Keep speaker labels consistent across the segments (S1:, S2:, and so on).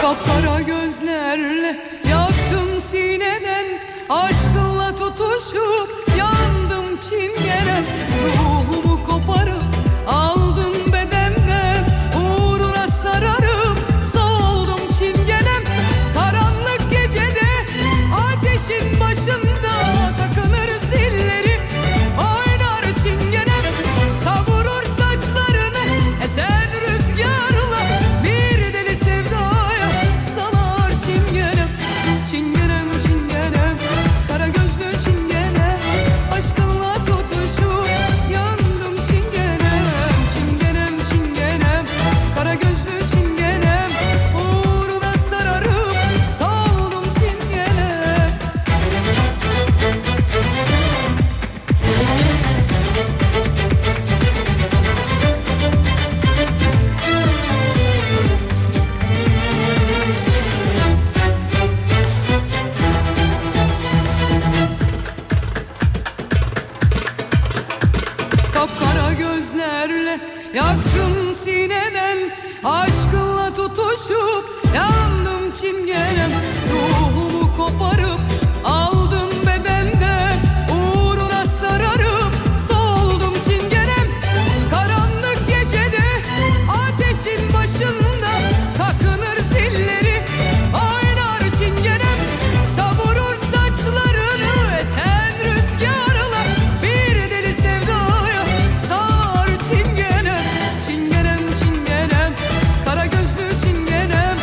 S1: Kapkara gözlerle yaktım sineden Aşkınla tutuşup yandım çingene Ruhumu koparıp aldım bedenden Uğruna sararım soldum çingenem Karanlık gecede ateşin başında Takılır zillerim oynar çingenem Savurur saçlarını esen rüzgarla Bir deli sevdaya salar çingenem Çingenem çingenem kara gözlü çingenem Aşkınla tutuşup yandım çingenem Çingenem çingenem kara gözlü çingenem Uğruna sararım savrum çingenem Kapkara gözlerle yaktım sineden Aşkınla tutuşup yandım çingenen Ruhumu koparıp aldın bedenden Uğruna sararım soldum çingenem Karanlık gecede ateşin başında Takınır zilleri oynar çingenem Savurur saçlarını esen rüzgarla Bir deli sevdaya sar çingenem Çingenem çingenem kara gözlü çingenem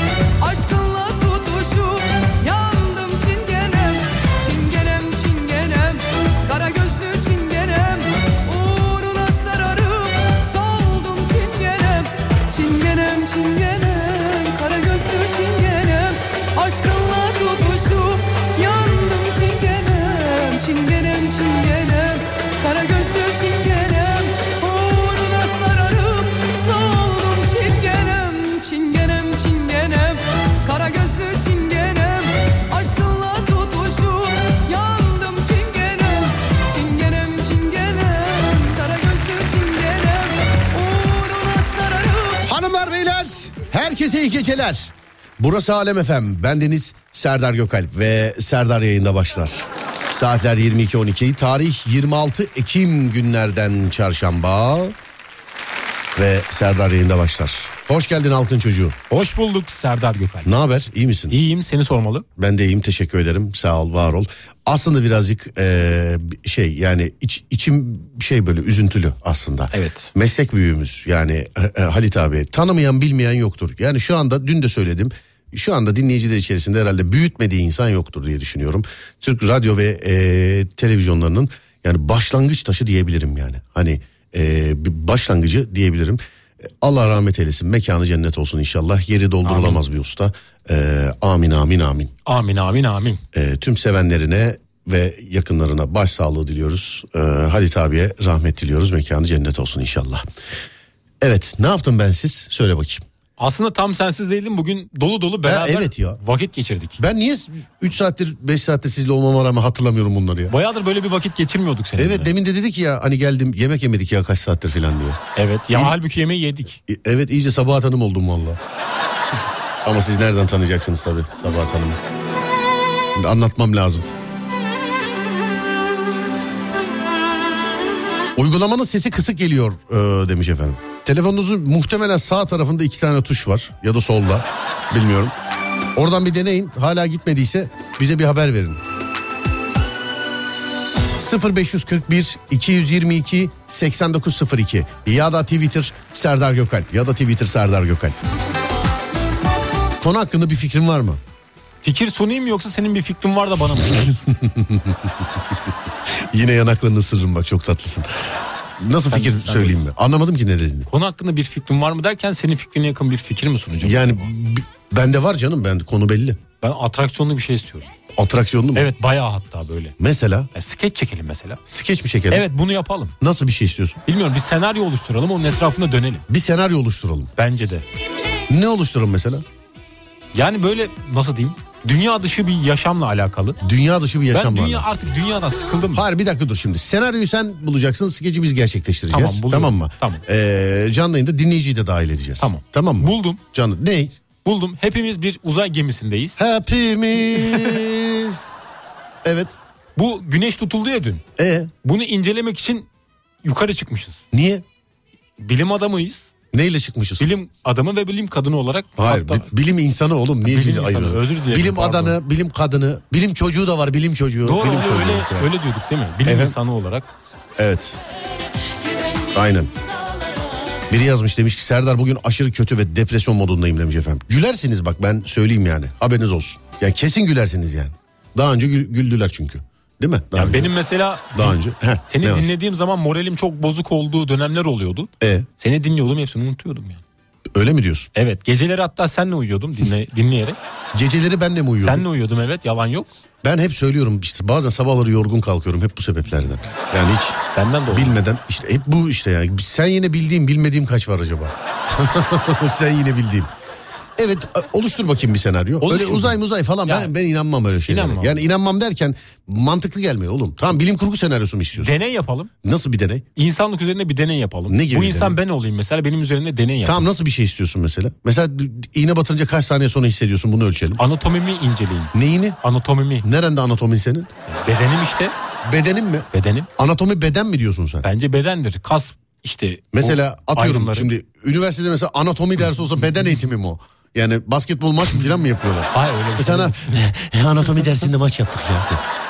S1: Aşkınla tutuşup yandım çingenem Çingenem çingenem kara gözlü çingenem Uğruna sararım soldum çingenem Çingenem çingenem kara gözlü çingenem Aşkınla tutuşup yandım çingenem Çingenem çingenem kara gözlü çingenem Uğruna sararım soldum çingenem Çingenem çingenem kara gözlü çingenem Aşkınla tutuşup yandım çingenem Çingenem çingenem kara gözlü çingenem Uğruna sararım
S2: Hanımlar beyler herkese iyi geceler. Burası Alem FM. Ben Deniz Serdar Gökalp ve Serdar yayında başlar. Saatler 22.12. Tarih 26 Ekim günlerden çarşamba. Ve Serdar yayında başlar. Hoş geldin halkın çocuğu.
S3: Hoş bulduk Serdar Gökalp.
S2: Ne haber? İyi misin?
S3: İyiyim seni sormalı.
S2: Ben de iyiyim teşekkür ederim sağ ol var ol. Aslında birazcık eee, şey yani iç, içim şey böyle üzüntülü aslında.
S3: Evet.
S2: Meslek büyüğümüz yani e, e, Halit abi tanımayan bilmeyen yoktur. Yani şu anda dün de söyledim şu anda dinleyiciler içerisinde herhalde büyütmediği insan yoktur diye düşünüyorum. Türk radyo ve eee, televizyonlarının yani başlangıç taşı diyebilirim yani. Hani eee, bir başlangıcı diyebilirim. Allah rahmet eylesin. Mekanı cennet olsun inşallah. Yeri doldurulamaz bir usta. Eee, amin amin amin.
S3: Amin amin amin.
S2: Ee, tüm sevenlerine ve yakınlarına başsağlığı diliyoruz. Ee, Halit abiye rahmet diliyoruz. Mekanı cennet olsun inşallah. Evet ne yaptım ben siz? Söyle bakayım.
S3: Aslında tam sensiz değilim bugün dolu dolu beraber
S2: evet ya.
S3: vakit geçirdik.
S2: Ben niye 3 saattir 5 saattir sizle olmama rağmen hatırlamıyorum bunları ya.
S3: Bayağıdır böyle bir vakit geçirmiyorduk seninle.
S2: Evet demin de dedi ki ya hani geldim yemek yemedik ya kaç saattir falan diyor.
S3: Evet ya halbuki yemeği yedik.
S2: E, Evet iyice Sabahat Hanım oldum valla. Ama siz nereden tanıyacaksınız tabii Sabahat Hanım'ı. Şimdi anlatmam lazım. Uygulamanın sesi kısık geliyor e, demiş efendim. Telefonunuzun muhtemelen sağ tarafında iki tane tuş var ya da solda bilmiyorum. Oradan bir deneyin hala gitmediyse bize bir haber verin. 0541 222 8902 ya da Twitter Serdar Gökalp ya da Twitter Serdar Gökalp. Konu hakkında bir fikrin var mı?
S3: Fikir sunayım mı yoksa senin bir fikrin var da bana mı?
S2: Yine yanaklarını ısırırım bak çok tatlısın. Nasıl
S3: Sen-
S2: fikir
S3: sen
S2: söyleyeyim mi? Anlamadım ki ne dediğini.
S3: Konu hakkında bir fikrin var mı derken senin fikrine yakın bir fikir mi sunacağım?
S2: Yani b- bende var canım ben konu belli.
S3: Ben atraksiyonlu bir şey istiyorum.
S2: Atraksiyonlu mu?
S3: Evet bayağı hatta böyle.
S2: Mesela
S3: Ya skeç çekelim mesela.
S2: skeç mi çekelim?
S3: Evet bunu yapalım.
S2: Nasıl bir şey istiyorsun?
S3: Bilmiyorum bir senaryo oluşturalım onun etrafında dönelim.
S2: Bir senaryo oluşturalım.
S3: Bence de.
S2: Ne oluşturalım mesela?
S3: Yani böyle nasıl diyeyim? Dünya dışı bir yaşamla alakalı.
S2: Dünya dışı bir yaşam
S3: ben
S2: var.
S3: dünya artık dünyadan sıkıldım.
S2: Hayır bir dakika dur şimdi. Senaryoyu sen bulacaksın, skeci biz gerçekleştireceğiz.
S3: Tamam, buluyorum.
S2: mı?
S3: Tamam.
S2: Ee, canlı yayında dinleyiciyi de dahil edeceğiz.
S3: Tamam.
S2: Tamam mı?
S3: Buldum.
S2: Canlı. Ne?
S3: Buldum. Hepimiz bir uzay gemisindeyiz.
S2: Hepimiz. evet.
S3: Bu güneş tutuldu ya dün.
S2: E
S3: Bunu incelemek için yukarı çıkmışız.
S2: niye?
S3: Bilim adamıyız.
S2: Neyle çıkmışız?
S3: Bilim adamı ve bilim kadını olarak.
S2: Hayır
S3: hatta-
S2: bi- bilim insanı oğlum niye
S3: Bilim
S2: bilim
S3: insanı, özür dilerim,
S2: Bilim
S3: pardon.
S2: adamı, bilim kadını, bilim çocuğu da var bilim çocuğu.
S3: Doğru
S2: bilim çocuğu.
S3: öyle, öyle diyorduk değil mi? Bilim
S2: Evet.
S3: insanı olarak.
S2: Evet. Aynen. Biri yazmış demiş ki Serdar bugün aşırı kötü ve depresyon modundayım demiş efendim. Gülersiniz bak ben söyleyeyim yani haberiniz olsun. Yani kesin gülersiniz yani. Daha önce gül- güldüler çünkü. Değil mi? Daha
S3: Ya
S2: önce.
S3: benim mesela
S2: Daha önce. Heh,
S3: seni
S2: ne var?
S3: dinlediğim zaman moralim çok bozuk olduğu dönemler oluyordu.
S2: E,
S3: Seni dinliyordum hepsini unutuyordum yani.
S2: öyle mi diyorsun?
S3: Evet geceleri hatta senle uyuyordum dinle, dinleyerek.
S2: Geceleri benle mi uyuyorum?
S3: Senle uyuyordum evet yalan yok.
S2: Ben hep söylüyorum işte bazen sabahları yorgun kalkıyorum hep bu sebeplerden. Yani hiç
S3: Benden de oldu.
S2: bilmeden işte hep bu işte yani. Sen yine bildiğim bilmediğim kaç var acaba? Sen yine bildiğim. Evet a- oluştur bakayım bir senaryo.
S3: Oluştur.
S2: Öyle uzay muzay falan
S3: Ya.
S2: ben ben inanmam öyle şeylere.
S3: İnanmam.
S2: Yani inanmam derken mantıklı gelmiyor oğlum. Tamam bilim kurgu senaryosu mu istiyorsun?
S3: Deney yapalım.
S2: nasıl bir deney?
S3: İnsanlık üzerine bir deney yapalım.
S2: Ne gibi
S3: Bu
S2: bir
S3: insan ben olayım mesela benim üzerinde deney yapalım.
S2: Tamam nasıl bir şey istiyorsun mesela? Mesela d- iğne batırınca kaç saniye sonra hissediyorsun bunu ölçelim.
S3: Anatomimi inceleyin.
S2: Neyini?
S3: Anatomimi.
S2: Nerede anatomin senin?
S3: Bedenim işte.
S2: Bedenin mi?
S3: Bedenim.
S2: Anatomi beden mi diyorsun sen?
S3: Bence bedendir. Kas işte.
S2: Mesela
S3: o
S2: atıyorum
S3: ayrımları.
S2: şimdi üniversitede mesela anatomi dersi olsa beden eğitimi mi o? Yani basketbol maç mı falan mı yapıyorlar? E
S3: Hayır öyle bir şey
S2: Sana
S3: değil.
S2: anatomi dersinde maç yaptık ya.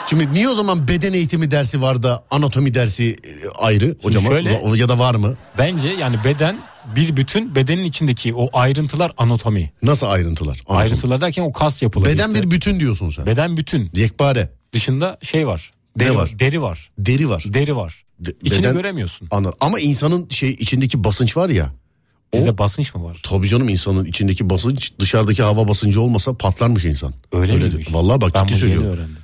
S2: Şimdi niye o zaman beden eğitimi dersi var da anatomi dersi e, ayrı hocam
S3: şöyle-
S2: ya da var mı?
S3: Bence yani beden bir bütün bedenin içindeki o ayrıntılar anatomi.
S2: Nasıl ayrıntılar? Anatomi.
S3: Ayrıntılar derken o kas yapıları.
S2: Beden
S3: işte.
S2: bir bütün diyorsun sen.
S3: Beden bütün.
S2: Yekpare,
S3: Dışında şey var.
S2: Ne
S3: Deri
S2: var?
S3: Deri var.
S2: deri var.
S3: Deri var.
S2: De-
S3: İçini
S2: beden-
S3: göremiyorsun.
S2: Ana- Ama insanın şey içindeki basınç var ya. O
S3: Bizde basınç mı var?
S2: tabii canım insanın içindeki basınç dışarıdaki hava basıncı olmasa patlarmış insan.
S3: Öyle,
S2: Öyle
S3: miymiş?
S2: de- Vallahi bak
S3: ben
S2: ciddi
S3: bunu yeni
S2: söylüyorum.
S3: öğrendim.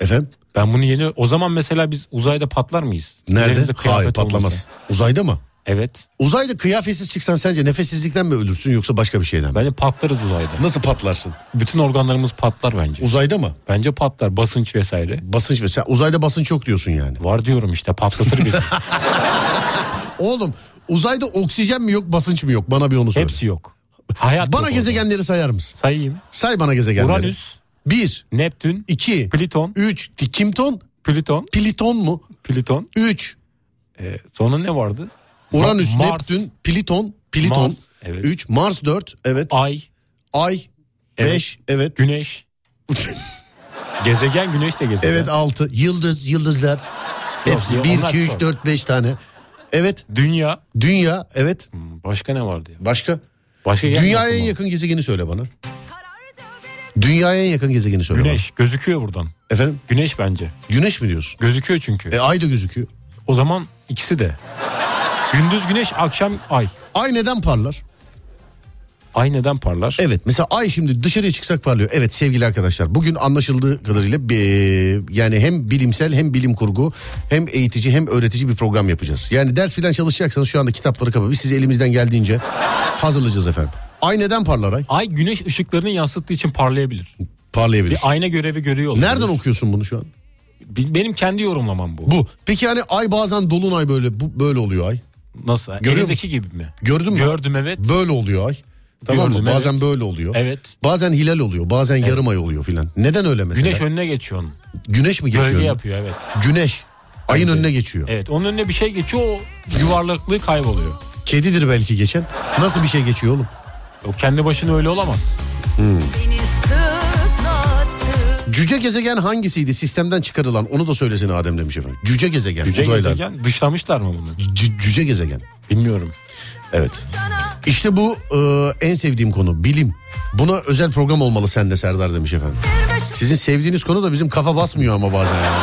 S2: Efendim?
S3: Ben bunu yeni o zaman mesela biz uzayda patlar mıyız? Üzerimizde
S2: Nerede?
S3: kıyafet
S2: Hayır
S3: olmasa.
S2: patlamaz. Uzayda mı?
S3: Evet.
S2: Uzayda kıyafetsiz çıksan sence nefessizlikten mi ölürsün yoksa başka bir şeyden mi?
S3: Bence patlarız uzayda.
S2: Nasıl patlarsın?
S3: Bütün organlarımız patlar bence.
S2: Uzayda mı?
S3: Bence patlar basınç vesaire.
S2: Basınç ve sen uzayda basınç yok diyorsun yani.
S3: Var diyorum işte patlatır bizi.
S2: Oğlum uzayda oksijen mi yok basınç mı yok? Bana bir onu söyle.
S3: Hepsi yok. Hayat
S2: Bana
S3: yok orada.
S2: gezegenleri sayar mısın?
S3: Sayayım.
S2: Say bana gezegenleri.
S3: Uranüs,
S2: 1,
S3: Neptün,
S2: 2,
S3: Pliton,
S2: 3, Kimton,
S3: Plüton,
S2: Pliton mu?
S3: Plüton.
S2: 3,
S3: Ee, sonra ne vardı?
S2: Uranüs,
S3: Ma- Mars,
S2: Neptün, Pliton, Pliton.
S3: Mars, evet.
S2: 3, Mars 4, evet.
S3: Ay,
S2: Ay
S3: Evet.
S2: 5, evet.
S3: Güneş. gezegen Güneş de gezegen.
S2: Evet 6. Yıldız, yıldızlar. Hepsi
S3: ya
S2: 1,
S3: onlar
S2: 2, 3,
S3: çok.
S2: 4, 5 tane. Evet.
S3: Dünya.
S2: Dünya, evet.
S3: Hmm, Başka ne vardı ya?
S2: Başka?
S3: Başka gelmiyor
S2: Dünyaya en
S3: aklıma.
S2: yakın gezegeni söyle bana. Dünyaya en yakın gezegeni söyle
S3: Güneş gözüküyor buradan.
S2: bana. Efendim?
S3: Güneş bence.
S2: Güneş mi diyorsun?
S3: Gözüküyor çünkü.
S2: E ay da gözüküyor.
S3: O zaman ikisi de. Gündüz güneş, akşam ay.
S2: Ay neden parlar?
S3: Ay neden parlar?
S2: Evet mesela ay şimdi dışarıya çıksak parlıyor. Evet sevgili arkadaşlar bugün anlaşıldığı kadarıyla bir- yani hem bilimsel hem bilim kurgu hem eğitici hem öğretici bir program yapacağız. Yani ders filan çalışacaksanız şu anda kitapları kapatın. Biz sizi elimizden geldiğince hazırlayacağız efendim. Ay neden parlar ay?
S3: Ay güneş ışıklarını yansıttığı için parlayabilir.
S2: Parlayabilir.
S3: Bir ayna görevi görüyor. olabilir.
S2: Nereden okuyorsun bunu şu an?
S3: Bi- Benim kendi yorumlamam bu.
S2: Bu. Peki hani ay bazen dolunay böyle bu, böyle oluyor ay.
S3: Nasıl?
S2: Görüyor
S3: Elindeki gibi mi?
S2: Gördün mü?
S3: Gördüm evet.
S2: Böyle oluyor ay. Tamam mı?
S3: Gördüm,
S2: Bazen
S3: evet.
S2: böyle oluyor.
S3: Evet.
S2: Bazen hilal oluyor. Bazen yarım ay oluyor filan. Neden öyle mesela?
S3: Güneş
S2: Güneş,
S3: önüne geçiyor onun.
S2: mi geçiyor?
S3: Gölge
S2: önüne?
S3: yapıyor evet.
S2: Güneş. Ayın önüne geçiyor.
S3: Evet onun önüne bir şey geçiyor o yuvarlaklığı kayboluyor.
S2: Kedidir belki geçen. Nasıl bir şey geçiyor oğlum?
S3: O kendi başına öyle olamaz.
S1: Beni sızlattı
S2: Hmm. Cüce gezegen hangisiydi sistemden çıkarılan? Onu da söylesene Adem demiş efendim. Cüce gezegen.
S3: Cüce
S2: uzaylar.
S3: gezegen dışlamışlar mı bunu?
S2: C- cüce gezegen.
S3: Bilmiyorum.
S2: Evet.
S1: sana
S2: İşte bu e, en sevdiğim konu. Bilim. Buna özel program olmalı sende Serdar demiş efendim. Sizin sevdiğiniz konu da bizim kafa basmıyor ama bazen yani.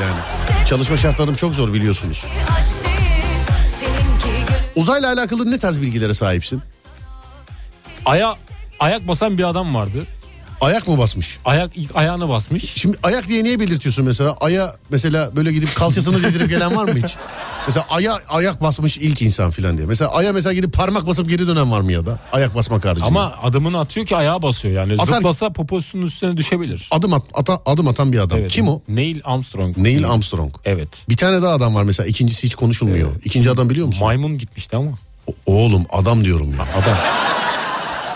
S2: yani. Çalışma şartlarım çok zor biliyorsunuz.
S1: aşk değil
S2: Uzayla alakalı ne tarz bilgilere sahipsin?
S3: Aya ayak basan bir adam vardı.
S2: Ayak mı basmış?
S3: Ayak ilk ayağını basmış.
S2: Şimdi ayak diye niye belirtiyorsun mesela? Aya mesela böyle gidip kalçasını dedirip gelen var mı hiç? Mesela aya ayak basmış ilk insan filan diye. Mesela aya mesela gidip parmak basıp geri dönen var mı ya da? Ayak basmak haricinde.
S3: Ama adımını atıyor ki ayağa basıyor yani.
S2: Atar-
S3: Zıplasa poposunun üstüne düşebilir.
S2: adım at, ata- adım atan bir adam.
S3: Evet.
S2: Kim o?
S3: Neil Armstrong.
S2: Neil Armstrong.
S3: Evet.
S2: Bir tane daha adam var mesela ikincisi hiç konuşulmuyor. İkinci adam biliyor musun?
S3: Maymun gitmişti ama.
S2: O- Oğlum adam diyorum ya.
S3: Adam.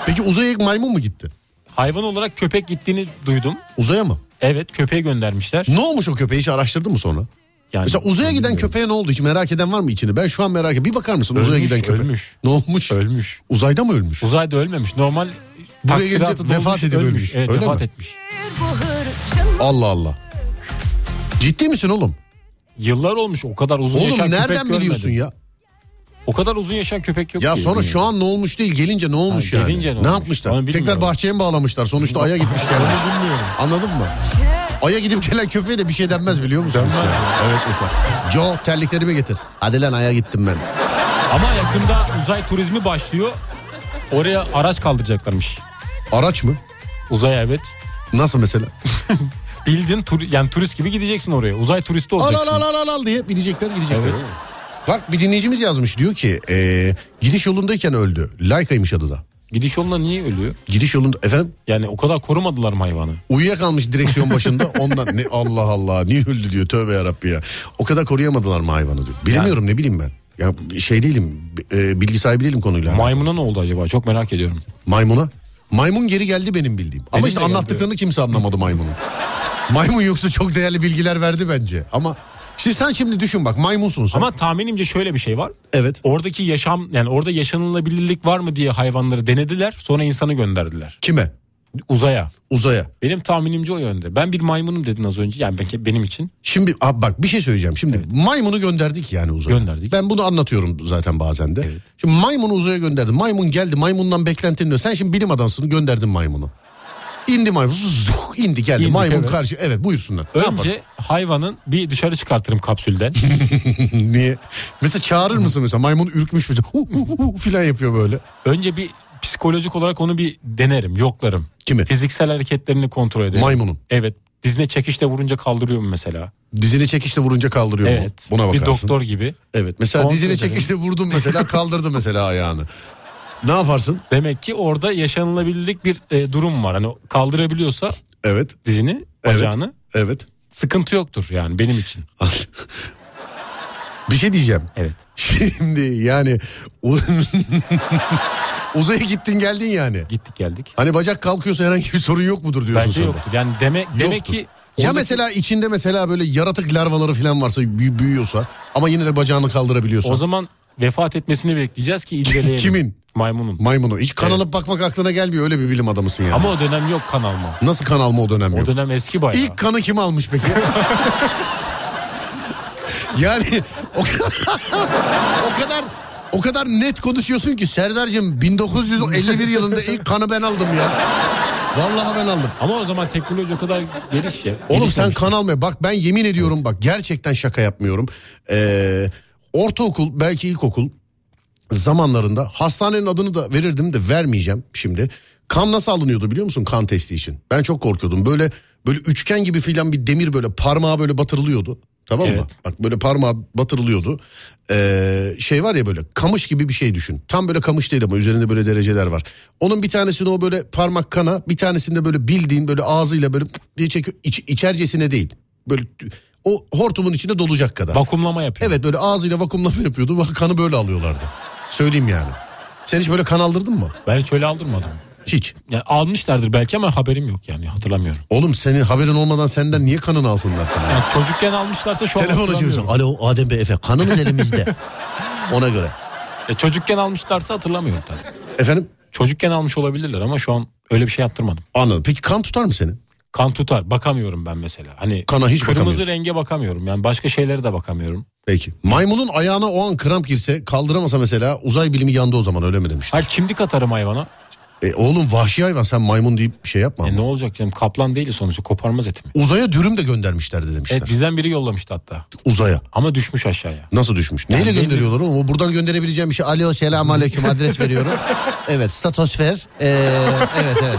S2: Peki uzaya ilk maymun mu gitti?
S3: Hayvan olarak köpek gittiğini duydum.
S2: Uzaya mı?
S3: Evet köpeği göndermişler.
S2: Ne olmuş o köpeği hiç araştırdın mı sonra?
S3: Yani
S2: Mesela uzaya giden köpeğe ne oldu hiç merak eden var mı içini? Ben şu an merak ediyorum. Bir bakar mısın uzaya
S3: Ölmüş,
S2: giden köpeğe?
S3: ölmüş.
S2: Ne olmuş?
S3: ölmüş.
S2: Uzayda mı ölmüş?
S3: Uzayda ölmemiş. Normal
S2: Buraya
S3: taksiratı
S2: gelince
S3: dolmuş,
S2: vefat edip ölmüş.
S3: Evet,
S2: Öyle
S3: vefat
S2: mi?
S3: etmiş.
S1: bu hırçın
S2: Allah Allah. Ciddi misin oğlum?
S3: Yıllar olmuş o kadar uzun
S2: Oğlum
S3: yaşayan köpek
S2: nereden biliyorsun
S3: görmedim.
S2: ya?
S3: O kadar uzun yaşayan köpek yok.
S2: Ya
S3: ki.
S2: sonra şu an ne olmuş değil gelince ne olmuş
S3: Hmm. Ha,
S2: yani?
S3: gelince ne
S2: ne
S3: olmuş? Onu
S2: yapmışlar?
S3: bilmiyorum.
S2: Tekrar bahçeye mi bağlamışlar? Sonuçta aya gitmiş gelmiş.
S3: bilmiyorum.
S2: Anladın mı? Aya gidip gelen köpeğe de bir şey denmez biliyor musun?
S3: Denmez.
S2: Evet mesela. Joe terliklerimi getir. Hadi lan aya gittim ben.
S3: Ama yakında uzay turizmi başlıyor. Oraya araç kaldıracaklarmış.
S2: Araç mı?
S3: Uzay evet.
S2: Nasıl mesela?
S3: Bildiğin tur, yani turist gibi gideceksin oraya. Uzay turisti
S2: Al
S3: olacaksın.
S2: al al al al diye binecekler gidecekler.
S3: Evet.
S2: Bak bir dinleyicimiz yazmış diyor ki eee, gidiş yolundayken öldü. Laykaymış adı da.
S3: Gidiş yoluna niye ölüyor?
S2: Gidiş yolunda efendim
S3: Yani o kadar korumadılar mı hayvanı?
S2: Uyuyakalmış direksiyon başında ondan ne Allah Allah niye öldü diyor tövbe yarabbi ya. O kadar koruyamadılar mı hayvanı diyor. Bilemiyorum ne bileyim ben. Ya şey değilim e, bilgi sahibi değilim konuyla.
S3: Maymuna ne oldu acaba? Çok merak ediyorum.
S2: Maymuna. Maymun geri geldi benim bildiğim. Ama
S3: Benim
S2: işte
S3: de geldi.
S2: anlattıklarını kimse anlamadı maymunun. Maymun yoksa çok değerli bilgiler verdi bence. Ama şimdi sen şimdi düşün bak maymunsun sen.
S3: Ama tahminimce şöyle bir şey var.
S2: evet.
S3: Oradaki yaşam yani orada yaşanılabilirlik var mı diye hayvanları denediler. Sonra insanı gönderdiler
S2: Kime?
S3: uzaya.
S2: Uzaya.
S3: Benim tahminimce o yönde. Ben bir maymunum dedin az önce. Yani ben- benim için.
S2: Şimdi abi bak bir şey söyleyeceğim. Şimdi maymunu gönderdik yani uzaya.
S3: Gönderdik.
S2: Ben bunu anlatıyorum zaten bazen de.
S3: Evet.
S2: Şimdi maymunu uzaya gönderdim. Maymun geldi. Maymundan beklentin ne? Sen şimdi bilim adamsın. Gönderdin maymunu. İndi maymun. Zuh, indi geldi.
S3: İndik,
S2: maymun
S3: evet.
S2: karşı. Evet buyursunlar. Ne yaparsın?
S3: Önce hayvanın bir dışarı çıkartırım kapsülden.
S2: Niye? Mesela çağırır mısın mesela? Maymun ürkmüş mesela. Hu, hu, hu, hu filan yapıyor böyle.
S3: Önce bir psikolojik olarak onu bir denerim, yoklarım.
S2: Kimi?
S3: Fiziksel hareketlerini kontrol ederim.
S2: Maymunun.
S3: Evet. Dizine çekişle vurunca kaldırıyor mu mesela?
S2: Dizini çekişle vurunca kaldırıyor mu?
S3: Evet.
S2: Buna bakarsın.
S3: Bir doktor gibi.
S2: Evet. Mesela
S3: Kontrol
S2: dizini
S3: ederim.
S2: çekişle vurdun mesela kaldırdı mesela ayağını. Ne yaparsın?
S3: Demek ki orada yaşanılabilirlik bir e, durum var. Hani kaldırabiliyorsa
S2: Evet.
S3: dizini,
S2: Evet.
S3: bacağını
S2: Evet.
S3: sıkıntı yoktur yani benim için.
S2: bir şey diyeceğim.
S3: Evet.
S2: Şimdi yani u- uzaya gittin geldin yani.
S3: Gittik geldik.
S2: Hani bacak kalkıyorsa herhangi bir sorun yok mudur diyorsun
S3: Bence
S2: sen de?
S3: yoktur. Yani deme, demek
S2: Yoktur.
S3: ki
S2: Ya
S3: oradaki-
S2: mesela içinde mesela böyle yaratık larvaları falan varsa büyü- büyüyorsa ama yine de bacağını kaldırabiliyorsa.
S3: o zaman vefat etmesini bekleyeceğiz ki irdeleyelim.
S2: Kimin?
S3: Maymunun.
S2: Maymunu hiç kan alıp bakmak aklına gelmiyor öyle bir bilim adamısın yani.
S3: Ama o dönem yok kan alma.
S2: Nasıl kan alma o dönem
S3: O
S2: yok?
S3: dönem eski bayağı.
S2: İlk kanı kim almış peki? yani o kadar, o kadar o kadar net konuşuyorsun ki Serdar'cığım 1951 yılında ilk kanı ben aldım ya. Vallahi ben aldım.
S3: Ama o zaman teknoloji o kadar geliş ya.
S2: Oğlum
S3: gelişmemiş.
S2: sen kan almaya bak ben yemin ediyorum bak gerçekten şaka yapmıyorum. Ee, ortaokul belki ilkokul zamanlarında hastanenin adını da verirdim de vermeyeceğim şimdi. Kan nasıl alınıyordu biliyor musun kan testi için? Ben çok korkuyordum. Böyle böyle üçgen gibi filan bir demir böyle parmağa böyle batırılıyordu. Tamam mı?
S3: Evet.
S2: Bak böyle parmağa batırılıyordu. Ee, şey var ya böyle kamış gibi bir şey düşün. Tam böyle kamış değil ama üzerinde böyle dereceler var. Onun bir tanesini o böyle parmak kana bir tanesinde böyle bildiğin böyle ağzıyla böyle diye çekiyor. İç, içercesine değil. Böyle o hortumun içine dolacak kadar.
S3: Vakumlama yapıyor.
S2: Evet böyle ağzıyla vakumlama yapıyordu. Bak kanı böyle alıyorlardı. Söyleyeyim yani. Sen hiç böyle kan aldırdın mı?
S3: Ben hiç öyle aldırmadım.
S2: Hiç.
S3: Yani almışlardır belki ama haberim yok yani hatırlamıyorum.
S2: Oğlum senin haberin olmadan senden niye kanını alsınlar senden?
S3: Yani çocukken almışlarsa şu an
S2: Telefon açıyorsun.
S3: hatırlamıyorum.
S2: Alo Adem Bey Efe kanınız elimizde. Ona göre.
S3: E, çocukken almışlarsa hatırlamıyorum tabii.
S2: Efendim?
S3: Çocukken almış olabilirler ama şu an öyle bir şey yaptırmadım.
S2: Anladım. Peki kan tutar mı seni?
S3: Kan tutar bakamıyorum ben mesela. Hani
S2: Kana hiç
S3: kırmızı
S2: bakamıyorsun.
S3: renge bakamıyorum. Yani başka şeylere de bakamıyorum.
S2: Peki. Maymunun ayağına o an kramp girse kaldıramasa mesela uzay bilimi yandı o zaman öyle mi demişler?
S3: Hayır kimlik atarım hayvana.
S2: E, oğlum vahşi hayvan sen maymun deyip şey yapma.
S3: E
S2: ama.
S3: ne olacak canım kaplan değil sonuçta koparmaz etimi.
S2: Uzaya dürüm de göndermişlerdi demişler.
S3: Evet E, bizden biri yollamıştı hatta.
S2: Uzaya.
S3: Ama düşmüş aşağıya.
S2: Nasıl düşmüş?
S3: Yani
S2: Neyle
S3: belli-
S2: gönderiyorlar oğlum? O Buradan gönderebileceğim bir şey. Alo selam aleyküm adres veriyorum. evet statosfer. Ee, evet evet.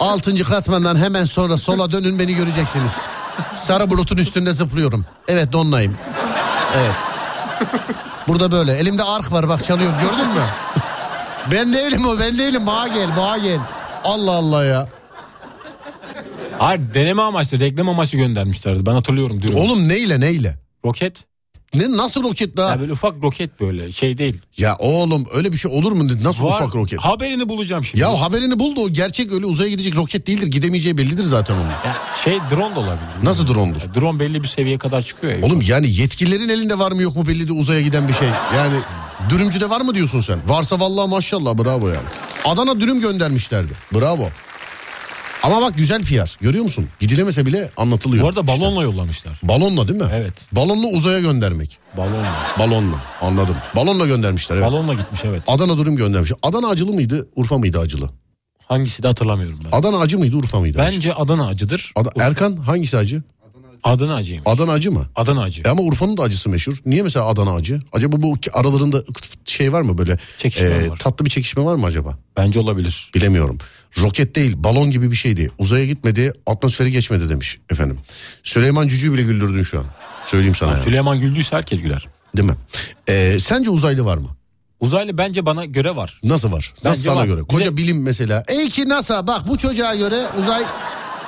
S2: Altıncı katmandan hemen sonra sola dönün beni göreceksiniz. Sarı bulutun üstünde zıplıyorum. Evet donlayım. Evet. Burada böyle. Elimde ark var bak çalıyorum gördün mü? Ben değilim o ben değilim. Bana gel bana gel. Allah Allah ya.
S3: Hayır deneme amaçlı reklam amaçlı göndermişlerdi. Ben hatırlıyorum diyorum.
S2: Oğlum neyle neyle?
S3: Roket.
S2: Ne, nasıl roket daha?
S3: Ya böyle ufak roket böyle şey değil.
S2: Ya oğlum öyle bir şey olur mu? Nasıl
S3: Var-
S2: ufak roket?
S3: Haberini bulacağım şimdi.
S2: Ya haberini bul da o gerçek öyle uzaya gidecek roket değildir. Gidemeyeceği bellidir zaten onun.
S3: Ya şey drone da olabilir.
S2: Nasıl drone'dur?
S3: Ya drone belli bir seviyeye kadar çıkıyor. ya.
S2: Oğlum yani yetkililerin elinde var mı yok mu belli de uzaya giden bir şey. Yani dürümcüde var mı diyorsun sen? Varsa vallahi maşallah bravo yani. Adana dürüm göndermişlerdi. Bravo. Ama bak güzel fiyar. Görüyor musun? Gidilemese bile anlatılıyor.
S3: Bu arada
S2: İşte.
S3: balonla yollamışlar.
S2: Balonla değil mi?
S3: Evet.
S2: Balonla uzaya göndermek.
S3: Balonla.
S2: Balonla anladım. Balonla göndermişler evet.
S3: Balonla gitmiş evet.
S2: Adana dürüm göndermiş. Adana acılı mıydı? Urfa mıydı acılı?
S3: Hangisi de hatırlamıyorum ben.
S2: Adana acı mıydı? Urfa mıydı? acı?
S3: Bence Adana acıdır.
S2: Ada- Erkan hangisi acı?
S3: Adana acıyım.
S2: Adana acı mı?
S3: Adana acı.
S2: E ama Urfa'nın da acısı meşhur. Niye mesela Adana acı? Acaba bu iki- aralarında şey var mı böyle? e,
S3: Çekişme var.
S2: Tatlı bir çekişme var mı acaba?
S3: Bence olabilir.
S2: Bilemiyorum. Roket değil balon gibi bir şeydi. Uzaya gitmedi atmosferi geçmedi demiş efendim. Süleyman Cücü'yü bile güldürdün şu an. Söyleyeyim sana yani.
S3: Süleyman güldüyse herkes güler.
S2: Değil mi? E, sence uzaylı var mı?
S3: Uzaylı bence bana göre var.
S2: Nasıl var? Nasıl
S3: Bence
S2: sana
S3: var.
S2: göre?
S3: Bir
S2: Koca
S3: de-
S2: bilim mesela. Ey ki E NASA bak bu çocuğa göre uzay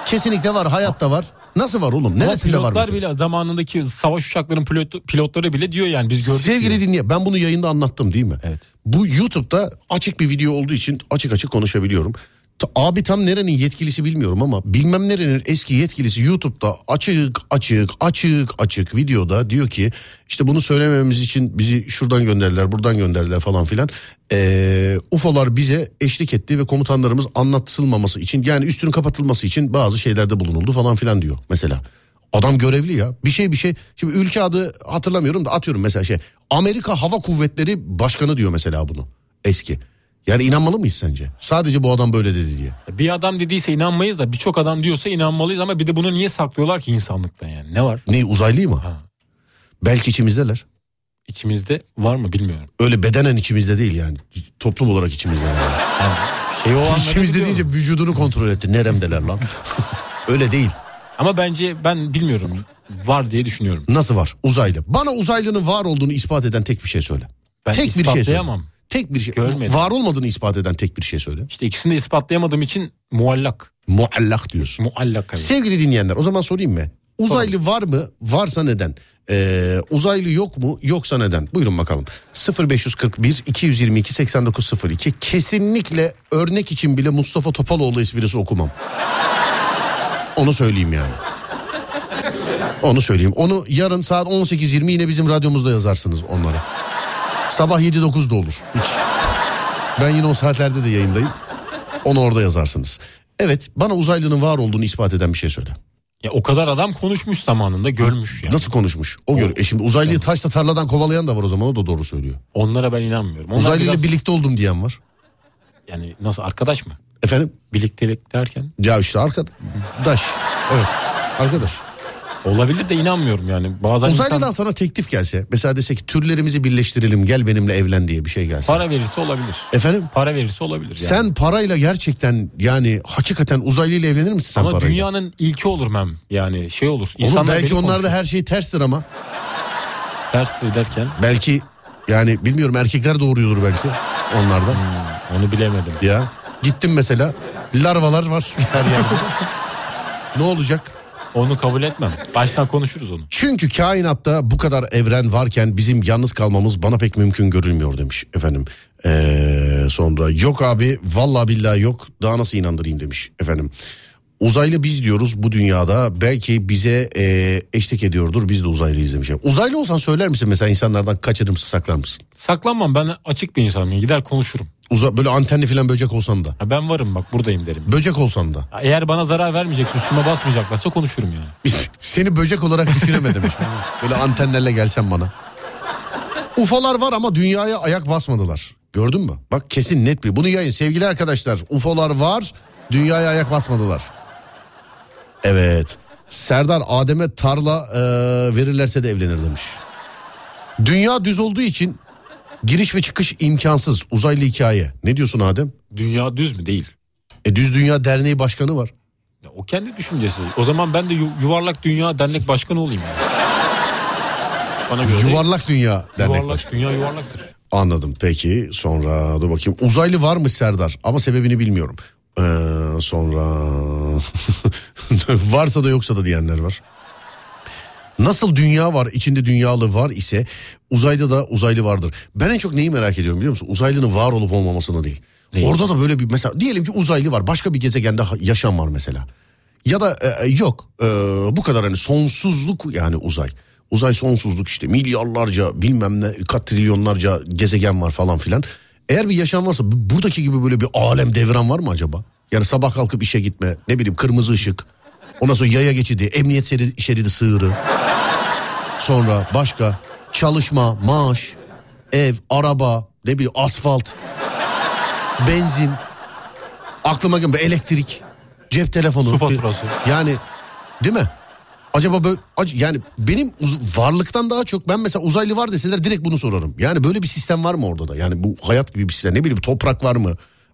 S2: kesinlikle var hayatta var. Nasıl var oğlum?
S3: Ama
S2: Neresinde var
S3: pilotlar
S2: mesela?
S3: bile zamanındaki savaş uçaklarının pilot, pilotları bile diyor yani biz gördük.
S2: Sevgili
S3: diyor.
S2: dinleyen ben bunu yayında anlattım değil mi?
S3: Evet.
S2: Bu YouTube'da açık bir video olduğu için açık açık konuşabiliyorum. Ta- Abi tam nerenin yetkilisi bilmiyorum ama bilmem nerenin eski yetkilisi YouTube'da açık açık açık açık videoda diyor ki işte bunu söylememiz için bizi şuradan gönderdiler buradan gönderdiler falan filan. Ee, UFO'lar bize eşlik etti ve komutanlarımız anlatılmaması için yani üstünün kapatılması için bazı şeylerde bulunuldu falan filan diyor mesela. Adam görevli ya. Bir şey bir şey. Şimdi ülke adı hatırlamıyorum da atıyorum mesela şey. Amerika Hava Kuvvetleri Başkanı diyor mesela bunu. Eski. Yani inanmalı mıyız sence? Sadece bu adam böyle dedi diye.
S3: Bir adam dediyse inanmayız da birçok adam diyorsa inanmalıyız ama bir de bunu niye saklıyorlar ki insanlıktan yani? Ne var?
S2: Ne uzaylıyı mı?
S3: Ha.
S2: Belki içimizdeler.
S3: İçimizde var mı bilmiyorum.
S2: Öyle bedenen içimizde değil yani. Toplum olarak içimizde. Yani.
S3: Şey o anları
S2: İçimizde
S3: biliyorum.
S2: deyince vücudunu kontrol etti. Neremdeler lan? Öyle değil.
S3: Ama bence ben bilmiyorum. Var diye düşünüyorum.
S2: Nasıl var? Uzaylı. Bana uzaylının var olduğunu ispat eden tek bir şey söyle.
S3: Ben
S2: tek bir şey söyle.
S3: ispatlayamam.
S2: Tek bir şey.
S3: Görmedim.
S2: Var olmadığını ispat eden tek bir şey söyle.
S3: İşte ikisini de ispatlayamadığım için muallak.
S2: Muallak diyorsun.
S3: Muallak abi.
S2: Sevgili dinleyenler o zaman sorayım mı? Uzaylı var mı? Varsa neden? Ee, uzaylı yok mu? Yoksa neden? Buyurun bakalım. 0541 222 8902 kesinlikle örnek için bile Mustafa Topaloğlu esprisi okumam. Onu söyleyeyim yani. Onu söyleyeyim. Onu yarın saat 18.20 yine bizim radyomuzda yazarsınız onları. Sabah 7-9'da olur. Hiç. Ben yine o saatlerde de yayındayım. Onu orada yazarsınız. Evet bana uzaylının var olduğunu ispat eden bir şey söyle.
S3: Ya o kadar adam konuşmuş zamanında görmüş yani.
S2: Nasıl konuşmuş? O göre. E şimdi uzaylıyı taşla tarladan kovalayan da var o zaman o da doğru söylüyor.
S3: Onlara ben inanmıyorum. Onlar
S2: Uzaylıyla
S3: biraz-
S2: birlikte oldum diyen var.
S3: yani nasıl arkadaş mı?
S2: Efendim?
S3: Birliktelik derken
S2: Ya işte arkadaş. Evet. Arkadaş.
S3: olabilir de inanmıyorum yani. Bazen
S2: Uzaylıdan
S3: insan
S2: sana teklif gelse. Mesela dese ki türlerimizi birleştirelim gel benimle evlen diye bir şey gelse.
S3: para verirse olabilir.
S2: Efendim?
S3: Para verirse olabilir yani.
S2: Sen parayla gerçekten yani hakikaten uzaylıyla evlenir misin sen
S3: ama
S2: parayla?
S3: dünyanın ilki olur mem. Yani şey olur.
S2: Oğlum
S3: İnsanlar
S2: belki
S3: beni
S2: onlarda
S3: konuşur.
S2: her şey terstir ama.
S3: ters derken
S2: Belki yani bilmiyorum erkekler doğuruyordur belki onlardan.
S3: Hmm, onu bilemedim.
S2: Ya gittim mesela larvalar var her yerde. ne olacak?
S3: Onu kabul etmem. Baştan konuşuruz onu.
S2: Çünkü kainatta bu kadar evren varken bizim yalnız kalmamız bana pek mümkün görülmüyor demiş efendim. Ee, sonra yok abi vallahi billahi yok daha nasıl inandırayım demiş efendim. Uzaylı biz diyoruz bu dünyada belki bize ee, eşlik ediyordur biz de uzaylıyız demiş. Uzaylı olsan söyler misin mesela insanlardan kaçırır mısın saklar mısın?
S3: Saklanmam ben açık bir insanım. Gider konuşurum.
S2: Uza, böyle antenli falan böcek olsan da
S3: Ha, ben varım bak buradayım derim.
S2: böcek olsan da
S3: Ya Eğer bana zarar vermeyecekse üstüme basmayacaklarsa konuşurum yani.
S2: Seni böcek olarak düşünemedim. Böyle antenlerle gelsen bana. UFO'lar var ama dünyaya ayak basmadılar. Gördün mü? Bak kesin net bir. Bunu yayın sevgili arkadaşlar. UFO'lar var. Dünyaya ayak basmadılar. Evet. Serdar Adem'e tarla e, verirlerse de evlenir demiş. Dünya düz olduğu için giriş ve çıkış imkansız. Uzaylı hikaye. Ne diyorsun Adem?
S3: Dünya düz mü? Değil.
S2: E Düz Dünya Derneği Başkanı var.
S3: Ya o kendi düşüncesi. O zaman ben de yu- Yuvarlak Dünya Dernek Başkanı olayım. yani. Bana göre değil.
S2: Yuvarlak Dünya Dernek
S3: yuvarlak
S2: Başkanı.
S3: dünya yuvarlaktır.
S2: Anladım peki sonra dur bakayım uzaylı varmış Serdar ama sebebini bilmiyorum. Ee, sonra varsa da yoksa da diyenler var. Nasıl dünya var içinde dünyalı var ise uzayda da uzaylı vardır. Ben en çok neyi merak ediyorum biliyor musun? Uzaylının var olup olmamasını değil.
S3: Neyi?
S2: Orada da böyle bir mesela diyelim ki uzaylı var başka bir gezegende ha- yaşam var mesela. Ya da e, e, yok e, bu kadar hani sonsuzluk yani uzay. Uzay sonsuzluk işte milyarlarca bilmem ne kat trilyonlarca gezegen var falan filan. Eğer bir yaşam varsa bu- buradaki gibi böyle bir alem devran var mı acaba? Yani sabah kalkıp işe gitme ne bileyim kırmızı ışık. Ondan sonra yaya geçidi emniyet şeridi, şeridi sığırı. Sonra başka çalışma, maaş, ev, araba, ne bileyim asfalt, benzin, aklıma gelmiyor elektrik, cep telefonu.
S3: Su faturası.
S2: Yani değil mi? Acaba böyle ac- yani benim uz- varlıktan daha çok ben mesela uzaylı var deseler direkt bunu sorarım. Yani böyle bir sistem var mı orada da? Yani bu hayat gibi bir sistem ne bileyim toprak var mı?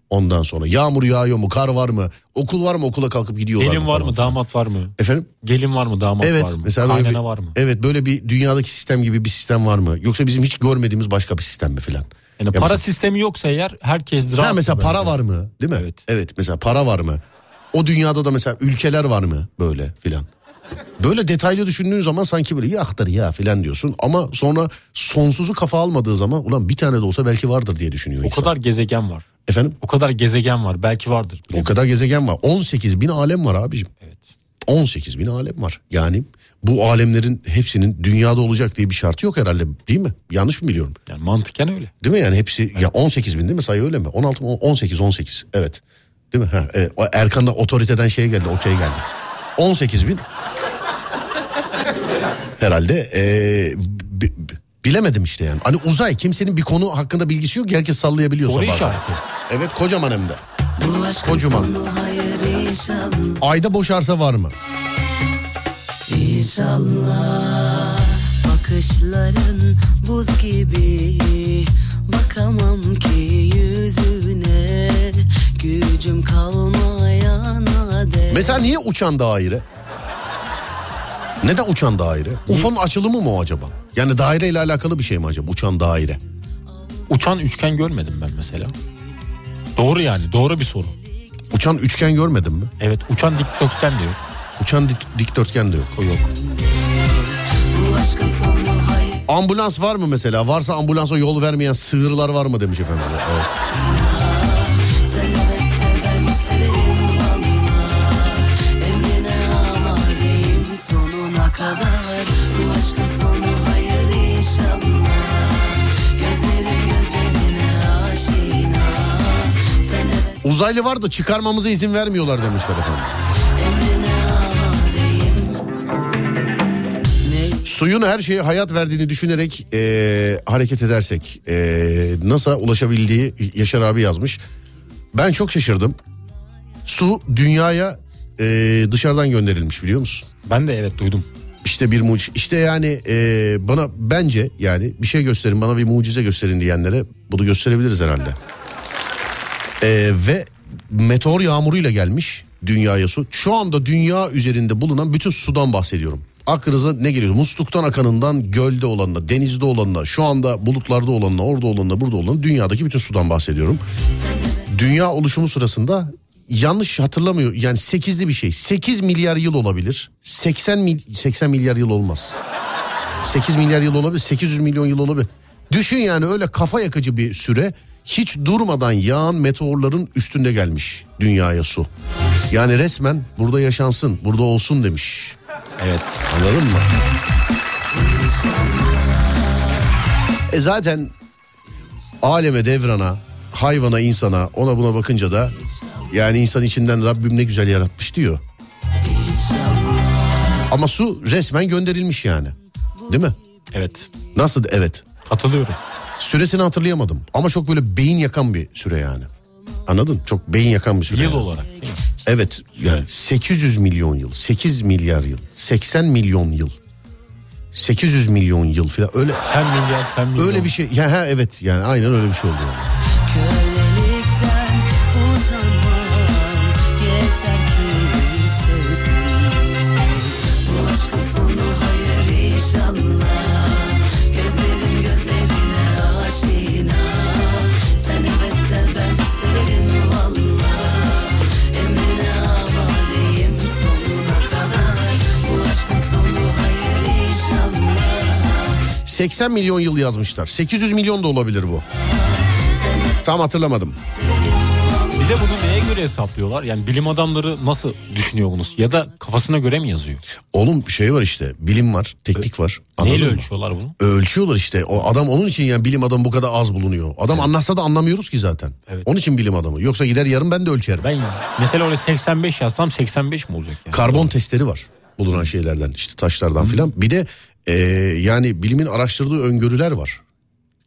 S2: Ondan sonra yağmur yağıyor mu? Kar var mı? Okul var mı? Okula kalkıp gidiyorlar
S3: Gelin var mı?
S2: falan.
S3: Damat var mı?
S2: Efendim?
S3: Gelin var mı? Damat
S2: Evet.
S3: var mı?
S2: Mesela böyle
S3: Kaynana
S2: bir-
S3: var mı?
S2: Evet böyle bir dünyadaki sistem gibi bir sistem var mı? Yoksa bizim hiç görmediğimiz başka bir sistem mi filan?
S3: Yani
S2: Ya
S3: para
S2: mesela-
S3: sistemi yoksa eğer herkes rahat.
S2: Ha mesela
S3: böyle.
S2: para var mı? Değil mi?
S3: Evet.
S2: mesela para var mı? O dünyada da mesela ülkeler var mı böyle filan? Böyle detaylı düşündüğün zaman sanki böyle yaktır ya filan diyorsun ama sonra sonsuzu kafa almadığı zaman ulan bir tane de olsa belki vardır diye düşünüyor
S3: O
S2: insan.
S3: kadar gezegen var.
S2: Efendim?
S3: O kadar gezegen var. Belki vardır.
S2: O kadar gezegen var. 18 bin alem var abicim. 18 bin alem var. Yani bu alemlerin hepsinin dünyada olacak diye bir şartı yok herhalde değil mi? Yanlış mı biliyorum?
S3: Yani mantıken öyle.
S2: Değil mi yani hepsi ya 18 bin değil mi sayı öyle mi? 16 mı? 18 18 evet. Değil mi? Ha, evet. O Erkan da otoriteden şey geldi okey geldi. 18 bin. Herhalde ee, bi- bi- bilemedim işte yani. Hani uzay kimsenin bir konu hakkında bilgisi yok ki herkes sallayabiliyor
S3: Soru
S2: sabah.
S3: işareti.
S2: Evet kocaman hem de. Kocaman. Ayda boşarsa var mı?
S1: Bakışların buz gibi Bakamam ki yüzüne Gücüm kalmayana de
S2: Mesela niye uçan daire? Neden uçan daire? UFO'nun açılımı mı o acaba? Yani daire ile alakalı bir şey mi acaba? Uçan daire.
S3: Uçan üçgen görmedim ben mesela. Doğru yani. Doğru bir soru.
S2: Uçan üçgen görmedin mi?
S3: Evet uçan dikdörtgen diyor.
S2: Uçan dik- dikdörtgen de yok.
S3: O yok.
S2: Ambulans var mı mesela? Varsa ambulansa yol vermeyen sığırlar var mı demiş efendim. Evet.
S1: Emrine amadeyim sonuna kadar Bu aşkın sonu hayır inşallah Gözlerim gözlerine aşina Sen evet
S2: Uzaylı var da çıkarmamıza izin vermiyorlar demişler efendim.
S1: emrine amadeyim
S2: Suyun her şeye hayat verdiğini düşünerek eee, hareket edersek eee, NASA ulaşabildiği Yaşar abi yazmış. Ben çok şaşırdım. Su dünyaya eee, dışarıdan gönderilmiş biliyor musun?
S3: Ben de evet duydum.
S2: İşte bir mucize. İşte yani e, bana bence yani bir şey gösterin bana bir mucize gösterin diyenlere bunu gösterebiliriz herhalde. E, ve meteor yağmuruyla gelmiş dünyaya su. Şu anda dünya üzerinde bulunan bütün sudan bahsediyorum. Aklınıza ne geliyor? Musluktan akanından, gölde olanla, denizde olanla, şu anda bulutlarda olanla, orada olanla, burada olanla dünyadaki bütün sudan bahsediyorum. Dünya oluşumu sırasında yanlış hatırlamıyor yani 8'li bir şey. 8 milyar yıl olabilir. 80 mil- 80 milyar yıl olmaz. 8 milyar yıl olabilir, 800 milyon yıl olabilir. Düşün yani öyle kafa yakıcı bir süre hiç durmadan yağan meteorların üstünde gelmiş dünyaya su. Yani resmen burada yaşansın, burada olsun demiş.
S3: Evet.
S2: Anladın mı? E zaten aleme devrana, hayvana insana ona buna bakınca da yani insan içinden Rabbim ne güzel yaratmış diyor. Ama su resmen gönderilmiş yani. Değil mi?
S3: Evet.
S2: Nasıl evet.
S3: Katılıyorum.
S2: Süresini hatırlayamadım ama çok böyle beyin yakan bir süre yani. Anladın? Çok beyin yakan bir süre.
S3: Yıl
S2: yani.
S3: olarak değil mi?
S2: Evet yani 800 milyon yıl, 8 milyar yıl, 80 milyon yıl. 800 milyon yıl falan öyle
S3: Sen milyar sen milyon.
S2: öyle bir şey. Ya ha evet yani aynen öyle bir şey oldu. yani.
S1: Kölelikten uzanmam Yeter ki sevsin Bu aşkın sonu hayır inşallah Gözlerim gözlerine aşina Sen evet de ben severim valla Emrine amadeyim sonuna kadar Bu aşkın sonu hayır inşallah
S2: 80 milyon yıl yazmışlar. 800 milyon da olabilir bu. Tam hatırlamadım.
S3: Bir de bunu neye göre hesaplıyorlar? Yani bilim adamları nasıl düşünüyor bunu? Ya da kafasına göre mi yazıyor?
S2: Oğlum şey var işte bilim var, teknik var. Anladın
S3: Neyle
S2: mı?
S3: ölçüyorlar bunu?
S2: Ölçüyorlar işte. O adam onun için yani bilim adamı bu kadar az bulunuyor. Adam anlatsa da anlamıyoruz ki zaten.
S3: Evet.
S2: Onun için bilim adamı. Yoksa gider yarın ben de ölçerim.
S3: Ben mesela öyle 85 yazsam 85 mi olacak yani?
S2: Karbon testleri var bulunan şeylerden işte taşlardan filan. Bir de e, yani bilimin araştırdığı öngörüler var.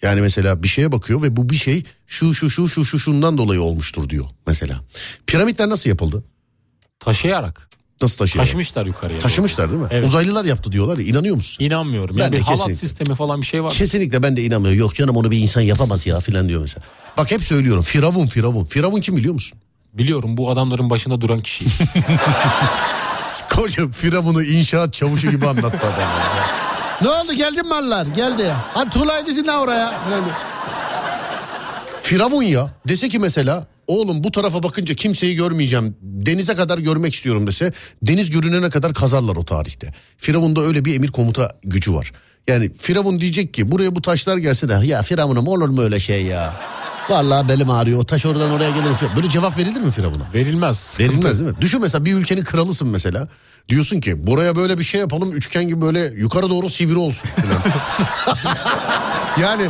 S2: Yani mesela bir şeye bakıyor ve bu bir şey şu şu şu şu şu şundan dolayı olmuştur diyor mesela. Piramitler nasıl yapıldı?
S3: Taşıyarak.
S2: Nasıl taşıyor?
S3: Taşımışlar yukarıya. doğru.
S2: Taşımışlar değil mi?
S3: Evet.
S2: Uzaylılar yaptı diyorlar ya inanıyor musun?
S3: İnanmıyorum.
S2: Ben
S3: Yani
S2: de
S3: bir halat
S2: kesinlikle.
S3: sistemi falan bir şey var.
S2: Kesinlikle ben de inanmıyorum. Yok canım onu bir insan yapamaz ya filan diyor mesela. Bak hep söylüyorum Firavun Firavun. Firavun kim biliyor musun?
S3: Biliyorum bu adamların başında duran kişi.
S2: Koca Firavun'u inşaat çavuşu gibi anlattı adam. ya. ne oldu geldin mallar geldi. Hadi Tuğla'yı desin lan oraya. Filan diyor. Firavun ya dese ki mesela oğlum bu tarafa bakınca kimseyi görmeyeceğim denize kadar görmek istiyorum dese deniz görünene kadar kazarlar o tarihte. Firavun'da öyle bir emir komuta gücü var. Yani Firavun diyecek ki buraya bu taşlar gelse de ya Firavun'um olur mu öyle şey ya? Vallahi belim ağrıyor o taş oradan oraya gelir. Böyle cevap verilir mi Firavun'a?
S3: Verilmez. Sıkıntı.
S2: Verilmez değil mi? Düşün mesela bir ülkenin kralısın mesela. Diyorsun ki buraya böyle bir şey yapalım üçgen gibi böyle yukarı doğru sivri olsun. falan. yani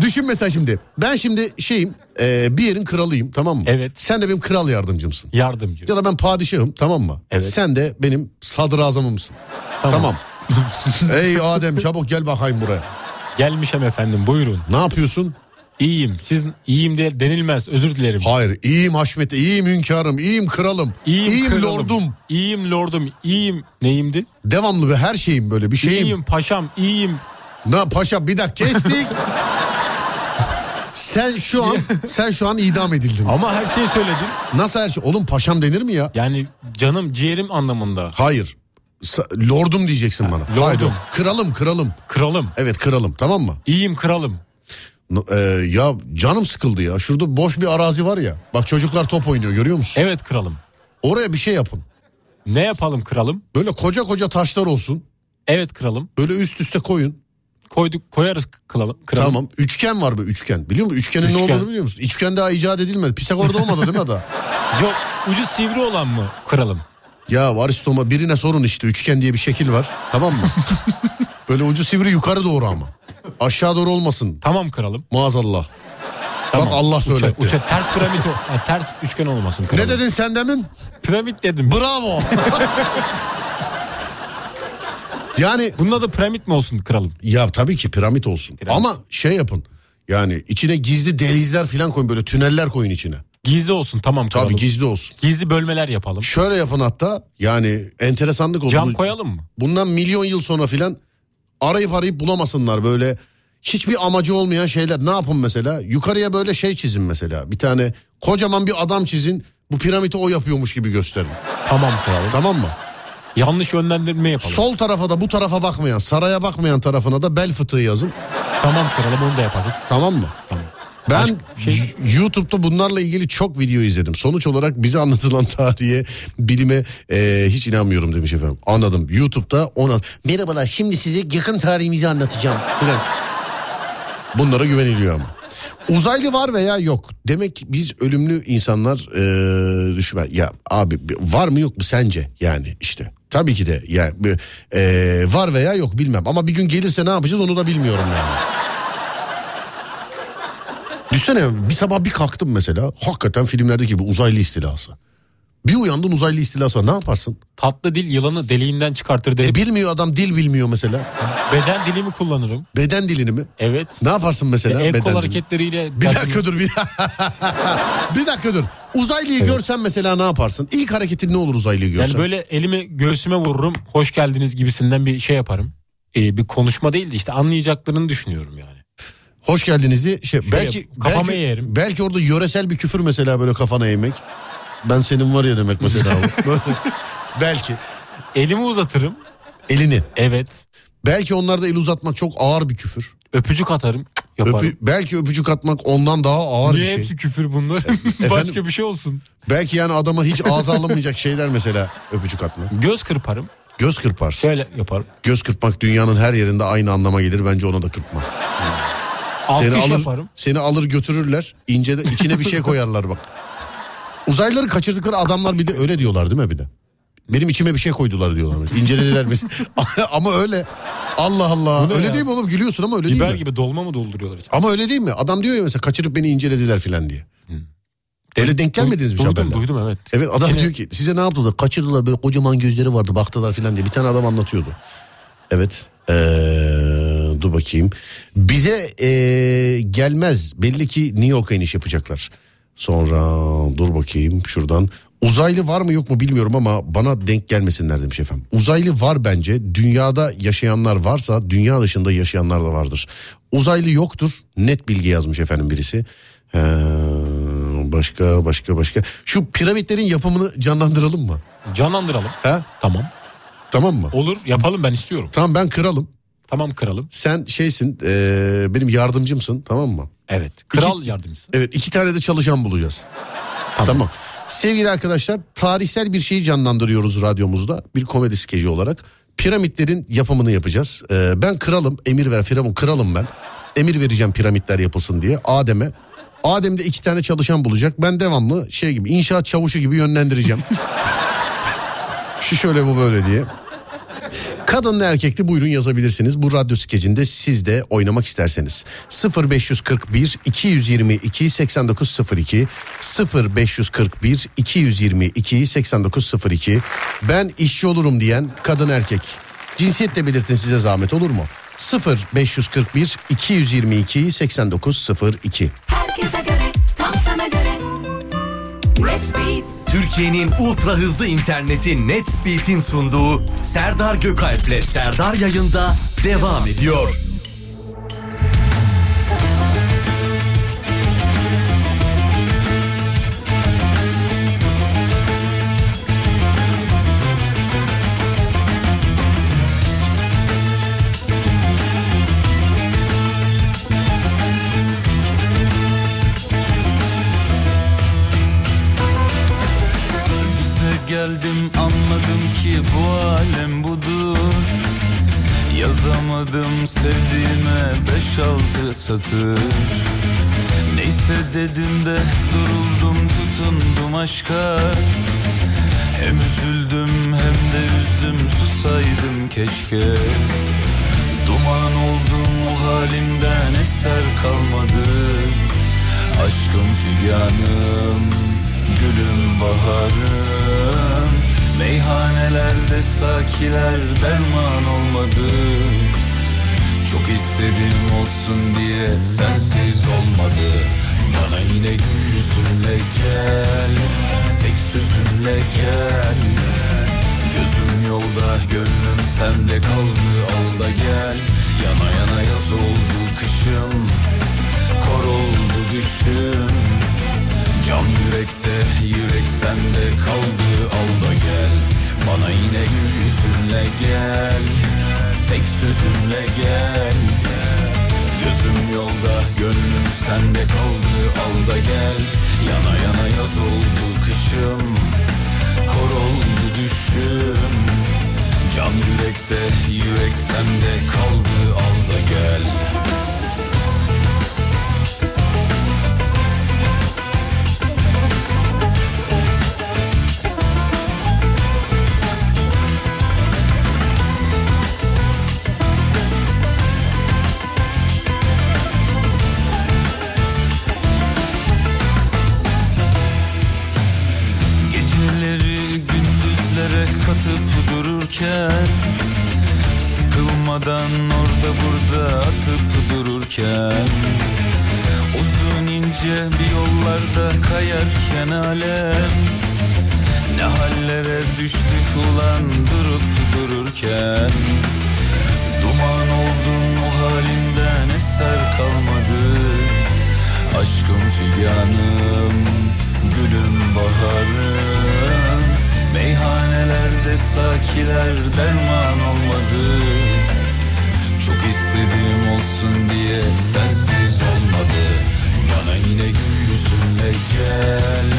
S2: düşün mesela şimdi ben şimdi şeyim e, bir yerin kralıyım tamam mı?
S3: Evet.
S2: Sen de benim kral yardımcımsın.
S3: Yardımcı.
S2: Ya da ben padişahım tamam mı?
S3: Evet.
S2: Sen de benim sadrazamımsın. Tamam.
S3: Tamam.
S2: Ey Adem çabuk gel bakayım buraya.
S3: Gelmişem efendim buyurun.
S2: Ne yapıyorsun?
S3: İyiyim. Siz iyiyim de denilmez. Özür dilerim.
S2: Hayır iyiyim Haşmet iyiyim hünkârım iyiyim kralım.
S3: İyiyim, kralım.
S2: lordum.
S3: İyiyim lordum. İyiyim neyimdi?
S2: Devamlı bir her şeyim böyle bir şey, şeyim.
S3: İyiyim paşam. İyiyim.
S2: Na paşa bir dakika kestik. sen şu an sen şu an idam edildin.
S3: Ama her şeyi söyledim.
S2: Nasıl her şey? Oğlum paşam denir mi ya?
S3: Yani canım ciğerim anlamında.
S2: Hayır. Sa- lordum diyeceksin bana.
S3: lordum.
S2: Haydi. Kralım kralım.
S3: Kralım.
S2: Evet kralım tamam mı?
S3: İyiyim kralım.
S2: N- e, ya canım sıkıldı ya. Şurada boş bir arazi var ya. Bak çocuklar top oynuyor görüyor musun?
S3: Evet kralım.
S2: Oraya bir şey yapın.
S3: Ne yapalım kralım?
S2: Böyle koca koca taşlar olsun.
S3: Evet kralım.
S2: Böyle üst üste koyun.
S3: Koyduk koyarız kralım. kralım.
S2: Tamam. Üçgen var bu üçgen. Biliyor musun? Üçgenin ne
S3: Üçgen.
S2: olduğunu biliyor musun? Üçgen daha icat edilmedi. Pisagor'da olmadı değil mi daha?
S3: Yok ucu sivri olan mı kralım?
S2: Ya Aristoma birine sorun işte üçgen diye bir şekil var tamam mı? Böyle ucu sivri yukarı doğru ama. Aşağı doğru olmasın
S3: Tamam kralım.
S2: maazallah.
S3: Tamam.
S2: Bak Allah
S3: Uça-
S2: söyletti.
S3: uça- ters piramit o. Ha, ters üçgen olmasın kralım.
S2: Ne dedin sen demin?
S3: Piramit dedim.
S2: Bravo. yani
S3: Bunun adı piramit mi olsun kralım?
S2: ya tabii ki piramit olsun
S3: Piramit.
S2: ama şey yapın. Yani içine gizli delizler falan koyun böyle tüneller koyun içine.
S3: Gizli olsun tamam
S2: Tabii
S3: kralım.
S2: gizli olsun.
S3: Gizli bölmeler yapalım.
S2: Şöyle yapın hatta yani enteresanlık olur.
S3: Cam koyalım mı?
S2: Bundan milyon yıl sonra filan arayıp arayıp bulamasınlar böyle hiçbir amacı olmayan şeyler. Ne yapın mesela? Yukarıya böyle şey çizin mesela. Bir tane kocaman bir adam çizin. Bu piramidi o yapıyormuş gibi gösterin.
S3: Tamam kralım.
S2: Tamam mı?
S3: Yanlış yönlendirme yapalım.
S2: Sol tarafa da bu tarafa bakmayan, saraya bakmayan tarafına da bel fıtığı yazın.
S3: Tamam kralım onu da yaparız.
S2: Tamam mı?
S3: Tamam.
S2: Ben
S3: Şey-
S2: Y- YouTube'da bunlarla ilgili çok video izledim. Sonuç olarak bize anlatılan tarihe, bilime e, hiç inanmıyorum demiş efendim. Anladım. YouTube'da ona merhabalar şimdi size yakın tarihimizi anlatacağım. Falan. Bunlara güveniliyor ama. Uzaylı var veya yok. Demek ki biz ölümlü insanlar e, düşme. Ya abi bi- var mı yok mu sence yani işte. Tabii ki de ya bi- e, var veya yok bilmem ama bir gün gelirse ne yapacağız onu da bilmiyorum yani. Düşsene bir sabah bir kalktım mesela. Hakikaten filmlerdeki gibi uzaylı istilası. Bir uyandın uzaylı istilası var. ne yaparsın?
S3: Tatlı dil yılanı deliğinden çıkartır
S2: E
S3: dedim.
S2: bilmiyor adam dil bilmiyor mesela.
S3: Beden dilimi kullanırım.
S2: Beden dilini mi?
S3: Evet. E,
S2: Ne yaparsın mesela?
S3: El kol
S2: beden dilini?
S3: hareketleriyle.
S2: Bir
S3: derdim-
S2: dakika dur bir Bir dakika dur. Uzaylıyı görsen mesela ne yaparsın? İlk hareketin ne olur uzaylıyı görsen?
S3: Yani böyle elimi göğsüme vururum. Hoş geldiniz gibisinden bir şey yaparım. Ee, bir konuşma değil de işte anlayacaklarını düşünüyorum yani.
S2: Hoş geldiniz diye şey, belki
S3: kafama
S2: belki,
S3: yerim.
S2: belki orada yöresel bir küfür mesela böyle kafana yemek. Ben senin var ya demek mesela. o. Böyle- belki
S3: Elimi uzatırım.
S2: elini.
S3: Evet.
S2: Belki onlarda el uzatmak çok ağır bir küfür.
S3: Öpücük atarım. Yaparım.
S2: Öpü- belki öpücük atmak ondan daha ağır
S3: Niye
S2: bir şey.
S3: hepsi küfür bunlar? Başka bir şey olsun.
S2: Belki yani adama hiç ağza alınmayacak şeyler mesela öpücük atmak.
S3: Göz kırparım.
S2: Göz kırparsın.
S3: Şöyle yaparım.
S2: Göz kırpmak dünyanın her yerinde aynı anlama gelir. Bence ona da kırpma.
S3: Alkış
S2: Seni alır,
S3: yaparım.
S2: seni alır götürürler. İnce de, içine bir şey koyarlar bak. Uzaylıları kaçırdıkları adamlar bir de öyle diyorlar değil mi bir de? Benim içime bir şey koydular diyorlar. İncelediler bir. ama öyle. Allah Allah.
S3: Bu ne
S2: Öyle
S3: ya?
S2: değil mi oğlum? Gülüyorsun ama öyle değil
S3: Biber
S2: mi?
S3: gibi dolma mı dolduruyorlar? içine?
S2: Ama öyle değil mi? Adam diyor ya mesela kaçırıp beni incelediler filan diye. Öyle denk gelmediniz mi
S3: duydum,
S2: haberle?
S3: Duydum evet.
S2: Evet adam
S3: İçine-
S2: diyor ki size ne yaptılar? Kaçırdılar böyle kocaman gözleri vardı baktılar filan diye. Bir tane adam anlatıyordu. Evet. Ee, dur bakayım. Bize ee, gelmez. Belli ki New York'a iniş yapacaklar. Sonra dur bakayım şuradan. Uzaylı var mı yok mu bilmiyorum ama bana denk gelmesinler demiş efendim. Uzaylı var bence. Dünyada yaşayanlar varsa dünya dışında yaşayanlar da vardır. Uzaylı yoktur. Net bilgi yazmış efendim birisi. Ee, başka başka başka. Şu piramitlerin yapımını canlandıralım mı?
S3: Canlandıralım.
S2: Ha?
S3: Tamam.
S2: Tamam mı?
S3: Olur yapalım ben istiyorum.
S2: Tamam ben kralım.
S3: Tamam kralım.
S2: Sen şeysin ee, benim yardımcımsın tamam mı?
S3: Evet. Kral yardımcısı.
S2: Evet iki tane de çalışan bulacağız. Tamam. Sevgili arkadaşlar tarihsel bir şeyi canlandırıyoruz radyomuzda bir komedi skeci olarak. Piramitlerin yapımını yapacağız. Ee, ben kralım emir ver firavun kralım ben. Emir vereceğim piramitler yapılsın diye Adem'e. Adem de iki tane çalışan bulacak. Ben devamlı şey gibi inşaat çavuşu gibi yönlendireceğim. Şu şöyle bu böyle diye. Kadınlı erkekli buyurun yazabilirsiniz. Bu radyo skecinde siz de oynamak isterseniz. 0541 222 8902 0541 222 8902 Ben işçi olurum diyen kadın erkek. Cinsiyetle belirtin size zahmet olur mu? 0541 222 8902
S1: Herkese göre, tam sana göre. Resmi
S4: Türkiye'nin ultra hızlı interneti NetSpeed'in sunduğu Serdar Gökalp'le Serdar yayında devam ediyor.
S5: Düze geldim anladım ki bu alem budur Yazamadım sevdiğime beş altı satır Neyse dedim de duruldum tutundum aşka Hem üzüldüm hem de üzdüm susaydım keşke Duman oldum o halimden eser kalmadı Aşkım figanım, gülüm baharım Meyhanelerde sakiler derman olmadı Çok istedim olsun diye sensiz olmadı Bana yine gül yüzünle gel, tek sözünle gel Gözüm yolda, gönlüm sende kaldı al da gel Yana yana yaz oldu kışım Kor oldu düşüm Can yürekte yürek sende kaldı al da gel Bana yine gül yüzünle gel Tek sözümle gel Gözüm yolda gönlüm sende kaldı al da gel Yana yana yaz oldu kışım Kor oldu düşüm Can yürekte yürek sende kaldı al da gel Geceleri durmadan orada burada atıp dururken Uzun ince bir yollarda kayarken alem Ne hallere düştük ulan durup dururken Duman oldun o halinden eser kalmadı Aşkım figanım, gülüm baharım Meyhanelerde sakiler derman olmadı Çok istediğim olsun diye sensiz olmadı Bana yine gül yüzünle gel,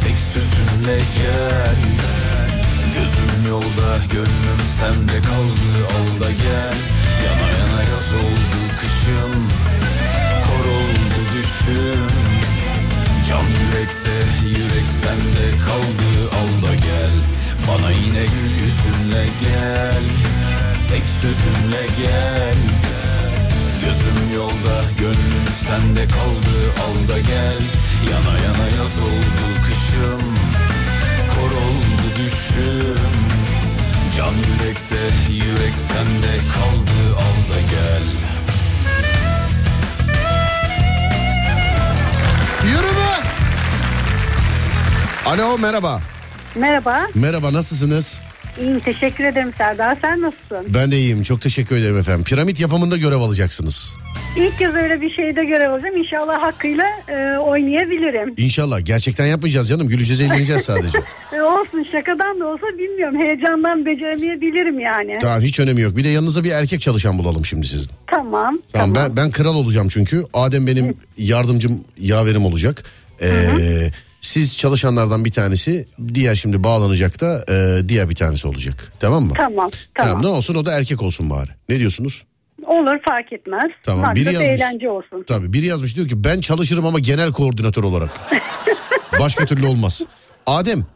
S5: tek sözünle gel Gözüm yolda, gönlüm sende kaldı alda gel Yana yana yaz oldu kışım, kor oldu düşüm Can yürekte, yürek sende kaldı alda gel Bana yine gül yüzünle gel, tek sözünle gel Gözüm yolda, gönlüm sende kaldı alda gel Yana yana yaz oldu kışım, kor oldu düşüm Can yürekte, yürek sende kaldı alda gel
S2: Yürü be! Alo merhaba.
S6: Merhaba.
S2: Merhaba nasılsınız?
S6: İyiyim teşekkür ederim Serdar. Sen nasılsın?
S2: Ben de iyiyim çok teşekkür ederim efendim. Piramit yapımında görev alacaksınız.
S6: İlk kez öyle bir şeyde görev alacağım. İnşallah hakkıyla e, oynayabilirim.
S2: İnşallah gerçekten yapmayacağız canım güleceğiz eğleneceğiz sadece.
S6: E, olsun şakadan da olsa bilmiyorum. Heyecandan beceremeyebilirim yani.
S2: tamam hiç önemi yok. Bir de yanınıza bir erkek çalışan bulalım şimdi sizin.
S6: Tamam.
S2: Tamam, Ben, ben kral olacağım çünkü. Adem benim yardımcım yaverim olacak. Ee, siz çalışanlardan bir tanesi diğer şimdi bağlanacak da e, diğer bir tanesi olacak. Tamam mı?
S6: Tamam. Tamam.
S2: ne olsun o da erkek olsun bari. Ne diyorsunuz?
S6: Olur fark etmez.
S2: Tamam,
S6: Maksat
S2: biri yazmış.
S6: eğlence olsun.
S2: Tabii biri yazmış diyor ki ben çalışırım ama genel koordinatör olarak. Başka türlü olmaz. Adem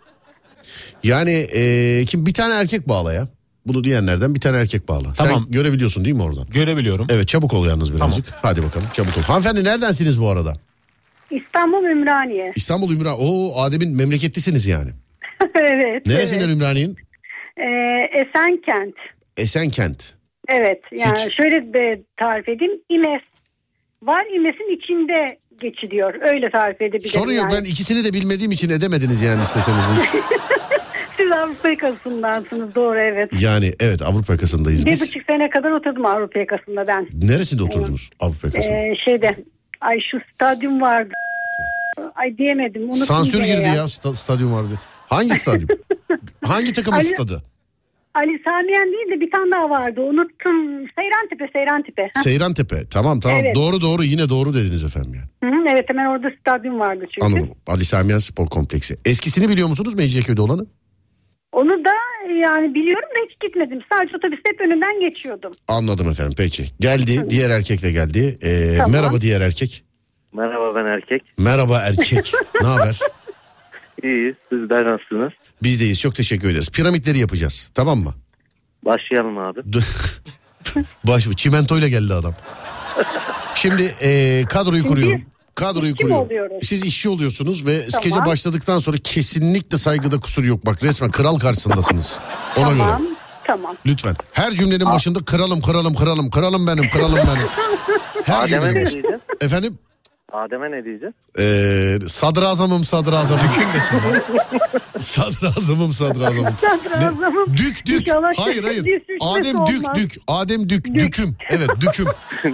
S2: yani e, kim bir tane erkek bağla ya. Bunu diyenlerden bir tane erkek bağla.
S3: Tamam.
S2: Sen görebiliyorsun değil mi oradan?
S3: Görebiliyorum.
S2: Evet çabuk ol yalnız birazcık. Hadi bakalım çabuk ol. Hanımefendi neredensiniz bu arada?
S6: İstanbul Ümraniye.
S2: İstanbul Ümraniye. Oo Adem'in memleketlisiniz yani.
S6: evet.
S2: Neresinden
S6: evet.
S2: Ümraniye'nin?
S6: E, Esenkent.
S2: Esenkent.
S6: Evet. Yani
S2: Hiç-
S6: şöyle bir tarif edeyim. İmes var. İmes'in içinde geçiliyor. Öyle tarif edebilirim.
S2: Sorun yok
S6: yani.
S2: ben ikisini de bilmediğim için edemediniz yani isteseniz.
S6: Siz Avrupa yakasındansınız. Doğru evet.
S2: yani evet Avrupa yakasındayız
S6: Bir
S2: biz.
S6: buçuk sene kadar oturdum Avrupa yakasında ben.
S2: Neresinde oturdunuz Avrupa yakasında?
S6: Ee, şeyde ay şu stadyum vardı. Ay diyemedim. Unuttum
S2: Sansür
S6: gene
S2: girdi ya, sta- stadyum vardı. Hangi stadyum? Hangi takımın
S6: Ali-
S2: stadı?
S6: Ali Samiyen değil de bir tane daha vardı. Unuttum. Seyran Tepe, Seyran Tepe. Heh,
S2: Seyran Tepe. Tamam tamam.
S6: Evet.
S2: Doğru doğru yine doğru dediniz efendim yani.
S6: hı hı, evet hemen orada stadyum vardı çünkü.
S2: Anladım. Ali Samiyen Spor Kompleksi. Eskisini biliyor musunuz Mecidiyeköy'de olanı?
S6: Onu da yani biliyorum da hiç gitmedim. Sadece otobüste hep önünden geçiyordum.
S2: Anladım efendim peki. Geldi diğer erkek de geldi. Ee,
S6: Tamam.
S2: Merhaba diğer erkek.
S7: Merhaba ben erkek.
S2: Merhaba erkek. ne haber?
S7: İyiyiz. Sizler nasılsınız?
S2: Bizdeyiz çok teşekkür ederiz. Piramitleri yapacağız tamam mı?
S7: Başlayalım abi.
S2: Baş, çimentoyla geldi adam. Şimdi ee, kadroyu kuruyorum. Kadroyu
S6: işçi mi
S2: kuruyorum.
S6: oluyoruz?
S2: Siz işçi oluyorsunuz ve skece
S6: Tamam.
S2: başladıktan sonra kesinlikle saygıda kusur yok. Bak resmen kral karşısındasınız. Ona
S6: tamam.
S2: göre.
S6: Tamam.
S2: Lütfen. Her cümlenin başında kralım kralım kralım kralım benim kralım benim. Her
S7: Adem'e
S2: cümlenin
S7: ne
S2: başında.
S7: diyeceğiz?
S2: Efendim?
S7: Adem'e ne diyeceğiz?
S2: Ee, sadrazamım sadrazamım. sadrazamım sadrazamım.
S6: Sadrazamım.
S2: Dük dük.
S6: İnşallah
S2: Hayır hayır.
S6: bir suçlusu
S2: Adem dük
S6: olmaz.
S2: dük. Adem dük düküm. Evet düküm.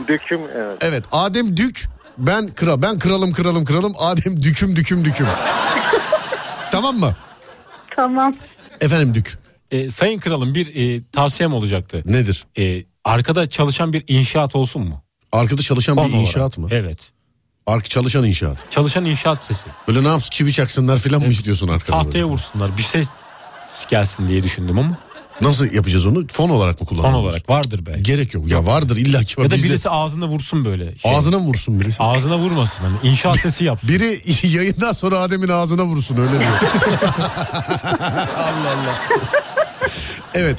S7: Döküm evet.
S2: Evet Adem dük. Ben kral. Ben kralım kralım kralım. Adem düküm düküm düküm. tamam mı?
S6: Tamam.
S2: Efendim dük.
S3: E, sayın kralım bir e, tavsiyem olacaktı.
S2: Nedir?
S3: E, arkada çalışan bir inşaat olsun mu?
S2: Arkada çalışan
S3: Fon
S2: bir
S3: olarak.
S2: inşaat mı?
S3: Evet.
S2: Arka çalışan inşaat.
S3: Çalışan inşaat sesi.
S2: Böyle ne yapsın çivi çaksınlar falan mı istiyorsun arkada?
S3: Tahtaya
S2: böyle?
S3: vursunlar bir ses gelsin diye düşündüm ama
S2: Nasıl yapacağız onu? Fon olarak mı
S3: son
S2: kullanalım?
S3: olarak vardır belki.
S2: Gerek yok. Ya vardır illa ki.
S3: Ya da
S2: Biz de-
S3: birisi ağzına vursun böyle. şey.
S2: Ağzına mı vursun birisi?
S3: Ağzına vurmasın hani inşaat sesi yapsın.
S2: Biri yayından sonra Adem'in ağzına vursun öyle diyor. Allah Allah. Evet.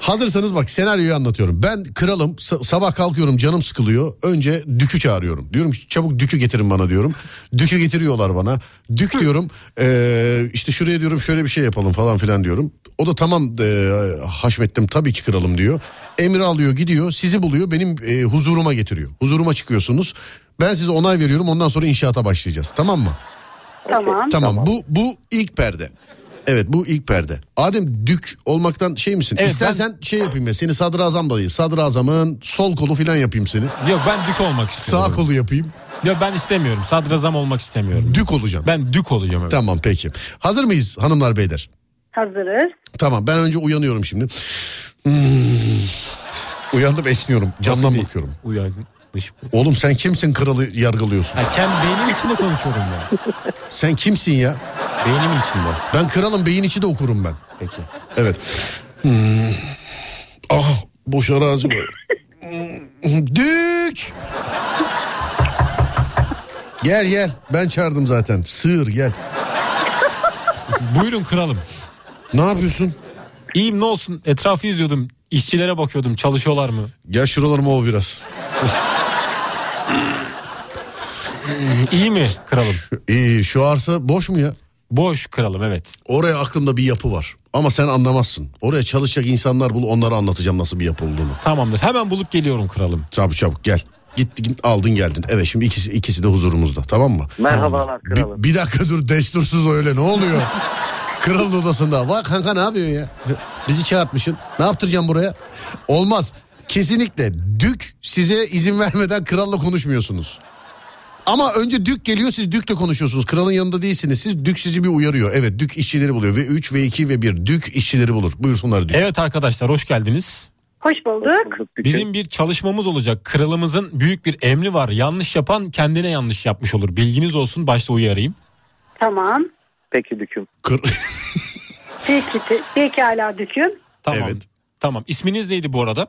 S2: Hazırsanız bak senaryoyu anlatıyorum. Ben kralım sa- sabah kalkıyorum canım sıkılıyor. Önce dükü çağırıyorum. Diyorum ki çabuk dükü getirin bana diyorum. Dükü getiriyorlar bana. Dük diyorum eee, işte şuraya diyorum şöyle bir şey yapalım falan filan diyorum. O da tamam eee, Haşmet'tim tabii ki kralım diyor. Emir alıyor gidiyor sizi buluyor benim eee, huzuruma getiriyor. Huzuruma çıkıyorsunuz. Ben size onay veriyorum ondan sonra inşaata başlayacağız tamam mı?
S6: Tamam.
S2: Tamam, bu bu ilk perde. Evet bu ilk perde. Adem dük olmaktan şey misin?
S3: Evet,
S2: İstersen şey yapayım ya seni sadrazam dayı. Sadrazamın sol kolu falan yapayım seni.
S3: Yok ben dük olmak istiyorum.
S2: Sağ kolu yapayım.
S3: Yok ben istemiyorum. Sadrazam olmak istemiyorum.
S2: Dük olacaksın.
S3: Ben dük olacağım evet.
S2: Tamam peki. Hazır mıyız hanımlar beyler?
S6: Hazırız.
S2: Tamam ben önce uyanıyorum şimdi. Hmm. Uyandım esniyorum. Camdan
S3: Nasıl bir
S2: bakıyorum.
S3: Uyanmış. bu?
S2: Oğlum sen kimsin kralı yargılıyorsun?
S3: Ha, kendi beynim içinde konuşuyorum ben.
S2: Sen kimsin ya?
S3: Beynimin içinde.
S2: Ben kralım beyin içi de okurum ben.
S3: Peki.
S2: Evet. Hmm. Ah boş arazi var. Hmm. Dük. Gel gel. Ben çağırdım zaten. Sığır gel.
S3: Buyurun kralım.
S2: Ne yapıyorsun?
S3: İyiyim ne olsun etrafı izliyordum. İşçilere bakıyordum çalışıyorlar mı?
S2: Gel şuralarıma o biraz.
S3: İyi mi kralım?
S2: İyi şu arsa boş mu ya?
S3: Boş kralım evet.
S2: Oraya aklımda bir yapı var. Ama sen anlamazsın. Oraya çalışacak insanlar bul onlara anlatacağım nasıl bir yapı olduğunu.
S3: Tamamdır hemen bulup geliyorum kralım.
S2: Çabuk çabuk gel. Gittin aldın geldin. Evet şimdi ikisi ikisi de huzurumuzda tamam mı?
S7: Merhabalar
S2: Bir,
S7: kralım.
S2: bir dakika dur destursuz öyle ne oluyor? Kralın odasında. Bak kanka ne yapıyorsun ya? Bizi çağırtmışsın. Ne yaptıracağım buraya? Olmaz. Kesinlikle dük size izin vermeden kralla konuşmuyorsunuz. Ama önce dük geliyor siz dükle konuşuyorsunuz. Kralın yanında değilsiniz. Siz dük sizi bir uyarıyor. Evet dük işçileri buluyor. Ve 3 ve 2 ve 1 dük işçileri bulur. Buyursunlar dük.
S3: Evet arkadaşlar hoş geldiniz.
S6: Hoş bulduk.
S3: Bizim bir çalışmamız olacak. Kralımızın büyük bir emri var. Yanlış yapan kendine yanlış yapmış olur. Bilginiz olsun başta uyarayım.
S6: Tamam.
S7: Peki düküm.
S2: Kır-
S6: Peki, te- pekala düküm.
S3: Tamam.
S2: Evet.
S3: Tamam. İsminiz neydi bu arada?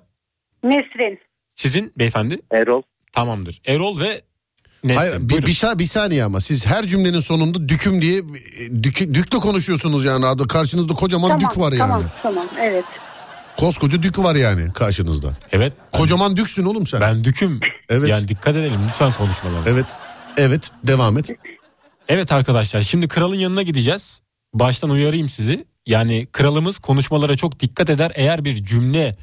S6: Nesrin.
S3: Sizin beyefendi?
S7: Erol.
S3: Tamamdır. Erol ve Nesrin.
S2: Hayır, bir,
S3: Buyurun.
S2: bir, sa- bir saniye ama siz her cümlenin sonunda düküm diye e, dük, dükle konuşuyorsunuz yani. Adı- Karşınızda kocaman
S6: Tamam,
S2: dük var yani.
S6: Tamam, tamam. Evet.
S2: Koskoca dük var yani karşınızda.
S3: Evet.
S2: Kocaman düksün oğlum sen.
S3: Ben düküm.
S2: Evet.
S3: Yani Hani dikkat edelim lütfen konuşmalara. Evet.
S2: Evet. Evet devam et.
S3: arkadaşlar şimdi kralın yanına gideceğiz. Baştan uyarayım sizi. Yani kralımız konuşmalara çok dikkat eder. Eğer bir cümle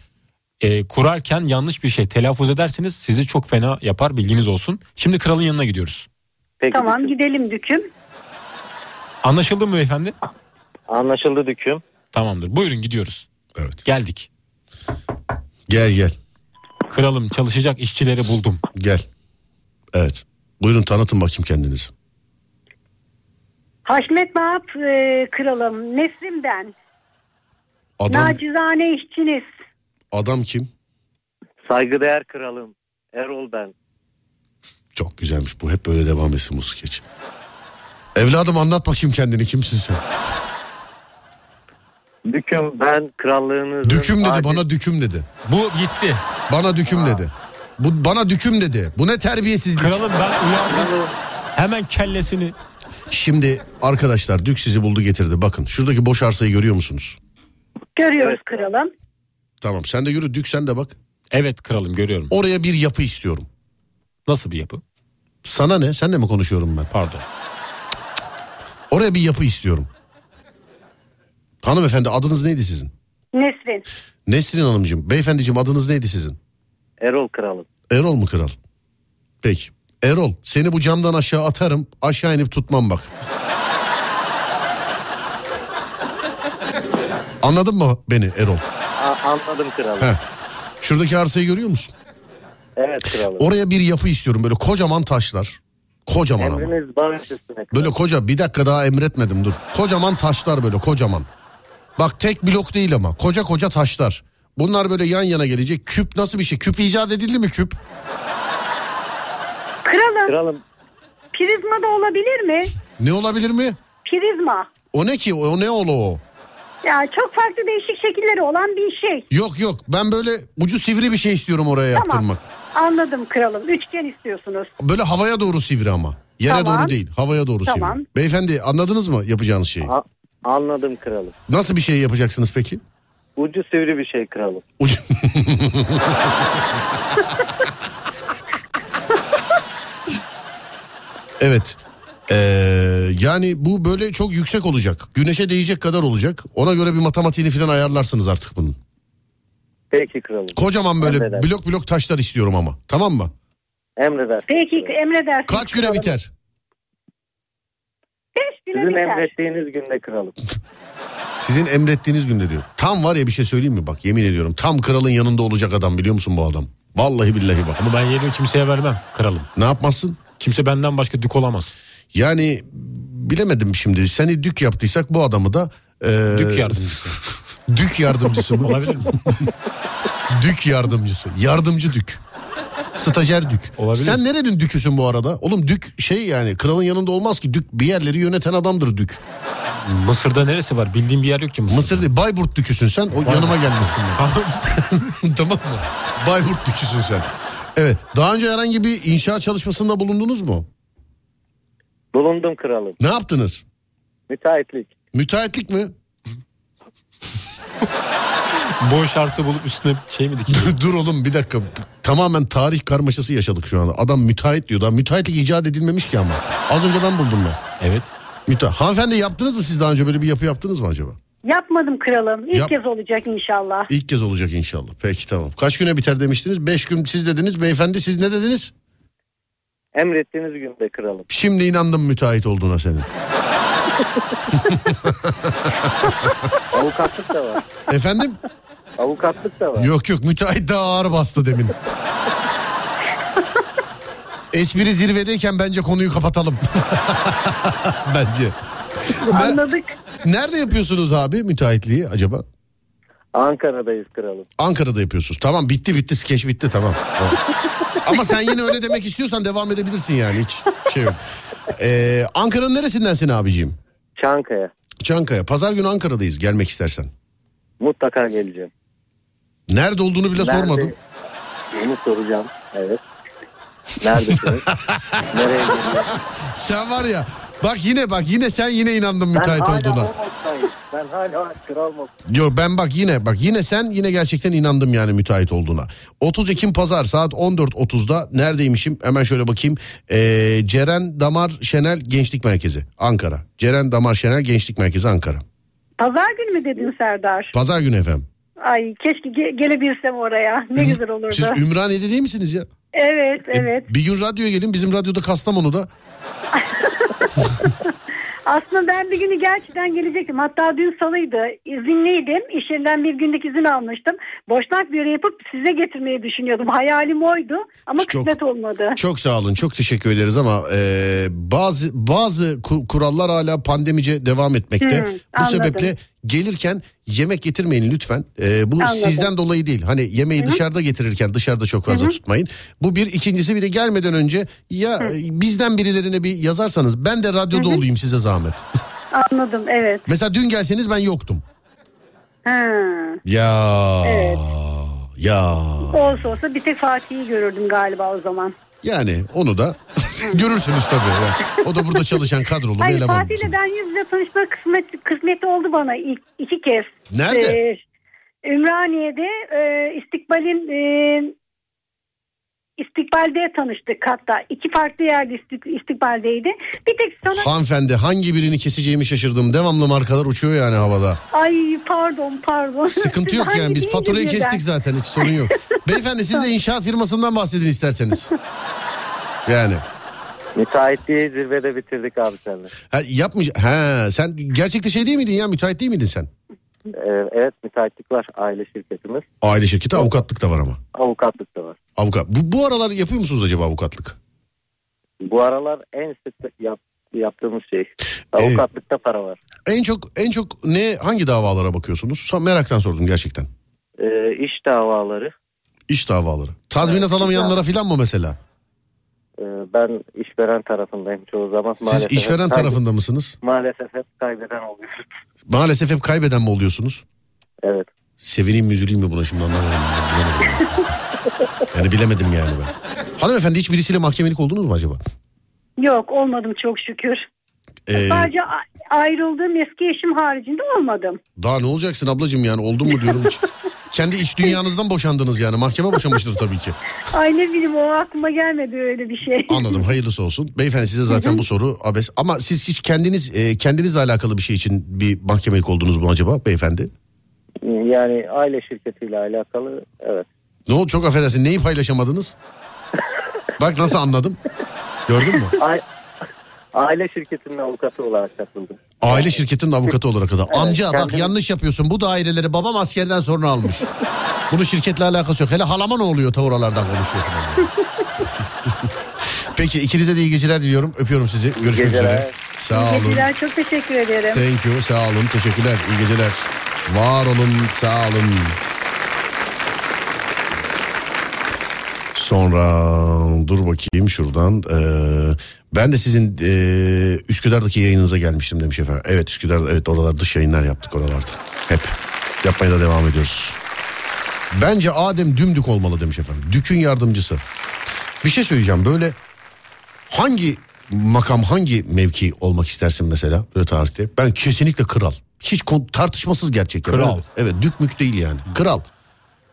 S3: e, kurarken yanlış bir şey telaffuz ederseniz sizi çok fena yapar bilginiz olsun. Şimdi kralın yanına gidiyoruz.
S7: Peki
S6: Tamam,
S7: düküm.
S6: gidelim düküm.
S3: Anlaşıldı mı beyefendi?
S7: Anlaşıldı düküm.
S3: Tamamdır. Buyurun gidiyoruz.
S2: Evet.
S3: Geldik.
S2: Gel gel
S3: Kralım çalışacak işçileri buldum.
S2: gel. Evet. Buyurun tanıtın bakayım kendinizi.
S6: Haşmet Mahap e, kralım. Nesrin ben.
S2: Adam
S6: Nacizane işçiniz.
S2: adam kim?
S7: Saygıdeğer kralım. Erol ben.
S2: Çok güzelmiş bu. Hep böyle devam etsin bu skeç. Evladım anlat bakayım kendini kimsin sen?
S7: Düküm ben krallığınızın...
S2: Düküm dedi
S7: aciz-
S2: bana düküm dedi.
S3: Bu gitti.
S2: Bana düküm dedi. Bu bana düküm dedi. Bu ne terbiyesizlik?
S3: Kralım ben uyardım. Hemen kellesini.
S2: Şimdi arkadaşlar dük sizi buldu getirdi. Bakın şuradaki boş arsayı görüyor musunuz?
S6: Görüyoruz
S7: Evet.
S6: kralım.
S2: Tamam sen de yürü dük sen de bak.
S3: Evet kralım görüyorum.
S2: Oraya bir yapı istiyorum.
S3: Nasıl bir yapı?
S2: Sana ne? Senle mi konuşuyorum ben?
S3: Pardon.
S2: Oraya bir yapı istiyorum. Hanımefendi adınız neydi sizin?
S6: Nesrin.
S2: Nesrin Hanımcığım, beyefendiciğim adınız neydi sizin?
S7: Erol kralım.
S2: Erol mu kral? Peki. Erol seni bu camdan aşağı atarım aşağı inip tutmam bak. Anladın mı beni Erol?
S7: A- anladım kralım.
S2: Heh. Şuradaki arsayı görüyor musun?
S7: Evet kralım.
S2: Oraya bir yapı istiyorum böyle kocaman taşlar. Kocaman ama.
S7: Emriniz baş üstüne.
S2: Böyle koca bir dakika daha emretmedim dur. Kocaman taşlar böyle kocaman. Bak tek blok değil ama koca koca taşlar. Bunlar böyle yan yana gelecek. Küp nasıl bir şey? Küp icat edildi mi küp?
S6: Kralım,
S7: Kralım
S6: prizma da olabilir mi?
S2: Ne olabilir mi?
S6: Prizma.
S2: O ne ki? O ne ola o?
S6: Ya çok farklı değişik şekilleri olan bir şey.
S2: Yok yok ben böyle ucu sivri bir şey istiyorum oraya
S6: Tamam.
S2: yaptırmak.
S6: Anladım kralım. Üçgen istiyorsunuz.
S2: Böyle havaya doğru sivri ama. Yere
S6: Tamam.
S2: doğru değil havaya doğru
S6: Tamam.
S2: sivri. Beyefendi anladınız mı yapacağınız şeyi?
S7: a- anladım kralım.
S2: Nasıl bir şey yapacaksınız peki?
S7: Ucu sivri bir şey kralım.
S2: Ucu- evet. Ee, yani bu böyle çok yüksek olacak. Güneşe değecek kadar olacak. Ona göre bir matematiğini falan ayarlarsınız artık bunun.
S7: Peki kralım.
S2: Kocaman böyle
S7: Emredersin.
S2: blok blok taşlar istiyorum ama. Tamam mı?
S7: Emredersin.
S6: Peki emredersiniz.
S2: Kaç güne
S6: kralım.
S2: biter?
S6: Beş güne
S7: Sizin
S6: biter.
S7: emrettiğiniz günde kralım.
S2: Sizin emrettiğiniz günde diyor. Tam var ya bir şey söyleyeyim mi? Bak yemin ediyorum tam kralın yanında olacak adam biliyor musun bu adam? Vallahi billahi bak.
S3: Ama ben yerimi kimseye vermem kralım.
S2: Ne yapmazsın?
S3: Kimse benden başka dük olamaz.
S2: Yani bilemedim şimdi. Seni dük yaptıysak bu adamı da... e,
S3: Dük yardımcısı.
S2: Dük yardımcısı mı?
S3: Olabilir mi?
S2: dük yardımcısı. Yardımcı dük. Stajyer dük.
S3: Olabilir.
S2: Sen nerenin düküsün bu arada? Oğlum dük şey yani kralın yanında olmaz ki. Dük bir yerleri yöneten adamdır dük.
S3: Mısır'da neresi var? Bildiğim bir yer yok ki Mısır'da.
S2: Mısır değil Bayburt düküsün sen. O yanıma gelmesin. tamam mı? Bayburt düküsün sen. Evet. Daha önce herhangi bir inşaat çalışmasında bulundunuz mu?
S7: Bulundum kralım.
S2: Ne yaptınız?
S7: Müteahhitlik.
S2: Müteahhitlik mi?
S3: Boş arsa bulup üstüne şey mi dikeceğim?
S2: Dur oğlum bir dakika. Tamamen tarih karmaşası yaşadık şu anda. Adam müteahhit diyor. Daha müteahhitlik icat edilmemiş ki ama. Az önce ben buldum ben.
S3: evet.
S2: Müte Hanımefendi yaptınız mı siz daha önce böyle bir yapı yaptınız mı acaba?
S6: Yapmadım kralım. İlk
S2: Yap-
S6: kez olacak inşallah.
S2: İlk kez olacak inşallah. Peki tamam. Kaç güne biter demiştiniz? Beş gün siz dediniz. Beyefendi siz ne dediniz?
S7: Emrettiğiniz günde kralım.
S2: Şimdi inandım müteahhit olduğuna senin.
S7: Avukatlık da var.
S2: Efendim?
S7: Avukatlık da var.
S2: Yok yok müteahhit daha ağır bastı demin. Espri zirvedeyken bence konuyu kapatalım. bence. Ben-
S6: Anladık.
S2: nerede yapıyorsunuz abi müteahhitliği acaba?
S7: Ankara'dayız kralım.
S2: Ankara'da yapıyorsunuz. Tamam bitti bitti skeç bitti tamam. Tamam. Ama sen yine öyle demek istiyorsan devam edebilirsin yani hiç şey yok. Ee, Ankara'nın neresinden sen abicim?
S7: Çankaya.
S2: Çankaya. Pazar günü Ankara'dayız gelmek istersen.
S7: Mutlaka geleceğim.
S2: Nerede olduğunu bile
S7: Nerede-
S2: sormadım.
S7: Onu soracağım. Evet. Neredesiniz? Nereye gidiyorsunuz?
S2: Sen var ya bak yine bak yine sen yine inandın
S7: Ben
S2: müteahhit
S7: hala
S2: olduğuna.
S7: o moddayım. Ben hala kral moddayım.
S2: Yo ben bak yine bak yine sen yine gerçekten inandım yani müteahhit olduğuna. 30 Ekim Pazar saat 14.30'da neredeymişim hemen şöyle bakayım. Ee, Ceren Damar Şenel Gençlik Merkezi Ankara. Ceren Damar Şenel Gençlik Merkezi Ankara.
S6: Pazar günü mü dedin Serdar?
S2: Pazar günü efendim.
S6: Ay keşke ge- gelebilsem oraya. Ne güzel olurdu.
S2: Siz Ümraniye'de değil misiniz ya?
S6: Evet
S2: E,
S6: evet.
S2: bir gün radyoya gelin bizim radyoda Kastamonu'da.
S6: Aslında ben bir günü gerçekten gelecektim. Hatta dün salıydı. İzinliydim. İş yerinden bir günlük izin almıştım. Boşnak bir yere yapıp size getirmeyi düşünüyordum. Hayalim oydu ama
S2: Çok-
S6: kısmet olmadı.
S2: Çok sağ olun çok teşekkür ederiz ama e, bazı bazı ku- kurallar hala pandemice devam etmekte.
S6: Hı,
S2: Bu
S6: Hmm, anladım.
S2: sebeple gelirken yemek getirmeyin lütfen. E, bu
S6: Anladım.
S2: sizden dolayı değil. Hani yemeği dışarıda getirirken dışarıda çok fazla tutmayın. Bu bir ikincisi bir de gelmeden önce ya e, bizden birilerine bir yazarsanız ben de radyoda olayım size zahmet.
S6: Anladım evet.
S2: Mesela dün gelseniz ben yoktum.
S6: Ha.
S2: Ya.
S6: Evet.
S2: Ya.
S6: Olsa olsa bir tek Fatih'i görürdüm galiba o zaman.
S2: Yani onu da görürsünüz tabii. ya. O da burada çalışan kadrolu bir
S6: Hayır
S2: eleman.
S6: Fatih'le ben yüz yüze tanışma kısmet, kısmeti oldu bana ilk, iki kez.
S2: Nerede?
S6: Ee, Ümraniye'de e, İstikbal'in e, İstikbal'de tanıştık hatta. iki farklı yerde istik, İstikbal'deydi. Bir tek sana
S2: Hanımefendi hangi birini keseceğimi şaşırdım. Devamlı markalar uçuyor yani havada.
S6: ay pardon pardon.
S2: Sıkıntı
S6: Siz
S2: yok
S6: hangi
S2: yani biz
S6: deyince
S2: faturayı
S6: birden?
S2: kestik zaten hiç sorun yok. Beyefendi siz de inşaat firmasından bahsedin isterseniz. Yani
S7: Müteahhitliği zirvede bitirdik abi seninle.
S2: ha, yapmış ha sen gerçekte şey değil miydin ya müteahhit değil miydin sen?
S7: Ee, evet müteahhitlik var aile şirketimiz.
S2: Aile şirketi avukatlık da var ama.
S7: Avukatlık da var.
S2: Avukat. Bu, bu aralar yapıyor musunuz acaba avukatlık?
S7: Bu aralar en sık yap- yaptığımız şey. Avukatlıkta para var.
S2: En çok en çok ne hangi davalara bakıyorsunuz? Sa- Meraktan sordum gerçekten.
S7: Ee, iş davaları.
S2: İş davaları. Tazminat alamayanlara filan mı mesela?
S7: Ee, ben işveren tarafındayım çoğu zaman.
S2: Siz işveren
S7: hep kay-
S2: tarafında mısınız?
S7: Maalesef hep kaybeden oluyor.
S2: Maalesef hep kaybeden mi oluyorsunuz?
S7: Evet.
S2: Sevineyim mi üzüleyim mi buna şimdi anlamadım. Bilemedim. yani bilemedim yani ben. Hanımefendi hiç birisiyle mahkemelik oldunuz mu acaba?
S6: Yok olmadım çok şükür.
S2: Ee,
S6: Sadece a- ayrıldığım eski eşim haricinde olmadım.
S2: daha ne olacaksın ablacığım yani oldun mu diyorum. Kendi iç dünyanızdan boşandınız yani. Mahkeme boşamıştır tabii ki.
S6: Ay ne bileyim o aklıma gelmedi öyle bir şey.
S2: Anladım hayırlısı olsun. Beyefendi size zaten bu soru abes. Ama siz hiç kendiniz e, kendinizle alakalı bir şey için bir mahkemelik oldunuz mu acaba beyefendi?
S7: Yani aile şirketiyle alakalı evet.
S2: Ne oldu çok affedersin neyi paylaşamadınız? Bak nasıl anladım. Gördün mü?
S7: A- aile şirketinin avukatı olarak katıldım.
S2: Aile şirketinin avukatı olarak da. Amca bak
S7: kendim-
S2: yanlış yapıyorsun. Bu daireleri babam askerden sonra almış. Bunun şirketle alakası yok. Hele halama ne oluyor ta oralardan konuşuyor. falan. Peki ikinize de iyi geceler diliyorum. Öpüyorum sizi. Görüşmek
S7: geceler.
S2: üzere. Sağ
S6: İyi
S2: olun.
S6: geceler, çok teşekkür ederim.
S2: Thank you. Sağ olun. Teşekkürler. İyi geceler. Var olun. Sağ olun. Sonra dur bakayım şuradan. Ee, ben de sizin ee, Üsküdar'daki yayınınıza gelmiştim demiş efendim. Evet Üsküdar'da evet oralar dış yayınlar yaptık oralarda. Hep yapmaya da devam ediyoruz. Bence Adem dümdük olmalı demiş efendim. Dük'ün yardımcısı. Bir şey söyleyeceğim böyle hangi makam hangi mevki olmak istersin mesela böyle tarihte? Ben kesinlikle kral. Hiç kon- tartışmasız gerçekten.
S3: Kral.
S2: Evet, evet dük mük değil yani. Kral.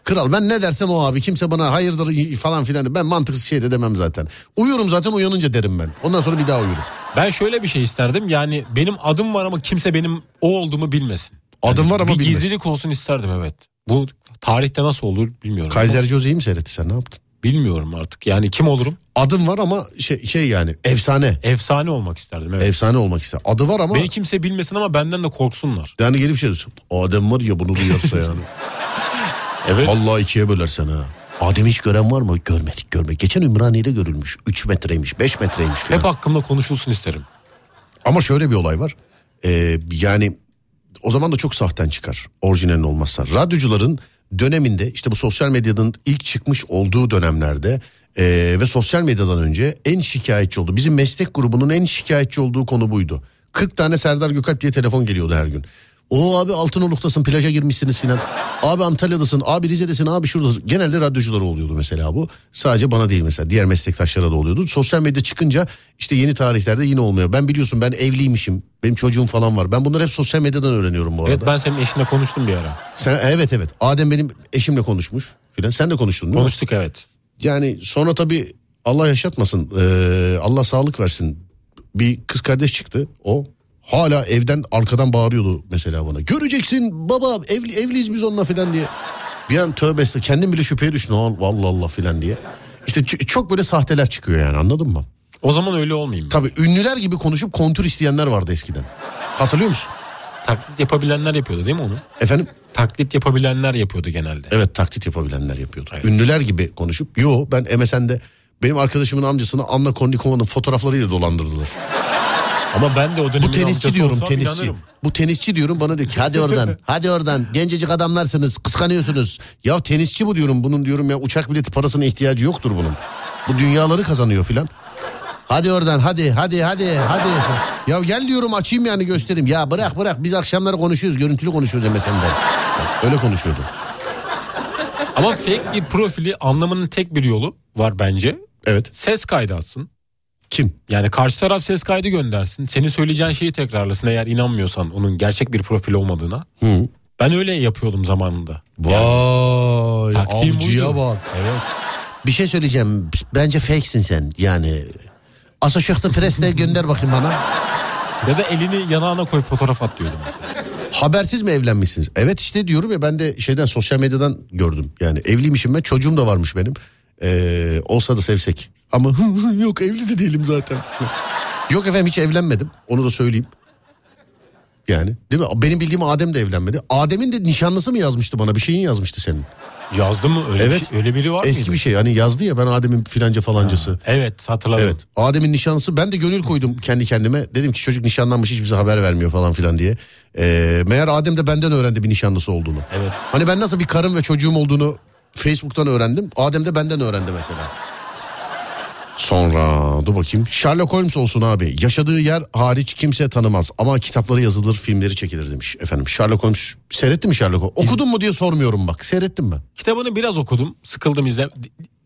S2: Kral ben ne dersem o abi kimse bana hayırdır i- falan filan de- ben mantıksız şey de demem zaten. Uyurum zaten uyanınca derim ben. Ondan sonra bir daha uyurum.
S3: Ben şöyle bir şey isterdim yani benim adım var ama kimse benim o olduğumu bilmesin.
S2: Adım var ama
S3: bir
S2: bilmez.
S3: gizlilik olsun isterdim evet. Bu tarihte nasıl olur bilmiyorum.
S2: Kaiser Jose'yi mi seyretti sen ne yaptın?
S3: Bilmiyorum artık yani kim olurum?
S2: Adım var ama şey, şey yani efsane.
S3: Efsane olmak isterdim evet.
S2: Efsane olmak ister. Adı var ama
S3: Beni kimse bilmesin ama benden de korksunlar.
S2: yani gelip şey diyorsun. Adem var ya bunu duyarsa yani.
S3: Evet.
S2: Vallahi ikiye bölersen ha. Adem'i hiç gören var mı? Görmedik görmedik. Geçen Ümraniye'de görülmüş. 3 metreymiş 5 metreymiş filan.
S3: Hep hakkımda konuşulsun isterim.
S2: Ama şöyle bir olay var. Ee, yani o zaman da çok sahten çıkar. Orijinalin olmazsa. Radyocuların döneminde işte bu sosyal medyanın ilk çıkmış olduğu dönemlerde ee, ve sosyal medyadan önce en şikayetçi oldu. Bizim meslek grubunun en şikayetçi olduğu konu buydu. 40 tane Serdar Gökalp diye telefon geliyordu her gün. O abi Altınoluk'tasın plaja girmişsiniz filan. Abi Antalya'dasın, abi Rize'desin, abi şuradasın. Genelde radyoculara oluyordu mesela bu. Sadece bana değil mesela diğer meslektaşlara da oluyordu. Sosyal medya çıkınca işte yeni tarihlerde yine olmuyor. Ben biliyorsun ben evliymişim. Benim çocuğum falan var. Ben bunları hep sosyal medyadan öğreniyorum bu arada.
S3: Evet ben senin eşinle konuştum bir ara.
S2: Sen, evet evet. Adem benim eşimle konuşmuş filan. Sen de konuştun değil mi?
S3: Konuştuk evet.
S2: Yani sonra tabii Allah yaşatmasın. eee, Allah sağlık versin. Bir kız kardeş çıktı. O hala evden arkadan bağırıyordu mesela bana. Göreceksin baba evli, evliyiz biz onunla filan diye. Bir an tövbe estağfurullah. Kendim bile şüpheye düştüm. "Al, Vallahi Allah filan diye. İşte ç- çok böyle sahteler çıkıyor yani anladın mı?
S3: O zaman öyle olmayayım. ben.
S2: Tabii ünlüler gibi konuşup kontür isteyenler vardı eskiden. Hatırlıyor musun?
S3: Taklit yapabilenler yapıyordu değil mi onu?
S2: Efendim?
S3: Taklit yapabilenler yapıyordu genelde.
S2: Evet taklit yapabilenler yapıyordu. Ünlüler gibi konuşup. Yo ben MSN'de benim arkadaşımın amcasını Anna Kornikova'nın fotoğraflarıyla dolandırdılar.
S3: Ama ben de o dönemin
S2: Bu tenisçi
S3: amcası
S2: diyorum
S3: olsam
S2: tenisçi.
S3: inanırım.
S2: Bu tenisçi diyorum bana diyor ki hadi oradan hadi oradan gencecik adamlarsınız kıskanıyorsunuz. Ya tenisçi bu diyorum bunun diyorum ya uçak bileti parasına ihtiyacı yoktur bunun. Bu dünyaları kazanıyor filan. Hadi oradan hadi hadi hadi hadi. Ya gel diyorum açayım yani göstereyim. Ya bırak bırak biz akşamları konuşuyoruz görüntülü konuşuyoruz MSN'den. Öyle konuşuyordu.
S3: Ama tek bir profili anlamanın tek bir yolu var bence.
S2: Evet
S3: Ses kaydı atsın.
S2: kim?
S3: Yani karşı taraf ses kaydı göndersin. Senin söyleyeceğin şeyi tekrarlasın eğer inanmıyorsan onun gerçek bir profil olmadığına.
S2: Hı.
S3: Ben öyle yapıyordum zamanında.
S2: Vay
S3: Taktiğim
S2: avcıya
S3: buydu.
S2: bak.
S3: Evet.
S2: Bir şey söyleyeceğim. Bence fakesin sen yani. Asa Şıhtı Pres'te gönder bakayım bana.
S3: Ya da elini yanağına koy fotoğraf at diyordum.
S2: Habersiz mi evlenmişsiniz? Evet işte diyorum ya ben de şeyden sosyal medyadan gördüm. Yani evliymişim ben çocuğum da varmış benim. Ee, olsa da sevsek. Ama yok evli de değilim zaten. yok efendim hiç evlenmedim onu da söyleyeyim. Yani değil mi? Benim bildiğim Adem de evlenmedi. Adem'in de nişanlısı mı yazmıştı bana? Bir şeyin yazmıştı senin.
S3: Yazdı mı öyle
S2: Evet.
S3: bir şey- öyle biri var
S2: Eski
S3: mıydı?
S2: bir şey. Hani yazdı ya ben Adem'in filanca falancası.
S3: Evet hatırladım.
S2: Evet. Adem'in nişanlısı ben de gönül koydum kendi kendime. Dedim ki çocuk nişanlanmış hiç bize haber vermiyor falan filan diye. Ee, meğer Adem de benden öğrendi bir nişanlısı olduğunu.
S3: Evet.
S2: Hani ben nasıl bir karım ve çocuğum olduğunu Facebook'tan öğrendim. Adem de benden öğrendi mesela. Sonra dur bakayım. Sherlock Holmes olsun abi. Yaşadığı yer hariç kimse tanımaz. Ama kitapları yazılır, filmleri çekilir demiş. Efendim Sherlock Holmes. Seyrettin mi Sherlock Holmes? Okudun mu diye sormuyorum bak. Seyrettim ben.
S3: Kitabını biraz okudum. Sıkıldım izle.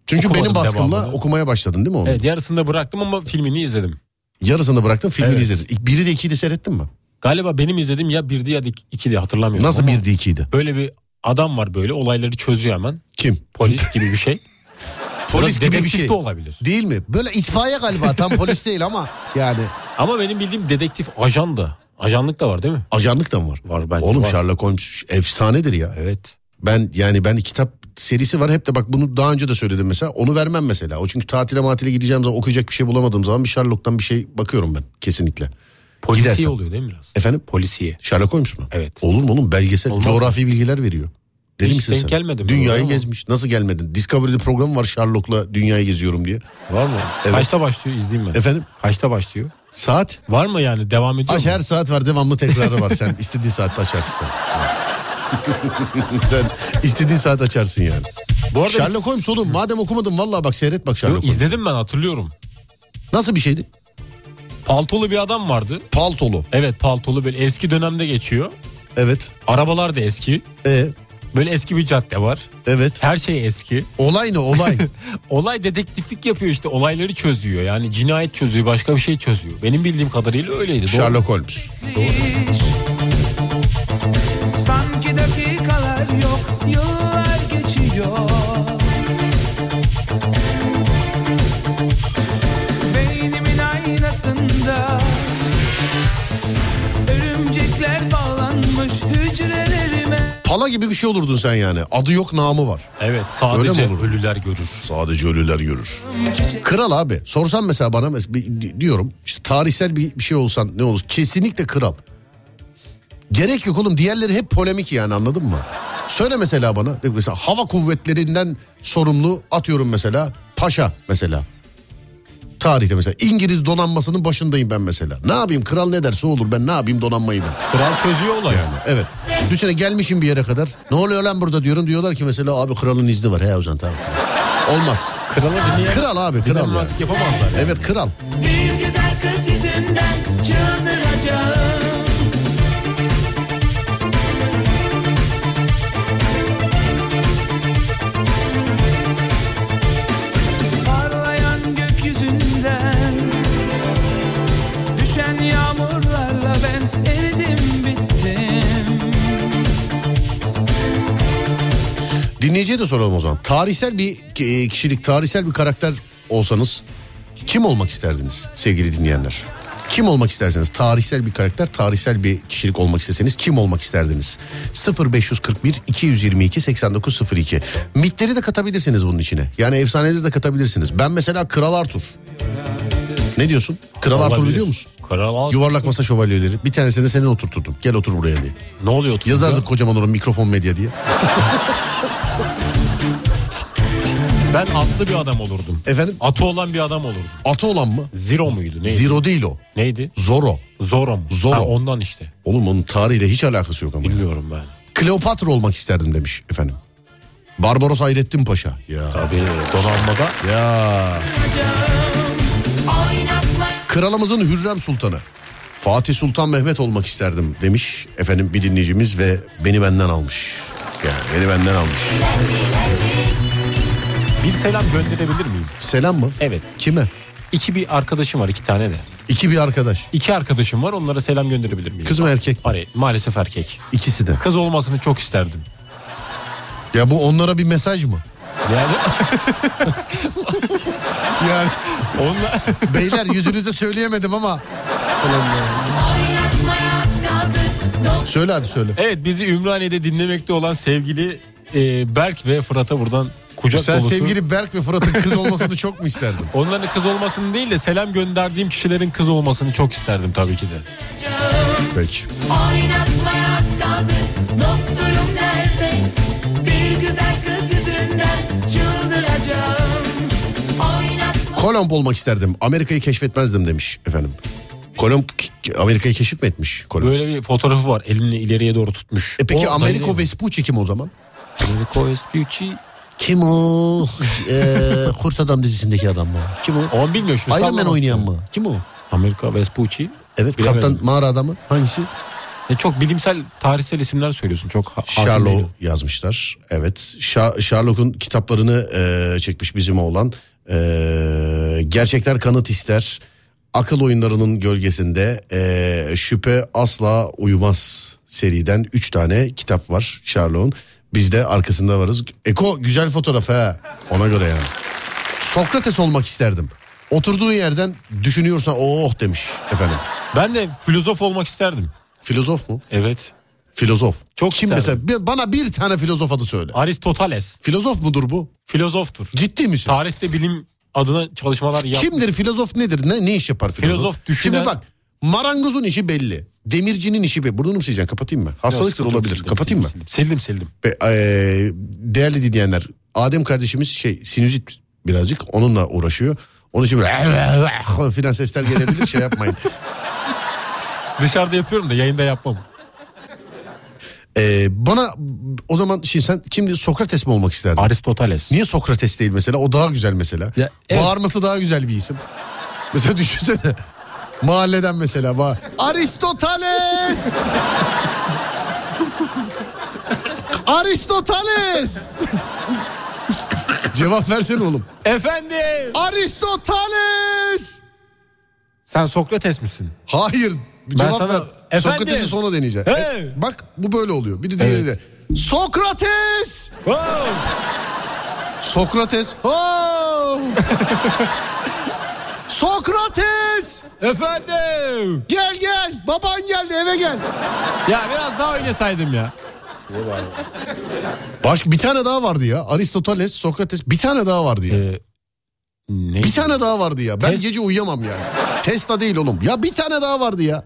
S2: Çünkü
S3: Okumadım
S2: benim baskımla
S3: devamını.
S2: okumaya başladın değil mi onu?
S3: Evet yarısında bıraktım ama filmini izledim.
S2: Yarısını bıraktın filmini
S3: Evet.
S2: izledin. İlk Biri de ikiyi de seyrettin mi?
S3: Galiba benim izlediğim ya birdi ya dik- ikili hatırlamıyorum.
S2: Nasıl
S3: ama
S2: birdi ikiydi?
S3: Böyle bir adam var böyle olayları çözüyor hemen.
S2: Kim?
S3: Polis gibi bir şey.
S2: Polis gibi bir
S3: dedektif
S2: şey.
S3: de olabilir.
S2: Değil mi? Böyle itfaiye galiba tam polis değil ama yani
S3: Ama benim bildiğim dedektif ajan da. Ajanlık da var değil mi?
S2: ajanlık da mı var?
S3: Var bence.
S2: Oğlum
S3: var.
S2: Sherlock Holmes efsanedir ya.
S3: Evet.
S2: Ben yani ben kitap serisi var hep de bak bunu daha önce de söyledim mesela onu vermem mesela. O çünkü tatile matile gideceğim zaman okuyacak bir şey bulamadığım zaman bir Sherlock'tan bir şey bakıyorum ben kesinlikle.
S3: Polisiye
S2: Gidersen.
S3: oluyor değil mi biraz?
S2: Efendim?
S3: Polisiye.
S2: Sherlock Holmes mu?
S3: Evet.
S2: Olur mu oğlum belgesel
S3: Olmaz.
S2: coğrafi bilgiler veriyor. Deli
S3: Hiç
S2: misin
S3: denk
S2: sen?
S3: gelmedim ben
S2: Dünyayı
S3: ama.
S2: gezmiş. Nasıl gelmedin? Discovery'de program var Sherlock'la dünyayı geziyorum diye.
S3: Var mı?
S2: Evet.
S3: Kaçta başlıyor izleyeyim ben.
S2: Efendim?
S3: Kaçta başlıyor?
S2: Saat?
S3: Var mı yani devam ediyor
S2: Aç
S3: mu?
S2: her saat var devamlı tekrarı var. Sen istediğin saatte açarsın sen. sen istediğin saat açarsın yani.
S3: Bu arada
S2: Sherlock Holmes oğlum madem okumadın vallahi bak seyret bak Sherlock
S3: Yok,
S2: Holmes.
S3: izledim ben hatırlıyorum.
S2: Nasıl bir şeydi?
S3: Paltolu bir adam vardı.
S2: Paltolu.
S3: Evet paltolu böyle eski dönemde geçiyor.
S2: Evet.
S3: Arabalar da eski.
S2: E,
S3: Böyle eski bir cadde var.
S2: evet.
S3: Her şey eski.
S2: Olay ne olay?
S3: Olay dedektiflik yapıyor işte olayları çözüyor. Yani cinayet çözüyor başka bir şey çözüyor. Benim bildiğim kadarıyla öyleydi. Doğru.
S2: Sherlock Holmes.
S5: hiç. Sanki dakikalar yok, yıllar geçiyor. Beynimin aynasında örümcekler bağlanmış hücrelerime.
S2: Pala gibi bir şey olurdun sen yani. Adı yok namı var.
S3: Evet
S2: Öyle
S3: sadece
S2: mi olur?
S3: ölüler görür.
S2: Sadece ölüler görür. Kral abi. Sorsan mesela bana mes- bir- di- diyorum. işte tarihsel bir, bir şey olsan ne olur? Kesinlikle kral. Gerek yok oğlum. Diğerleri hep polemik yani anladın mı? Söyle mesela bana. De ki Mesela hava kuvvetlerinden sorumlu atıyorum mesela. Paşa mesela. Tarihte mesela. İngiliz donanmasının başındayım ben mesela. Ne yapayım? Kral ne derse olur. Ben ne yapayım donanmayı ben.
S3: Kral çözüyor olayı.
S2: Yani evet. Düşünsene gelmişim bir yere kadar. Ne oluyor lan burada diyorum. Diyorlar ki mesela abi kralın izni var. He Ozan tamam. Olmaz.
S3: Kralı dinleyen
S2: Kral abi kral. ya.
S3: dinlemezlik yapamazlar. yani.
S2: Evet kral.
S1: Bir güzel kız yüzünden çıldıracağım.
S5: parlayan gökyüzünden Düşen yağmurlarla ben eridim bittim
S2: Dinleyiciye de soralım o zaman. Tarihsel bir e, kişilik, tarihsel bir karakter olsanız kim olmak isterdiniz sevgili dinleyenler? Kim olmak isterseniz tarihsel bir karakter, tarihsel bir kişilik olmak isteseniz kim olmak isterdiniz? 0541 222 8902. Mitleri de katabilirsiniz bunun içine. Yani efsaneleri de katabilirsiniz. Ben mesela Kral Arthur. Ne diyorsun? Kral Arthur
S3: Olabilir.
S2: biliyor musun?
S3: Kral Arthur.
S2: Yuvarlak masa şövalyeleri. Bir tanesini de senin oturturdum. Gel otur buraya diye.
S3: Ne oluyor? oturunca?
S2: Yazardık kocaman oraya mikrofon medya diye.
S3: Ben atlı bir adam olurdum.
S2: Efendim?
S3: Atı olan bir adam olurdum.
S2: Atı olan mı?
S3: Zero muydu neydi?
S2: Zero değil o.
S3: Neydi?
S2: Zoro.
S3: Zoro mu?
S2: Zorro.
S3: Ha, ondan işte.
S2: Oğlum onun tarihiyle hiç alakası yok ama.
S3: Bilmiyorum ben.
S2: Kleopatra olmak isterdim demiş efendim. Barbaros Hayrettin Paşa. Ya.
S3: Tabii donanmada
S2: Ya.
S1: Oynatma
S2: Kralımızın Hürrem Sultanı. Fatih Sultan Mehmet olmak isterdim demiş efendim bir dinleyicimiz ve beni benden almış. Yani beni benden almış.
S3: bir selam gönderebilir miyim?
S2: Selam mı?
S3: Evet.
S2: Kime?
S3: İki bir arkadaşım var iki tane de.
S2: İki bir arkadaş.
S3: İki arkadaşım var onlara selam gönderebilir miyim?
S2: Kız mı erkek? mi?
S3: Hani maalesef erkek.
S2: İkisi de.
S3: Kız olmasını çok isterdim.
S2: Ya bu onlara bir mesaj mı?
S3: Yani
S2: Yani
S3: onlar
S2: beyler yüzünüze söyleyemedim ama. Ulan ya.
S1: oynatmaya az kaldı. Doktor
S2: Söyle hadi söyle.
S3: Evet bizi Ümraniye'de dinlemekte olan sevgili e, Berk ve Fırat'a buradan kucak
S2: Sen
S3: dolusu.
S2: sevgili Berk ve Fırat'ın kız olmasını çok mu isterdin?
S3: Onların kız olmasını değil de selam gönderdiğim kişilerin kız olmasını çok isterdim tabii ki de.
S2: Peki.
S1: oynatmaya az kaldı. Doktorum nerede? Bir güzel kız yüzünden çıldıracağım. Oynatma
S2: Kolomb olmak isterdim. Amerika'yı keşfetmezdim demiş efendim. Kolomb k- Amerika'yı keşif mi etmiş? Kolomb.
S3: Böyle bir fotoğrafı var elini ileriye doğru tutmuş.
S2: E peki
S3: O
S2: Ameriko
S3: dayanıyor.
S2: Vespucci kim o zaman?
S3: Ameriko Vespucci.
S2: Kim o? Eee, Ee, Kurt Adam dizisindeki adam mı? Kim o?
S3: Onu bilmiyor şimdi.
S2: Iron Man
S3: sallamasın.
S2: oynayan mı? Kim o?
S3: Amerika Vespucci.
S2: Evet
S3: Bilemedim.
S2: Kaptan Mağara Adamı. Hangisi?
S3: E çok bilimsel, tarihsel isimler söylüyorsun. Çok ha- hakim
S2: Sherlock
S3: değilim.
S2: yazmışlar. e, Evet. Şa- Sherlock'un kitaplarını eee, çekmiş bizim oğlan. Eee, gerçekler kanıt E, ister. Akıl oyunlarının gölgesinde e, şüphe asla uyumaz seriden 3 tane kitap var Sherlock'un. Biz de arkasında varız. Eko güzel fotoğraf ha ona göre yani. Sokrates olmak isterdim. Oturduğu yerden düşünüyorsan oh demiş efendim.
S3: Ben de filozof olmak isterdim.
S2: Filozof mu?
S3: Evet.
S2: Filozof.
S3: Çok
S2: Kim
S3: isterdim.
S2: mesela bir- bana bir tane filozof adı söyle.
S3: Aristoteles
S2: Filozof mudur bu?
S3: filozoftur.
S2: Ciddi misin?
S3: Tarihte bilim adına çalışmalar yaptı.
S2: Kimdir filozof nedir? Ne, ne iş yapar filozof?
S3: Filozof düşünen-
S2: Şimdi bak marangozun işi belli. Demircinin işi belli. Burnunu mu sileceksin kapatayım mı? Hastalıktır
S3: Yok,
S2: olabilir.
S3: sildim,
S2: kapatayım mı?
S3: sildim, Sildim sildim.
S2: Ve, eee, değerli dinleyenler Adem kardeşimiz şey sinüzit birazcık onunla uğraşıyor. Onun için böyle filan sesler gelebilir şey yapmayın.
S3: Dışarıda yapıyorum da yayında yapmam.
S2: Eee, Ee, bana o zaman şimdi sen kimdi Sokrates mi olmak isterdin?
S3: Aristoteles.
S2: Niye Sokrates değil mesela? O daha güzel mesela.
S3: Ya, evet.
S2: Bağırması daha güzel bir isim. Mesela düşünsene. Mahalleden mesela bağır. Aristoteles! Aristoteles! Cevap versene oğlum.
S3: Efendim.
S2: Aristoteles!
S3: Sen Sokrates misin?
S2: Hayır.
S3: Ben
S2: Cevap
S3: sana-
S2: ver.
S3: Efendim?
S2: Sokrates'i sonra deneyeceğim.
S3: He.
S2: E, Bak bu böyle oluyor. Bir de diğeri
S3: Evet.
S2: de. Sokrates! Sokrates. Oh! Sokrates!
S3: Efendim.
S2: Gel gel. Baban geldi eve gel.
S3: Ya biraz daha oynasaydım ya.
S2: Baş bir tane daha vardı ya. Aristoteles, Sokrates bir tane daha vardı ya.
S3: Ee, Ne?
S2: bir tane daha vardı ya. Ben
S3: Tes-
S2: gece uyuyamam yani. Testa değil oğlum. Ya bir tane daha vardı ya.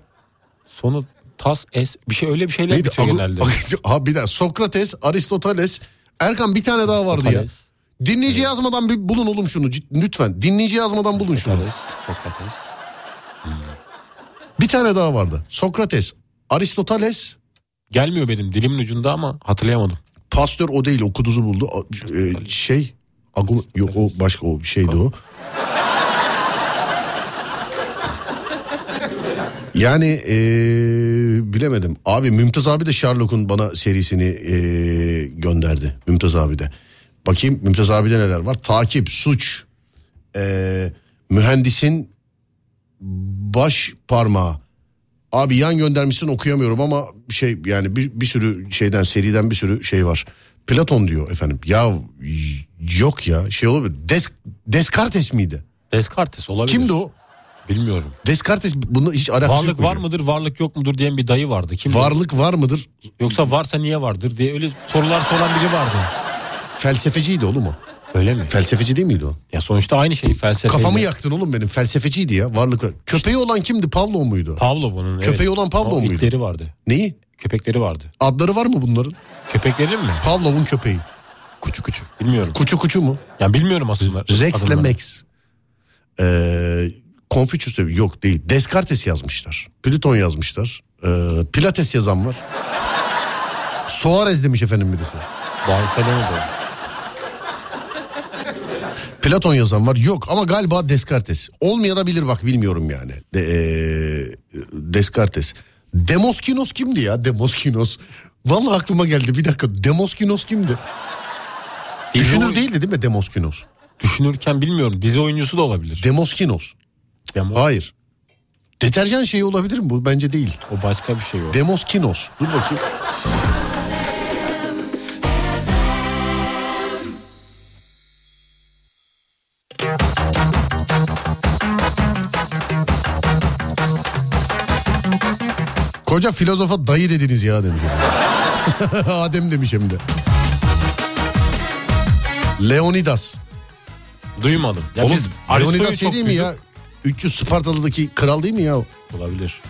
S3: Sonu tas es bir şey öyle bir şeyler
S2: Neydi?
S3: bitiyor
S2: Agu-
S3: genelde.
S2: Ha bir daha Sokrates, Aristoteles, Erkan bir tane daha vardı ya.
S3: Sokrates,
S2: Dinleyici yazmadan bir bulun oğlum şunu cid- lütfen. Dinleyici yazmadan bulun şunu.
S3: Sokrates, Sokrates.
S2: Bir tane daha vardı. Sokrates, Aristoteles,
S3: Gelmiyor benim dilimin ucunda ama hatırlayamadım.
S2: Pastör o değil o kuduzu buldu. A- e, şey Agum yok o başka o şeydi o. Yani e, bilemedim. Abi Mümtaz abi de Sherlock'un bana serisini e, gönderdi. Mümtaz abi de. Bakayım Mümtaz abi de neler var. Takip, suç, e, mühendisin baş parmağı. Abi yan göndermişsin okuyamıyorum ama şey yani bir, bir sürü şeyden seriden bir sürü şey var. Platon diyor efendim. Ya y- yok ya şey olabilir. Des, Descartes miydi?
S3: Descartes olabilir.
S2: Kimdi o?
S3: Bilmiyorum.
S2: Descartes bununla hiç alakası yok.
S3: Varlık
S2: mu
S3: var
S2: diyor?
S3: mıdır, varlık yok mudur diyen bir dayı vardı. Kim bilir?
S2: Varlık var mıdır?
S3: Yoksa varsa niye vardır diye öyle sorular soran biri vardı.
S2: Felsefeciydi oğlum o.
S3: Öyle mi?
S2: Felsefeci değil miydi o?
S3: Ya sonuçta aynı şey felsefe.
S2: Kafamı yaktın oğlum benim. Felsefeciydi ya. Varlık var. Köpeği olan kimdi? Pavlov muydu?
S3: Pavlov'un.
S2: Köpeği olan Pavlov
S3: Ama
S2: muydu?
S3: itleri vardı.
S2: Neyi?
S3: Köpekleri vardı.
S2: Adları var mı bunların?
S3: Köpeklerin mi?
S2: Pavlov'un köpeği.
S3: Kuçu kuçu. Bilmiyorum.
S2: Kuçu kuçu mu?
S3: Yani bilmiyorum aslında.
S2: Rex'le
S3: adımlarını.
S2: Max. Ee, Confucius de- yok değil. Descartes yazmışlar. Plüton yazmışlar. Ee, Pilates yazan var. Suarez demiş efendim birisi.
S3: Barcelona'da.
S2: Platon yazan var. Yok ama galiba Descartes. Olmaya da bilir bak bilmiyorum yani. De, ee, Descartes. Demoskinos kimdi ya? Demoskinos. Vallahi aklıma geldi bir dakika. Demoskinos kimdi?
S3: Dizi
S2: Düşünür
S3: oyun-
S2: değildi değil mi Demoskinos?
S3: Düşünürken bilmiyorum. Dizi oyuncusu da olabilir.
S2: Demoskinos.
S3: Demo-
S2: Hayır. Deterjan şeyi olabilir mi bu? Bence değil.
S3: o başka bir şey o.
S2: Demoskinos. Dur bakayım. Koca filozofa dayı dediniz ya demiş. Adem demiş hem de. Leonidas.
S3: Duymadım. Ya
S2: Oğlum,
S3: biz Aristo'yu
S2: Leonidas şey
S3: çok
S2: değil mi ya? 300 Spartalı'daki kral değil mi ya? o?
S3: duyduk. Olabilir.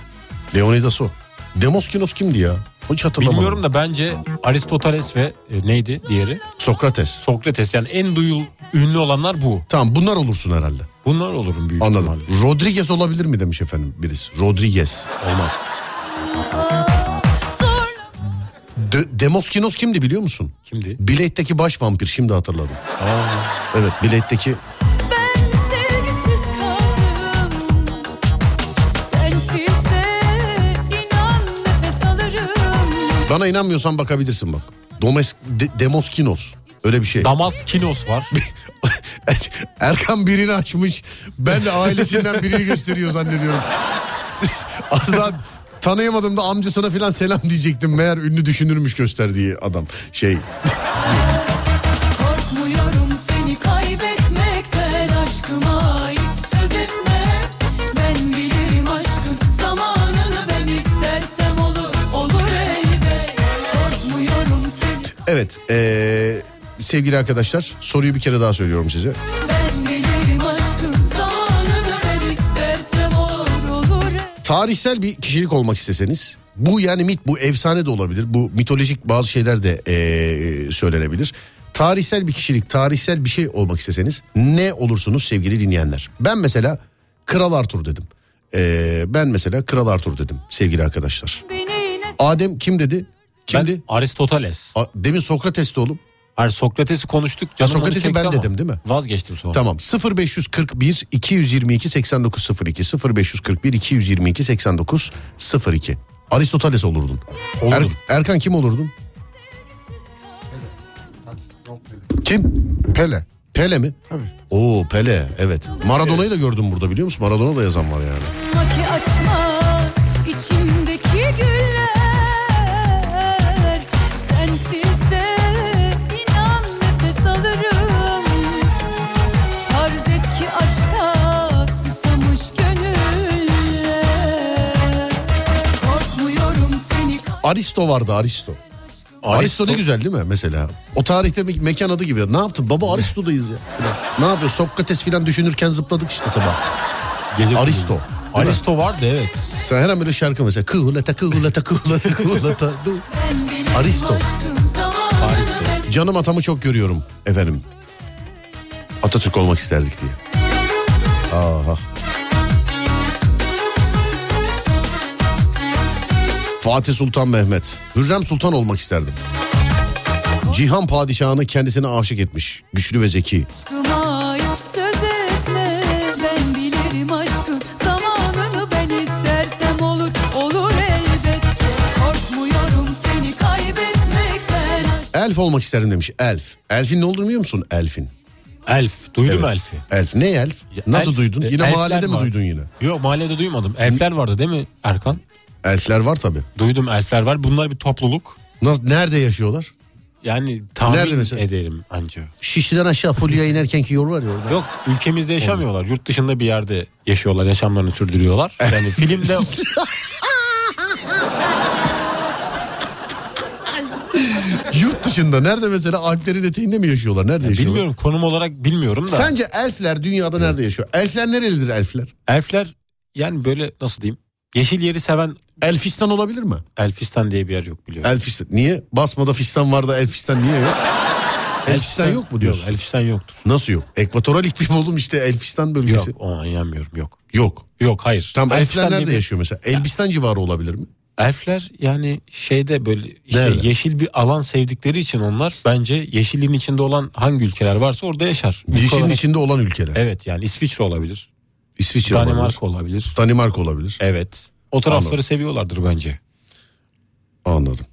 S2: Leonidas o. Demoskinos kimdi ya? Hiç hatırlamadım.
S3: Bilmiyorum da bence Aristoteles ve e, neydi diğeri?
S2: Sokrates.
S3: Sokrates. Yani en duyul ünlü olanlar bu.
S2: Tamam bunlar olursun herhalde.
S3: Bunlar olurum büyük
S2: Anladım.
S3: ihtimalle.
S2: Rodriguez olabilir mi demiş efendim birisi. Rodriguez.
S3: Olmaz.
S2: De- Demoskinos kimdi biliyor musun?
S3: Kimdi?
S2: Blade'deki baş vampir şimdi hatırladım. Evet Blade'deki
S1: Ben sevgisiz kaldım Sensiz de inan nefes alırım
S2: bana inanmıyorsan bakabilirsin bak. Domes- De- Demoskinos. Öyle bir şey.
S3: Damaskinos var.
S2: Erkan birini açmış. Ben de ailesinden birini gösteriyor zannediyorum. Az daha tanıyamadım da amcasına filan selam diyecektim. Meğer ünlü düşünürmüş gösterdiği adam. Şey
S1: Korkmuyorum seni kaybetmekten aşkıma ait sözünme Ben bilirim aşkın zamanını ben istersem olur olur elbet Korkmuyorum seni
S2: evet ee, sevgili arkadaşlar soruyu bir kere daha söylüyorum size.
S1: ben bilirim aşkın zamanını ben istersem olur olur
S2: tarihsel bir kişilik olmak isteseniz bu yani mit bu efsane de olabilir bu mitolojik bazı şeyler de eee, söylenebilir. Tarihsel bir kişilik tarihsel bir şey olmak isteseniz ne olursunuz sevgili dinleyenler? Ben mesela Kral Arthur dedim. Eee, ben mesela Kral Arthur dedim sevgili arkadaşlar.
S1: beni yine
S2: Adem kim dedi? Kimdi?
S3: Ben Aristoteles.
S2: A- Demin Sokrates'ti oğlum.
S3: Hayır Sokrates'i konuştuk. Canım onu
S2: Sokrates'i
S3: çekti
S2: ben
S3: ama
S2: dedim, değil mi?
S3: Vazgeçtim sonra.
S2: Tamam 0541 222 8902 0541 222 8902 Aristoteles olurdun.
S3: Olurdum.
S2: Er- Erkan kim olurdun? Kim?
S8: Pele.
S2: Pele mi?
S8: Tabii.
S2: Oo Pele evet. Maradona'yı da gördüm burada biliyor musun? Maradona da yazan var yani.
S1: Maki açmaz içimdeki güller Sensiz de inan nefes alırım Farz et ki aşka susamış gönüller Korkmuyorum seni
S2: Aristo vardı Aristo. Aristo, ne güzel değil mi mesela? O tarihte bir mekan adı gibi. Ne yaptın? Baba Aristo'dayız ya. ne yapıyor? Sokrates falan düşünürken zıpladık işte sabah.
S3: Gece
S2: Aristo.
S3: Aristo vardı evet.
S2: Sen her an böyle şarkı mesela kıhılata kıhılata kıhılata kıhılata. du.
S1: kaybeden
S2: Aristo.
S1: aşkın zamanı
S2: Canım atamı çok görüyorum efendim. Atatürk olmak isterdik diye. Ah, Aha. Fatih Sultan Mehmet. Hürrem Sultan olmak isterdim. Cihan padişahını kendisine aşık etmiş. Güçlü ve zeki.
S1: Aşkıma hiç söz etme Ben bilirim aşkın zamanını ben istersem olur Olur elbet Korkmuyorum seni kaybetmekten
S2: Elf olmak isterdim demiş. Elf. Elfin ne olduğunu biliyor musun? Elfin.
S3: Elf. Duydun mu
S2: Evet.
S3: Elf'i?
S2: Elf. Ne elf? Nasıl
S3: Elf,
S2: duydun?
S3: e,
S2: Yine
S3: elfler
S2: mahallede mi
S3: var.
S2: duydun yine?
S3: Yok mahallede duymadım. Elfler vardı değil mi Erkan?
S2: Elfler var tabii.
S3: Duydum elfler var. Bunlar bir topluluk.
S2: Nas- Nerede yaşıyorlar?
S3: Yani tahmin
S2: Nerede mesela?
S3: ederim anca.
S2: Şişli'den aşağı Fulya inerkenki yol var ya orada.
S3: Yok ülkemizde yaşamıyorlar. Yurt dışında bir yerde yaşıyorlar. Yaşamlarını sürdürüyorlar. Yani filmde
S2: Yurt dışında nerede mesela Alplerin eteğinde mi yaşıyorlar? Nerede yaşıyorlar?
S3: bilmiyorum konum olarak bilmiyorum da.
S2: Sence elfler dünyada nerede yaşıyor? Elfler nerelidir elfler?
S3: Elfler yani böyle nasıl diyeyim? Yeşil yeri seven
S2: Elfistan olabilir mi?
S3: Elfistan diye bir yer yok biliyorum.
S2: Elfistan. Niye? Basmada fistan var da elfistan niye yok? Elfistan yok mu diyorsun?
S3: Yok, Elfistan yoktur.
S2: Nasıl yok? Ekvatoral iklim oğlum işte elfistan
S3: Yok
S2: bölgesi. Yok.
S3: ona inanmıyorum yok.
S2: yok.
S3: Yok hayır.
S2: Tamam
S3: Elfistan
S2: elfler
S3: diye
S2: nerede
S3: bir-
S2: yaşıyor mesela? Elbistan civarı olabilir mi?
S3: Elfler yani şeyde böyle işte
S2: Nerede?
S3: yeşil bir alan sevdikleri için onlar bence yeşilin içinde olan hangi ülkeler varsa orada yaşar. Ülke
S2: Yeşilin
S3: olarak-
S2: içinde olan ülkeler.
S3: Evet yani İsviçre olabilir.
S2: İsviçre olabilir.
S3: Danimarka olabilir.
S2: Danimarka olabilir.
S3: Evet. O tarafları
S2: Anladım.
S3: seviyorlardır bence.
S2: Anladım.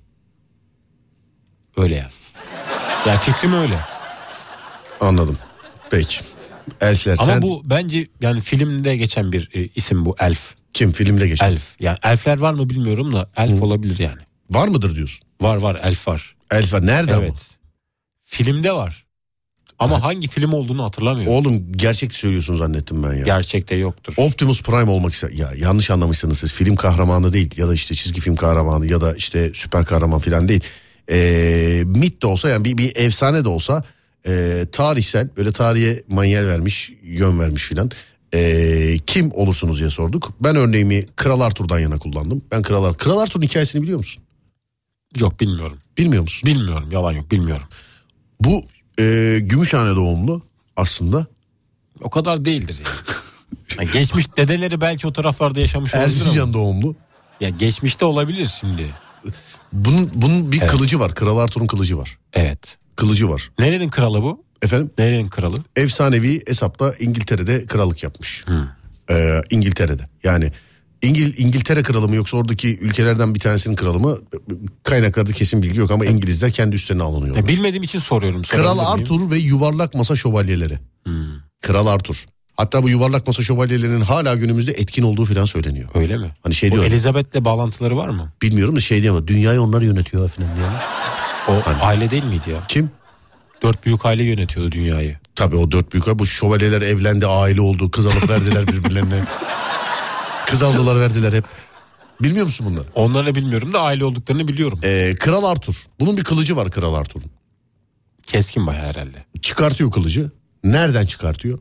S3: Öyle yani. Ya fikrim öyle.
S2: Anladım. Peki. Elfler
S3: Ama
S2: sen
S3: bu bence yani filmde geçen bir e, isim bu elf.
S2: kim filmde geçer?
S3: Elf. Yani elfler var mı bilmiyorum da elf olabilir yani.
S2: Var mıdır diyorsun?
S3: Var var elf var.
S2: Elfa nerede ama?
S3: Evet. Filmde var. Ama hangi film olduğunu hatırlamıyorum.
S2: Oğlum gerçek söylüyorsun zannettim ben ya.
S3: Gerçekte yoktur.
S2: Optimus Prime olmak ise ya yanlış anlamışsınız siz film kahramanı değil ya da işte çizgi film kahramanı ya da işte süper kahraman falan değil. Ee, mit de olsa yani bir, bir efsane de olsa ee, tarihsel böyle tarihe manyel vermiş yön vermiş filan Ee, kim olursunuz diye sorduk. Ben örneğimi Kral Arthur'dan yana kullandım. Ben Kral Arthur. Kral Arthur'un hikayesini biliyor musun?
S3: Yok bilmiyorum.
S2: Bilmiyor musun?
S3: Bilmiyorum yalan yok bilmiyorum.
S2: Bu e, Gümüşhane doğumlu aslında.
S3: O kadar değildir yani. Yani geçmiş dedeleri belki o taraflarda yaşamış olabilir ama.
S2: Erzincan doğumlu.
S3: Ya geçmişte olabilir şimdi.
S2: Bunun, bunun bir kılıcı var. Kral Arthur'un kılıcı var.
S3: Evet.
S2: Kılıcı var.
S3: Nerenin kralı bu?
S2: Efendim?
S3: Nerenin kralı?
S2: efsanevi hesapta İngiltere'de krallık yapmış. Ee, İngiltere'de yani İngil İngiltere kralı mı yoksa oradaki ülkelerden bir tanesinin kralı mı? Kaynaklarda kesin bilgi yok ama İngilizler kendi üstlerine alınıyor.
S3: Ya bilmediğim için E, şey soruyorum.
S2: Kral
S3: Sorabilir miyim?
S2: Arthur ve yuvarlak masa şövalyeleri.
S3: Hmm,
S2: Kral Arthur. Hatta bu yuvarlak masa şövalyelerinin hala günümüzde etkin olduğu filan söyleniyor.
S3: öyle mi?
S2: Hani şey
S3: Bu
S2: diyor
S3: Elizabeth'le bağlantıları var mı?
S2: bilmiyorum da şey diyor ama dünyayı onlar yönetiyor filan diyorlar.
S3: O aile değil miydi ya?
S2: Hani- Kim?
S3: Dört büyük aile yönetiyordu dünyayı.
S2: Tabii o dört büyük bu şövalyeler evlendi aile oldu kız alıp verdiler birbirlerine. kız aldılar verdiler hep. Bilmiyor musun bunları?
S3: Onları bilmiyorum da aile olduklarını biliyorum.
S2: Ee, Kral Arthur. Bunun bir kılıcı var Kral Arthur'un.
S3: Keskin bayağı herhalde.
S2: Çıkartıyor kılıcı. Nereden çıkartıyor?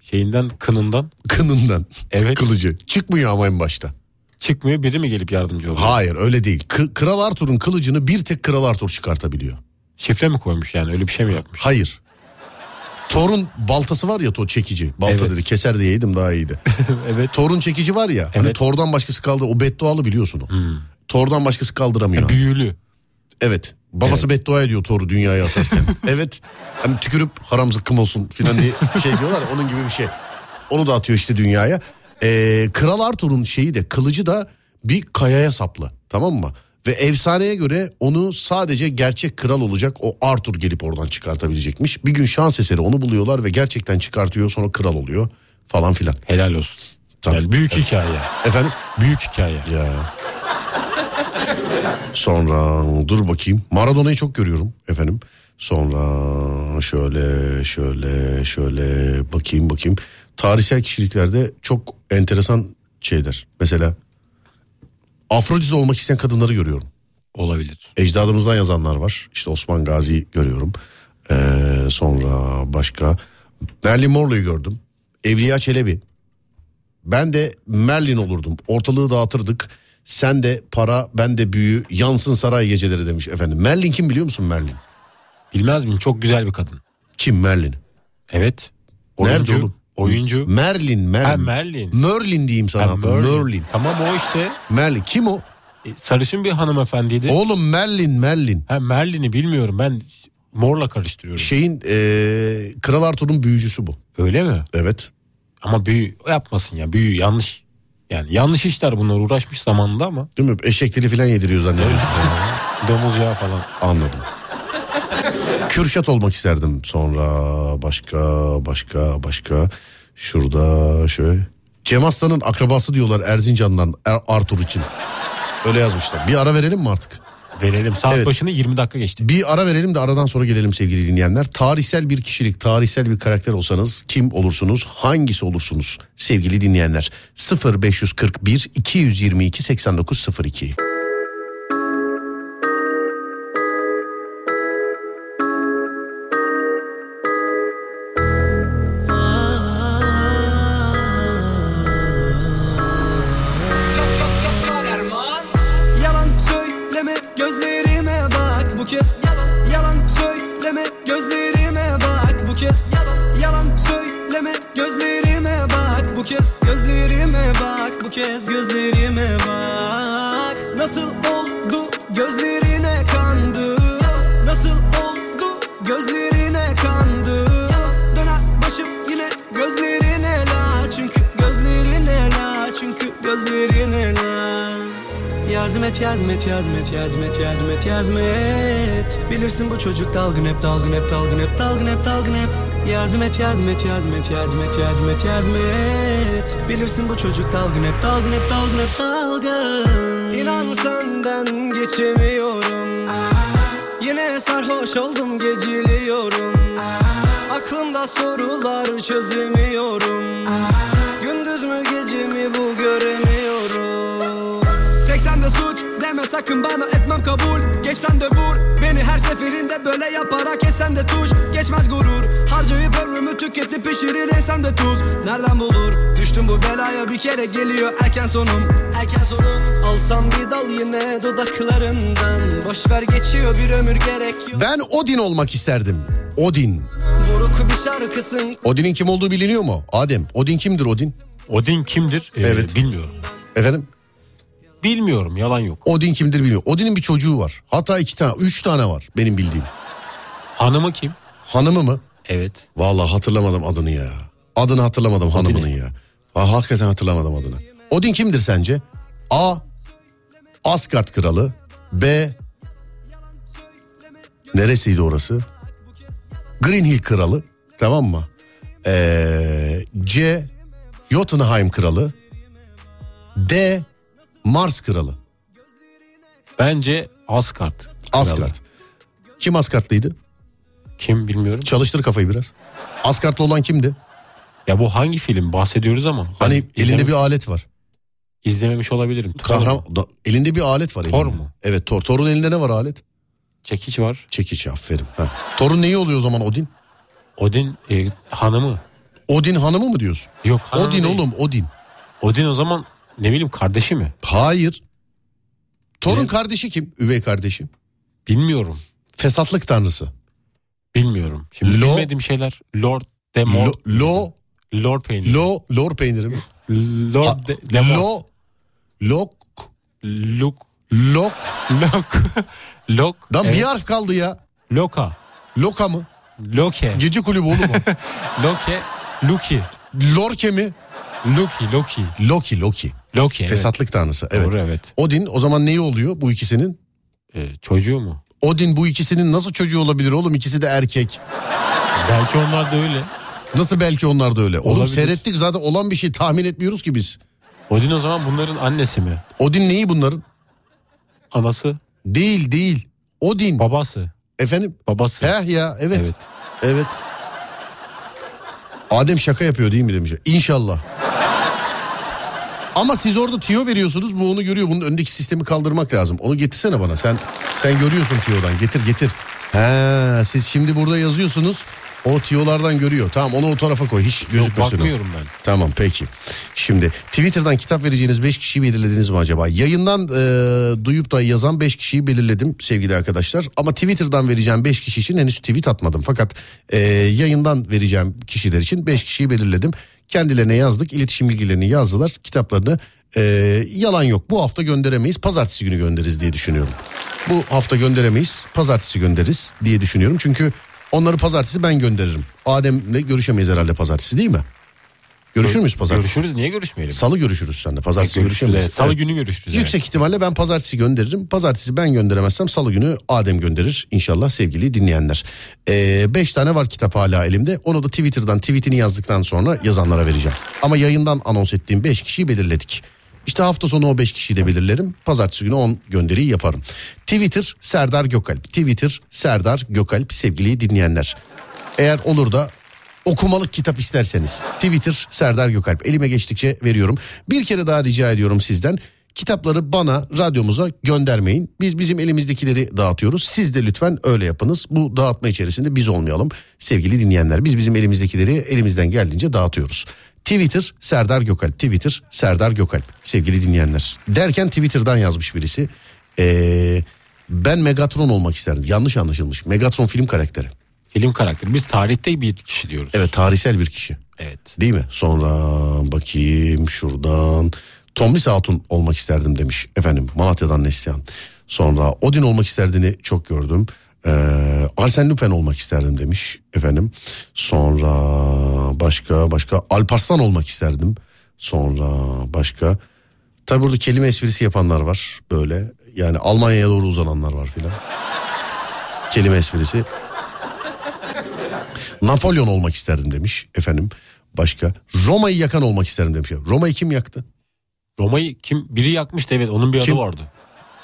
S3: Şeyinden kınından
S2: Kınından.
S3: Evet.
S2: Kılıcı. Çıkmıyor ama en başta.
S3: çıkmıyor biri mi gelip yardımcı oluyor?
S2: Hayır öyle değil. K- Kral Arthur'un kılıcını bir tek Kral Arthur çıkartabiliyor.
S3: Şifre mi koymuş yani öyle bir şey mi yapmış?
S2: Hayır. Thor'un baltası var ya Thor çekici. Balta
S3: Evet.
S2: dedi keser diye yedim daha iyiydi.
S3: evet.
S2: Thor'un çekici var ya. Hani
S3: Evet.
S2: Thor'dan başkası kaldı. O beddualı biliyorsun o. Thor'dan başkası kaldıramıyor.
S3: E, Büyülü.
S2: Evet. Babası beddua ediyor Thor'u dünyaya atarken. evet. Hani tükürüp haram zıkkım olsun filan diye şey diyorlar. ya, Onun gibi bir şey. Onu da atıyor işte dünyaya. Ee, Kral Arthur'un şeyi de kılıcı da bir kayaya saplı. Tamam mı? Ve efsaneye göre onu sadece gerçek kral olacak o Arthur gelip oradan çıkartabilecekmiş. Bir gün şans eseri onu buluyorlar ve gerçekten çıkartıyor sonra kral oluyor falan filan.
S3: Helal olsun.
S2: Tabii.
S3: Yani büyük hikaye.
S2: Efendim?
S3: Büyük hikaye.
S2: Ya. Sonra dur bakayım. Maradona'yı çok görüyorum efendim. Sonra şöyle şöyle şöyle bakayım bakayım. Tarihsel kişiliklerde çok enteresan şeyler. Mesela Afrodit olmak isteyen kadınları görüyorum.
S3: Olabilir.
S2: Ecdadımızdan yazanlar var. İşte Osman Gazi görüyorum. Ee, sonra başka Merlin Morley'i gördüm. Evliya Çelebi. Ben de Merlin olurdum. Ortalığı dağıtırdık. Sen de para, ben de büyü, yansın saray geceleri demiş efendim. Merlin kim biliyor musun Merlin?
S3: Bilmez miyim? Çok güzel bir kadın.
S2: Kim Merlin?
S3: Evet.
S2: Nerede
S3: Oyuncu.
S2: oğlum?
S3: Oyuncu.
S2: Merlin, Merlin.
S3: Ha, Merlin.
S2: Merlin diyeyim sana.
S3: Ha,
S2: Merlin.
S3: Merlin.
S2: Merlin.
S3: Tamam o işte.
S2: Kim o?
S3: E, Sarışın bir hanımefendiydi.
S2: Oğlum Merlin, Merlin.
S3: Ha, Merlin'i bilmiyorum ben morla karıştırıyorum.
S2: Şeyin, ee, Kral Arthur'un büyücüsü bu.
S3: Öyle mi?
S2: Evet.
S3: Ama büyü yapmasın ya büyü yanlış. Yani yanlış işler bunlar uğraşmış zamanında ama
S2: Değil mi? Eşekleri falan yediriyor zannediyorsun.
S3: domuz yağı falan.
S2: Anladım. Kürşat olmak isterdim. Sonra başka başka başka. Şurada şöyle. Cem Aslan'ın akrabası diyorlar Erzincan'dan Er- Artur için. Öyle yazmışlar. Bir ara verelim mi artık?
S3: Verelim saat
S2: Evet.
S3: başını 20 dakika geçti.
S2: Bir ara verelim de aradan sonra gelelim sevgili dinleyenler. Tarihsel bir kişilik, tarihsel bir karakter olsanız kim olursunuz, hangisi olursunuz sevgili dinleyenler? 0541 222 8902.
S9: Yalan söyleme gözlerime bak bu kez Yalan yalan söyleme gözlerime bak bu kez Yalan yalan söyleme gözlerime bak bu kez Gözlerime bak bu kez gözlerime bak Nasıl oldu gözlerine kandı Nasıl oldu gözlerine kandı Döner başım yine gözlerine la Çünkü gözlerine la Çünkü gözlerine la Yardım et, yardım et, yardım et, yardım et, yardım et, yardım et. Bilirsin bu çocuk dalgın hep, dalgın hep, dalgın hep, dalgın hep, dalgın hep. Yardım et, yardım et, yardım et, yardım et, yardım et, yardım et. Bilirsin bu çocuk dalgın hep, dalgın hep, dalgın hep, dalgın. İnan senden geçemiyorum. Yine sarhoş oldum, geciliyorum. Aklımda sorular çözemiyorum. Gündüz mü gece mi bu göremiyorum. Tek sende suç deme sakın bana etmem kabul Geçsen de vur beni her seferinde böyle yaparak Kesen de tuş geçmez gurur Harcayıp ömrümü tüketip pişirir ensemde tuz Nereden bulur düştüm bu belaya bir kere geliyor erken sonum Erken sonum Alsam bir dal yine dudaklarından Boşver geçiyor bir ömür gerek yok
S2: Ben Odin olmak isterdim. Odin.
S9: Buruk bir şarkısın
S2: Odin'in kim olduğu biliniyor mu? Adem. Odin kimdir Odin?
S3: Odin kimdir? Ee,
S2: Evet.
S3: Bilmiyorum.
S2: Efendim?
S3: Bilmiyorum yalan yok.
S2: Odin kimdir bilmiyorum. Odin'in bir çocuğu var. Hatta iki tane, üç tane var benim bildiğim.
S3: Hanımı kim?
S2: Hanımı mı?
S3: Evet.
S2: Vallahi hatırlamadım adını ya. Adını hatırlamadım hanımının ya. Ha, hakikaten hatırlamadım adını. Odin kimdir sence? A. Asgard kralı. B. Neresiydi orası? Green Hill kralı. Tamam mı? Ee, C. Jotunheim kralı. D. Mars kralı.
S3: Bence Asgard.
S2: Asgard. Kim Asgardlıydı?
S3: Kim bilmiyorum.
S2: Çalıştır kafayı biraz. Asgardlı olan kimdi?
S3: Ya bu hangi film bahsediyoruz ama.
S2: Hani
S3: Ben
S2: elinde
S3: izleme-
S2: bir alet var.
S3: izlememiş olabilirim. Thor mu?
S2: Kahraman da- elinde bir alet var.
S3: Thor
S2: elinde.
S3: mu?
S2: Evet Thor. Thor'un elinde ne var alet?
S3: Çekiç var.
S2: Çekiç aferin. Ha. Thor'un neyi oluyor o zaman Odin?
S3: Odin e, hanımı.
S2: Odin hanımı mı diyorsun?
S3: Yok hanımı
S2: Odin
S3: değil.
S2: oğlum Odin.
S3: Odin o zaman ne bileyim kardeşi mi?
S2: Hayır. Thor'un
S3: Ne?
S2: kardeşi kim? Üvey kardeşi.
S3: Bilmiyorum.
S2: Fesatlık tanrısı.
S3: Bilmiyorum. Şimdi
S2: Lo-
S3: bilmediğim şeyler. Lord Demon.
S2: Lo, lo,
S3: Lord Peynir.
S2: lo, lor peyniri mi?
S3: Lord de- Demon.
S2: Lo, lok,
S3: Luk.
S2: lok.
S3: Lok. Lok.
S2: Lan
S3: evet.
S2: bir harf kaldı ya.
S3: Loka.
S2: Loka mı?
S3: Loke.
S2: Gece kulübü oğlum o.
S3: Loke. Luki.
S2: Lorke mi?
S3: Luki. Loki.
S2: Loki, Loki.
S3: Loki. evet.
S2: Fesatlık tanrısı. Evet.
S3: Doğru evet.
S2: Odin o zaman neyi oluyor bu ikisinin?
S3: Ee, çocuğu mu?
S2: Odin bu ikisinin nasıl çocuğu olabilir oğlum? İkisi de erkek.
S3: Belki onlar da öyle.
S2: Nasıl belki onlar da öyle? Oğlum
S3: Olabilir.
S2: seyrettik zaten olan bir şey tahmin etmiyoruz ki biz.
S3: Odin o zaman bunların annesi mi?
S2: Odin neyi bunların?
S3: Anası?
S2: Değil değil. Odin.
S3: Babası.
S2: Efendim?
S3: Babası.
S2: Heh ya evet.
S3: Evet.
S2: evet. Adem şaka yapıyor değil mi demiş. İnşallah. Ama siz orada tüyo veriyorsunuz bu onu görüyor. Bunun öndeki sistemi kaldırmak lazım. Onu getirsene bana. Sen sen görüyorsun tüyodan. Getir getir. He, siz şimdi burada yazıyorsunuz. O tüyolardan görüyor. Tamam onu o tarafa koy. Hiç
S3: Yok
S2: gözükmesin. o.
S3: bakmıyorum ben.
S2: Tamam peki. Şimdi Twitter'dan kitap vereceğiniz 5 kişiyi belirlediniz mi acaba? Yayından e, duyup da yazan 5 kişiyi belirledim sevgili arkadaşlar. Ama Twitter'dan vereceğim 5 kişi için henüz tweet atmadım. Fakat e, yayından vereceğim kişiler için 5 kişiyi belirledim. Kendilerine yazdık, iletişim bilgilerini yazdılar. Kitaplarını e, yalan yok bu hafta gönderemeyiz. Pazartesi günü göndeririz diye düşünüyorum. Bu hafta gönderemeyiz, pazartesi göndeririz diye düşünüyorum. Çünkü onları pazartesi ben gönderirim. Adem'le görüşemeyiz herhalde pazartesi değil mi? Görüşür müyüz pazartesi?
S3: Görüşürüz niye görüşmeyelim?
S2: Salı görüşürüz seninle. Pazartesi
S3: E, Görüşürüz,
S2: görüşemeyiz.
S3: evet. Salı
S2: Evet.
S3: günü görüşürüz. evet.
S2: Yüksek ihtimalle ben pazartesi gönderirim. Pazartesi ben gönderemezsem salı günü Adem gönderir. İnşallah sevgili dinleyenler. 5 tane var kitap hala elimde. Onu da Twitter'dan tweetini yazdıktan sonra yazanlara vereceğim. Ama yayından anons ettiğim 5 kişiyi belirledik. İşte hafta sonu o 5 kişiyi de belirlerim. Pazartesi günü 10 gönderiyi yaparım. Twitter Serdar Gökalp. Twitter Serdar Gökalp sevgili dinleyenler. Eğer olur da okumalık kitap isterseniz Twitter Serdar Gökalp elime geçtikçe veriyorum. Bir kere daha rica ediyorum sizden kitapları bana radyomuza göndermeyin. Biz bizim elimizdekileri dağıtıyoruz. Siz de lütfen öyle yapınız. Bu dağıtma içerisinde biz olmayalım sevgili dinleyenler. Biz bizim elimizdekileri elimizden geldiğince dağıtıyoruz. Twitter Serdar Gökalp. Twitter Serdar Gökalp sevgili dinleyenler. Derken Twitter'dan yazmış birisi. Ee, ben Megatron olmak isterdim. Yanlış anlaşılmış. Megatron film karakteri.
S3: Film karakteri. Biz tarihte bir kişi diyoruz.
S2: Evet tarihsel bir kişi.
S3: Evet.
S2: Değil mi? Sonra bakayım şuradan. Tomris Hatun olmak isterdim demiş efendim Malatya'dan Neslihan. Sonra Odin olmak isterdiğini çok gördüm. Ee, Arsene Lupin olmak isterdim demiş efendim. Sonra başka başka Alparslan olmak isterdim. Sonra başka. Tabi burada kelime esprisi yapanlar var böyle. Yani Almanya'ya doğru uzananlar var filan. kelime esprisi. Napolyon olmak isterdim demiş efendim. Başka Roma'yı yakan olmak isterdim demiş. Roma'yı kim yaktı?
S3: Roma'yı kim? Biri yakmıştı evet onun bir
S2: Kim?
S3: adı vardı.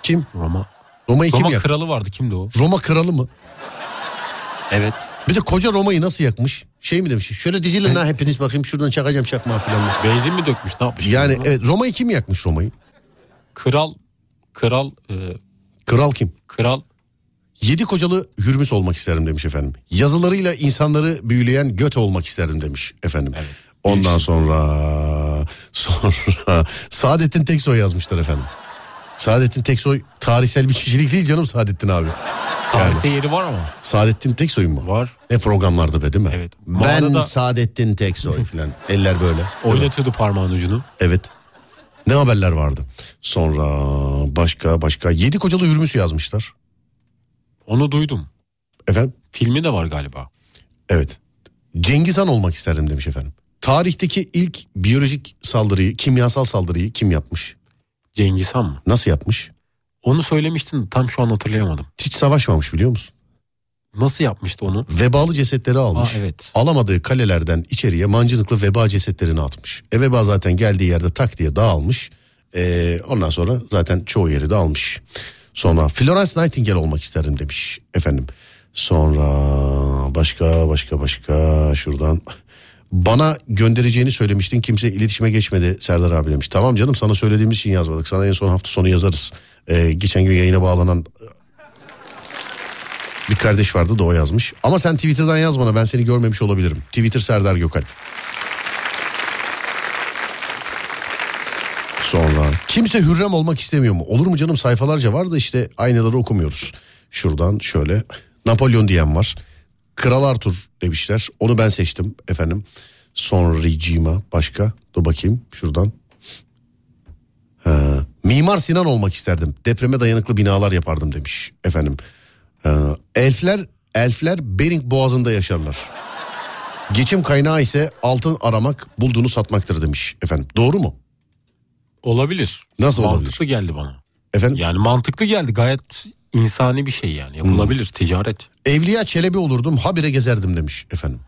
S2: Kim?
S3: Roma.
S2: Roma'yı kim
S3: Roma
S2: yaktı?
S3: kralı vardı kimdi o?
S2: Roma kralı mı?
S3: Evet.
S2: Bir de koca Roma'yı nasıl yakmış? Şey mi demiş? Şöyle dizilin ha hepiniz bakayım şuradan çakacağım çakmağı falan.
S3: Benzin mi dökmüş ne yapmış?
S2: Yani
S3: Bilmiyorum.
S2: evet Roma'yı kim yakmış Roma'yı?
S3: Kral, kral, e,
S2: Kral kim?
S3: kral
S2: Yedi kocalı hürmüs olmak isterim demiş efendim. Yazılarıyla insanları büyüleyen göt olmak isterim demiş efendim. Ondan sonra sonra Saadettin Teksoy yazmışlar efendim. Saadettin Teksoy tarihsel bir kişilik değil canım Saadettin abi.
S3: tarihte yeri var ama.
S2: Saadettin Teksoy mu?
S3: Var.
S2: Ne programlarda be değil mi?
S3: Evet.
S2: Ben
S3: Mağarada-
S2: Saadettin Teksoy falan. Eller böyle. Değil mi?
S3: Oynatıyordu parmağın ucunu.
S2: Evet. Ne haberler vardı? Sonra başka başka. Yedi kocalı hürmüsü yazmışlar.
S3: Onu duydum.
S2: Efendim?
S3: Filmi de var galiba.
S2: Evet. Cengiz Han olmak isterdim demiş efendim. Tarihteki ilk biyolojik saldırıyı, kimyasal saldırıyı kim yapmış?
S3: Cengiz Han mı?
S2: Nasıl yapmış?
S3: Onu söylemiştin tam şu an hatırlayamadım.
S2: Hiç savaşmamış biliyor musun?
S3: Nasıl yapmıştı onu?
S2: Vebalı cesetleri
S3: Aa,
S2: almış.
S3: evet.
S2: Alamadığı kalelerden içeriye mancınıklı veba cesetlerini atmış. E veba zaten geldiği yerde tak diye dağılmış. E, ondan sonra zaten çoğu yeri dağılmış. Sonra Florence Nightingale olmak isterdim demiş efendim. Sonra başka başka başka şuradan. Bana göndereceğini söylemiştin kimse iletişime geçmedi Serdar abi demiş. Tamam canım sana söylediğimiz için yazmadık. Sana en son hafta sonu yazarız. E, geçen gün yayına bağlanan bir kardeş vardı da o yazmış. Ama sen Twitter'dan yaz bana ben seni görmemiş olabilirim. Twitter Serdar Gökalp. Sonra kimse Hürrem olmak istemiyor mu? Olur mu canım sayfalarca var da işte aynaları okumuyoruz. Şuradan şöyle Napolyon diyen var. Kral Arthur demişler. Onu ben seçtim efendim. Sonra Regima başka. Dur bakayım şuradan. Ha, Mimar Sinan olmak isterdim. Depreme dayanıklı binalar yapardım demiş efendim. Ee, elfler elfler Bering Boğazı'nda yaşarlar. Geçim kaynağı ise altın aramak, bulduğunu satmaktır demiş efendim. Doğru mu?
S3: Olabilir.
S2: Nasıl olabilir?
S3: Mantıklı geldi bana.
S2: Efendim
S3: Yani mantıklı geldi gayet insani bir şey yani yapılabilir ticaret.
S2: Hmm. Evliya Çelebi olurdum, habire gezerdim demiş efendim.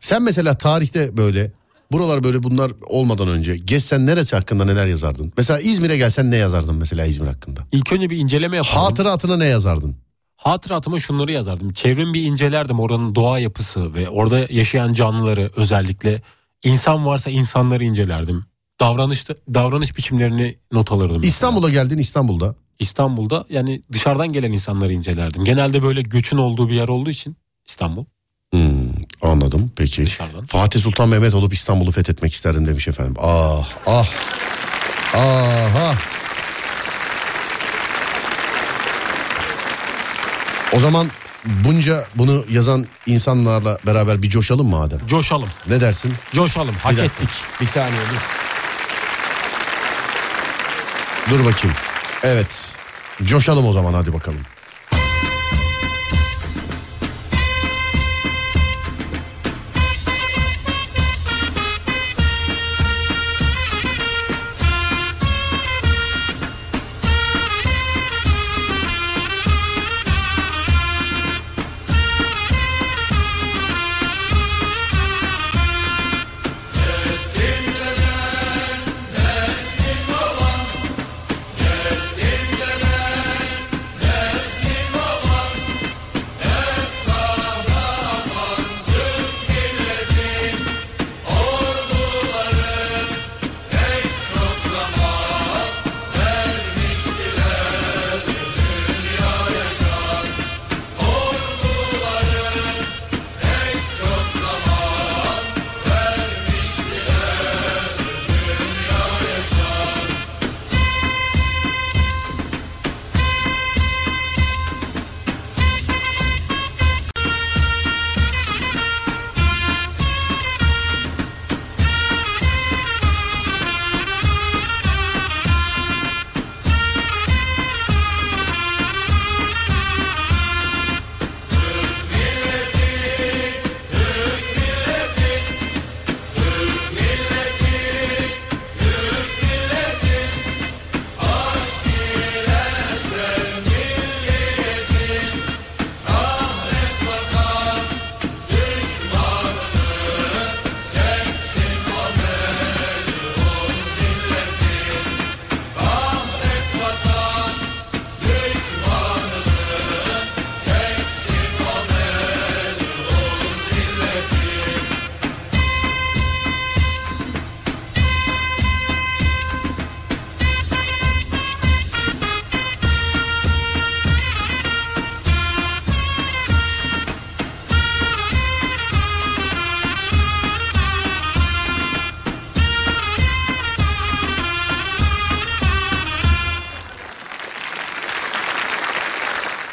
S2: Sen mesela tarihte böyle buralar böyle bunlar olmadan önce gezsen neresi hakkında neler yazardın? Mesela İzmir'e gelsen ne yazardın mesela İzmir hakkında?
S3: İlk önce bir inceleme yapardım.
S2: Hatıratına ne yazardın?
S3: Hatıratıma şunları yazardım. Çevremi bir incelerdim oranın doğa yapısı ve orada yaşayan canlıları özellikle insan varsa insanları incelerdim. Davranış davranış biçimlerini not alırdım. mesela.
S2: İstanbul'a geldin İstanbul'da.
S3: İstanbul'da yani dışarıdan gelen insanları incelerdim. Genelde böyle göçün olduğu bir yer olduğu için İstanbul
S2: Hmm, anladım peki.
S3: dışarıdan.
S2: Fatih Sultan Mehmet olup İstanbul'u fethetmek isterdim demiş efendim. Ah ah. Aha. O zaman bunca bunu yazan insanlarla beraber bir coşalım mı Adem?
S3: Coşalım.
S2: Ne dersin?
S3: Coşalım. Hak
S2: dakika.
S3: ettik.
S2: Bir saniye dur. Dur bakayım. Evet. Coşalım o zaman hadi bakalım.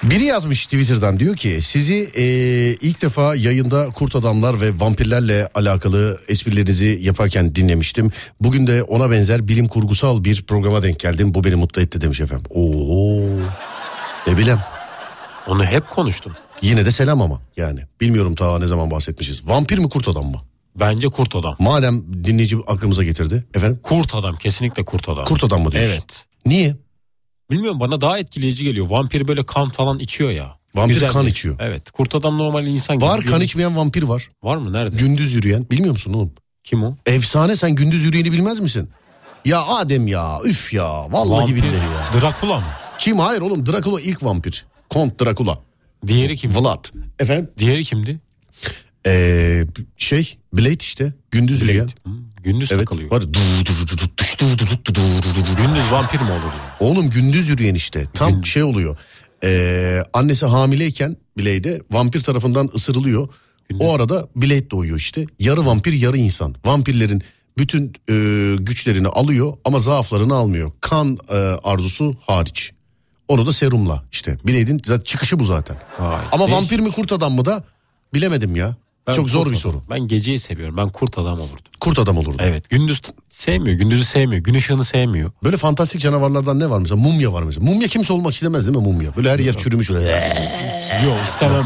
S2: Biri yazmış Twitter'dan diyor ki sizi e, ilk defa yayında kurt adamlar ve vampirlerle alakalı esprilerinizi yaparken dinlemiştim. Bugün de ona benzer bilim kurgusal bir programa denk geldim. Bu beni mutlu etti demiş efendim. Oo. Ne bileyim.
S3: Onu hep konuştum.
S2: Yine de selam ama yani. Bilmiyorum ta ne zaman bahsetmişiz. Vampir mi kurt adam mı?
S3: Bence kurt adam.
S2: Madem dinleyici aklımıza getirdi. Efendim?
S3: Kurt adam kesinlikle kurt adam.
S2: Kurt adam mı diyorsun?
S3: Evet.
S2: Niye?
S3: Bilmiyorum bana daha etkileyici geliyor. Vampir böyle kan falan içiyor ya.
S2: Vampir kan
S3: bir-
S2: içiyor.
S3: Evet. Kurt adam normal insan gibi.
S2: Var kan
S3: Yürü-
S2: içmeyen vampir var.
S3: Var mı nerede?
S2: Gündüz yürüyen. Bilmiyor musun oğlum?
S3: Kim o?
S2: Efsane sen gündüz yürüyeni bilmez misin? Ya Adem ya üf ya vallahi billahi ya.
S3: Drakula mı?
S2: Kim hayır oğlum Drakula ilk vampir. Kont Drakula.
S3: Diğeri kim?
S2: Vlad. Efendim?
S3: Diğeri kimdi?
S2: Ee, şey Blade işte gündüz yürüyen.
S3: Hı, gündüz
S2: Evet.
S3: takılıyor.
S2: Var. Du- du- du- du- du- düş- du- du- du- du- du- du- du- du- du-
S3: Gündüz vampir mi olur ya?
S2: Oğlum gündüz yürüyen işte. Tam şey oluyor. Ee, annesi hamileyken Blade'e vampir tarafından ısırılıyor. O arada Blade doğuyor işte. Yarı vampir yarı insan. Vampirlerin bütün e, güçlerini alıyor ama zaaflarını almıyor. Kan e, arzusu hariç. Onu da serumla işte. Blade'in zaten çıkışı bu zaten.
S3: Vay,
S2: ama
S3: değişik.
S2: vampir mi kurt adam mı da bilemedim ya.
S3: Ben
S2: Çok zor
S3: kurt adam.
S2: bir soru.
S3: Ben geceyi seviyorum. Ben kurt adam olurdum.
S2: Kurt adam olurdu.
S3: Evet. Gündüz t- sevmiyor. Gündüzü sevmiyor. Gün ışığını sevmiyor.
S2: Böyle fantastik canavarlardan ne var mesela? Mumya var mesela. Mumya kimse olmak istemez değil mi mumya? Böyle her yer çürümüş.
S3: Yok istemem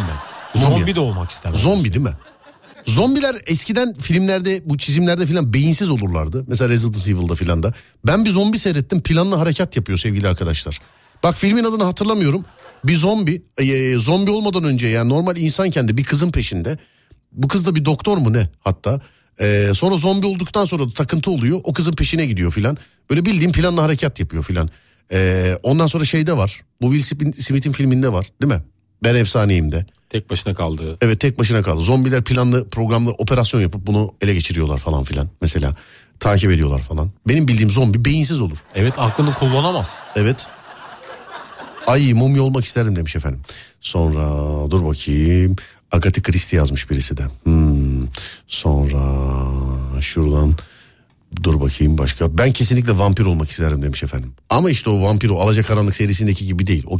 S3: ben.
S2: Zombi.
S3: Zombi de olmak istemem.
S2: Zombi değil mi? Zombiler eskiden filmlerde bu çizimlerde filan beyinsiz olurlardı. Mesela Resident Evil'da filan da. Ben bir zombi seyrettim planlı harekat yapıyor sevgili arkadaşlar. Bak filmin adını hatırlamıyorum. Bir zombi e, zombi olmadan önce yani normal insanken de bir kızın peşinde. Bu kız da bir doktor mu ne hatta. E, sonra zombi olduktan sonra da takıntı oluyor. O kızın peşine gidiyor filan. Böyle bildiğin planlı harekat yapıyor filan. E, ondan sonra şeyde var. Bu Will Smith'in filminde var değil mi? Ben efsaneyim de.
S3: Tek başına kaldığı.
S2: Evet tek başına kaldı. Zombiler planlı programlı operasyon yapıp bunu ele geçiriyorlar falan filan. Mesela takip ediyorlar falan. Benim bildiğim zombi beyinsiz olur.
S3: Evet aklını kullanamaz.
S2: Evet. Ay mumya olmak isterim demiş efendim. Sonra dur bakayım. Agatha Christie yazmış birisi de. Hmm. Sonra şuradan dur bakayım başka. Ben kesinlikle vampir olmak isterim demiş efendim. Ama işte o vampir o Alacakaranlık serisindeki gibi değil. O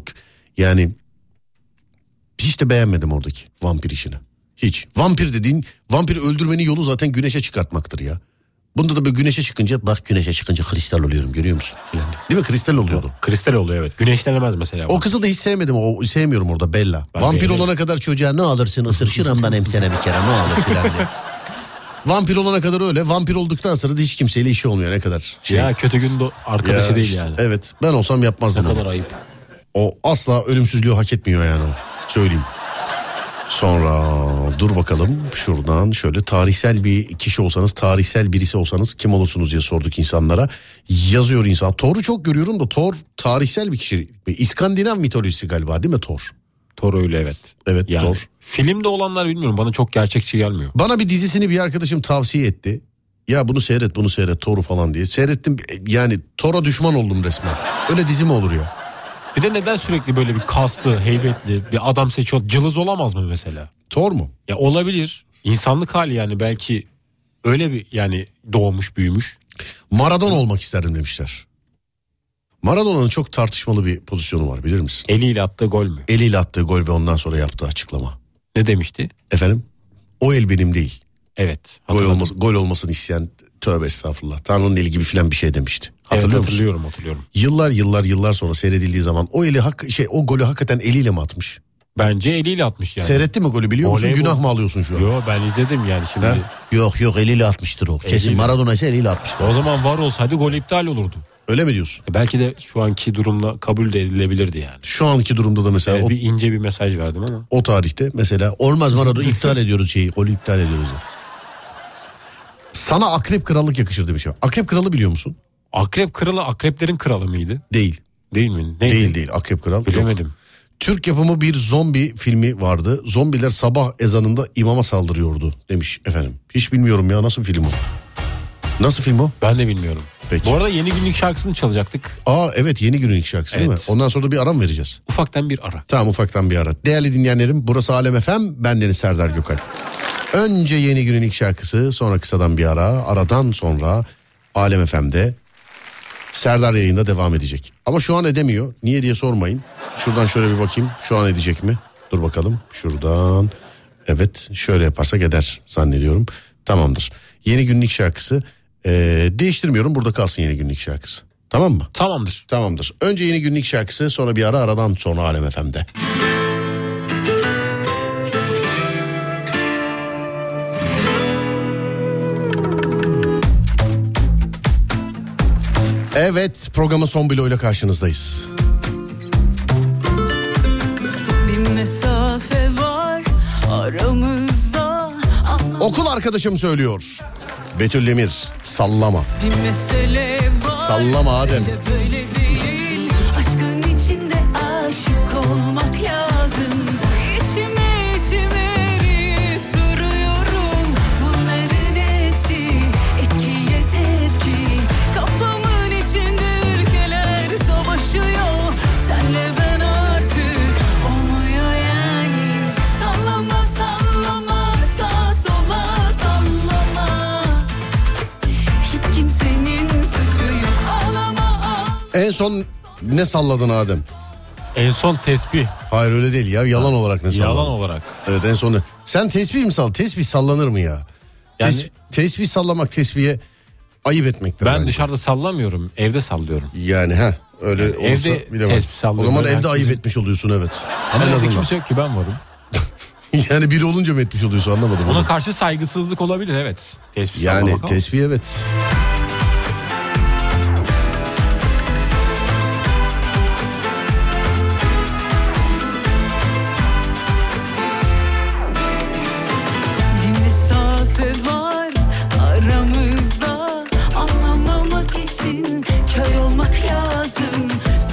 S2: yani hiç de beğenmedim oradaki vampir işini. Hiç. Vampir dediğin vampir öldürmenin yolu zaten güneşe çıkartmaktır ya. Bunda da böyle güneşe çıkınca bak güneşe çıkınca kristal oluyorum görüyor musun? Falan. Değil mi kristal oluyordu.
S3: Kristal oluyor evet. Güneşlenemez mesela.
S2: O kızı da hiç sevmedim. O sevmiyorum orada Bella.
S3: Ben
S2: Vampir
S3: beğenirim.
S2: olana kadar çocuğa ne alırsın ısır şıramdan emsene bir kere ne olur filan diye. Vampir olana kadar öyle. Vampir olduktan sonra da hiç kimseyle işi olmuyor ne kadar. Şey.
S3: ya kötü gün de arkadaşı
S2: Ya
S3: değil
S2: işte,
S3: yani.
S2: Evet ben olsam yapmazdım.
S3: Ne
S2: onu.
S3: kadar ayıp.
S2: O asla ölümsüzlüğü hak etmiyor yani o. Söyleyeyim. Sonra dur bakalım şuradan şöyle tarihsel bir kişi olsanız, tarihsel birisi olsanız kim olursunuz diye sorduk insanlara. Yazıyor insan. Thor'u çok görüyorum da Thor tarihsel bir kişi. İskandinav mitolojisi galiba değil mi Thor?
S3: Thor öyle evet.
S2: Evet
S3: Yani
S2: Thor.
S3: filmde olanlar bilmiyorum bana çok gerçekçi gelmiyor.
S2: Bana bir dizisini bir arkadaşım tavsiye etti. Ya bunu seyret bunu seyret Thor'u falan diye. Seyrettim yani Thor'a düşman oldum resmen. Öyle dizi mi olur ya?
S3: Bir de neden sürekli böyle bir kaslı, heybetli bir adam seçiyor? Cılız olamaz mı mesela?
S2: Thor mu?
S3: Ya olabilir. İnsanlık hali yani belki öyle bir yani doğmuş büyümüş.
S2: Maradona olmak isterdim demişler. Maradona'nın çok tartışmalı bir pozisyonu var bilir misin?
S3: Eliyle attığı gol mü?
S2: Eliyle attığı gol ve ondan sonra yaptığı açıklama.
S3: Ne demişti?
S2: Efendim? O el benim değil.
S3: Evet.
S2: Gol,
S3: hatırladım.
S2: olması, gol olmasını isteyen tövbe estağfurullah. Tanrı'nın eli gibi filan bir şey demişti.
S3: Evet,
S2: Hatırlıyor musun?
S3: hatırlıyorum hatırlıyorum.
S2: Yıllar yıllar yıllar sonra seyredildiği zaman o eli hak, şey o golü hakikaten eliyle mi atmış?
S3: Bence eliyle atmış yani.
S2: Seyretti mi golü biliyor musun?
S3: Voleybol-
S2: Günah mı alıyorsun şu an?
S3: Yo ben izledim yani şimdi.
S2: Ha? Yok yok eliyle atmıştır o. Kesin
S3: Eliyle.
S2: Maradona ise eliyle atmıştır.
S3: O zaman var olsaydı gol iptal olurdu.
S2: Öyle mi diyorsun?
S3: E Belki de şu anki durumla kabul de edilebilirdi yani.
S2: Şu anki durumda da mesela
S3: Evet,
S2: o
S3: bir ince bir mesaj verdim ama.
S2: O tarihte mesela olmaz Maradona iptal ediyoruz şeyi. Golü iptal ediyoruz. diye. Sana akrep krallık yakışır demiş. ya. Akrep kralı biliyor musun?
S3: Akrep kralı akreplerin kralı mıydı?
S2: Değil.
S3: Değil mi? Neydi?
S2: Değil değil akrep kral. Yok.
S3: Bilemedim.
S2: Türk yapımı bir zombi filmi vardı. Zombiler sabah ezanında imama saldırıyordu demiş efendim. Hiç bilmiyorum ya nasıl film o? Nasıl film o?
S3: Ben de bilmiyorum.
S2: Peki.
S3: Bu arada yeni günlük şarkısını çalacaktık.
S2: Aa evet yeni günün ilk şarkısı değil
S3: Evet.
S2: mi? Ondan sonra da bir aram vereceğiz.
S3: Ufaktan bir ara.
S2: Tamam ufaktan bir ara. Değerli dinleyenlerim burası Alem FM. Ben Deniz Serdar Gökalp. Önce yeni günün ilk şarkısı sonra kısadan bir ara. Aradan sonra Alem FM'de Serdar yayında devam edecek. Ama şu an edemiyor. Niye diye sormayın. Şuradan şöyle bir bakayım. Şu an edecek mi? Dur bakalım. Şuradan. Evet şöyle yaparsak eder zannediyorum. Tamamdır. Yeni günlük şarkısı. Ee, değiştirmiyorum burada kalsın yeni günlük şarkısı. Tamam mı?
S3: Tamamdır.
S2: Tamamdır. Önce yeni günlük şarkısı sonra bir ara aradan sonra Alem FM'de. Evet programın son bloğuyla karşınızdayız.
S10: Bir mesafe var aramızda Anlam
S2: Okul arkadaşım söylüyor. Betül Demir sallama.
S10: bir mesele var
S2: Sallama Adem.
S10: Böyle böyle değil Aşkın içinde aşık olmak lazım İçime içime erip duruyorum Bunların hepsi etkiye tepki Kafamın içinde ülkeler savaşıyor Senle ben artık olmuyor yani Sallama sallama sağa sola sallama hiç kimsenin suçu yok ağlama ağlama
S2: En son ne salladın Adem?
S3: En son tesbih
S2: Hayır öyle değil ya yalan olarak ne salladın?
S3: yalan olarak.
S2: Evet en son Sen tesbih mi sal? Tesbih sallanır mı ya?
S3: Yani-
S2: Tes- tesbih sallamak tesbihe ayıp etmektir.
S3: Ben
S2: bence.
S3: dışarıda sallamıyorum evde sallıyorum.
S2: Yani ha öyle olursa
S3: evde
S2: bilemem.
S3: tesbih
S2: O
S3: sallıyorum.
S2: zaman evde
S3: Herkes-
S2: ayıp etmiş oluyorsun evet.
S3: Ama
S2: en
S3: evde
S2: azından.
S3: kimse yok ki ben varım.
S2: Yani biri olunca mı etmiş oluyorsun anlamadım.
S3: Ona
S2: onu.
S3: karşı saygısızlık olabilir evet. Tesbih sallamak
S2: Yani
S3: ama.
S2: tesbih evet.
S10: Bir mesafe var aramızda Anlamamak için kör olmak lazım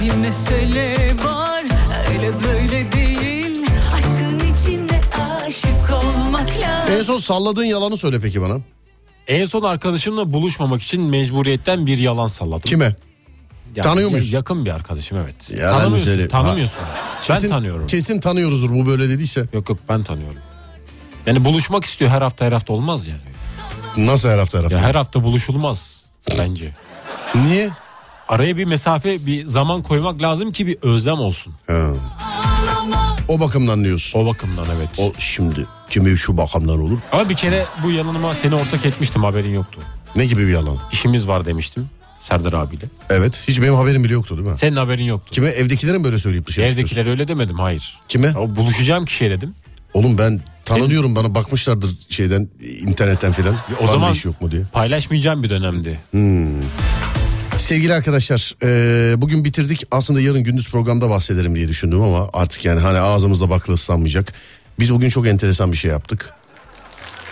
S10: Bir mesele var öyle böyle değil Aşkın içinde aşık olmak
S2: En
S10: lazım
S2: son salladığın yalanı söyle peki bana.
S3: En son arkadaşımla buluşmamak için mecburiyetten bir yalan salladım.
S2: Kime?
S3: Yani
S2: tanıyor muyuz?
S3: Yakın bir arkadaşım evet.
S2: Ya ben
S3: tanımıyorsun.
S2: güzeli-
S3: tanımıyorsun. ben tanıyorum.
S2: Kesin tanıyoruzdur bu böyle dediyse.
S3: Yok yok ben tanıyorum. Yani buluşmak istiyor her hafta her hafta olmaz yani.
S2: Nasıl her hafta her hafta?
S3: Ya her hafta buluşulmaz bence.
S2: Niye?
S3: Araya bir mesafe bir zaman koymak lazım ki bir özlem olsun.
S2: Ha. O bakımdan diyorsun.
S3: O bakımdan evet.
S2: O şimdi kimi şu bakımdan olur?
S3: Ama bir kere bu yalanıma seni ortak etmiştim haberin yoktu.
S2: Ne gibi bir yalan?
S3: İşimiz var demiştim Serdar abiyle.
S2: Evet. Hiç benim haberim bile yoktu değil mi?
S3: Senin haberin yoktu.
S2: Kime? Evdekilere mi böyle söyleyip dışarı çıkıyorsun?
S3: Evdekiler öyle demedim hayır.
S2: Kime?
S3: Ya buluşacağım kişiye dedim. E-
S2: Oğlum ben tanınıyorum bana bakmışlardır şeyden internetten filan.
S3: O zaman
S2: iş yok mu diye.
S3: paylaşmayacağım bir dönemdi.
S2: Hmm. Sevgili arkadaşlar eee, bugün bitirdik. Aslında yarın gündüz programda bahsederim diye düşündüm ama artık yani hani ağzımızda bakla ıslanmayacak. Biz bugün çok enteresan bir şey yaptık.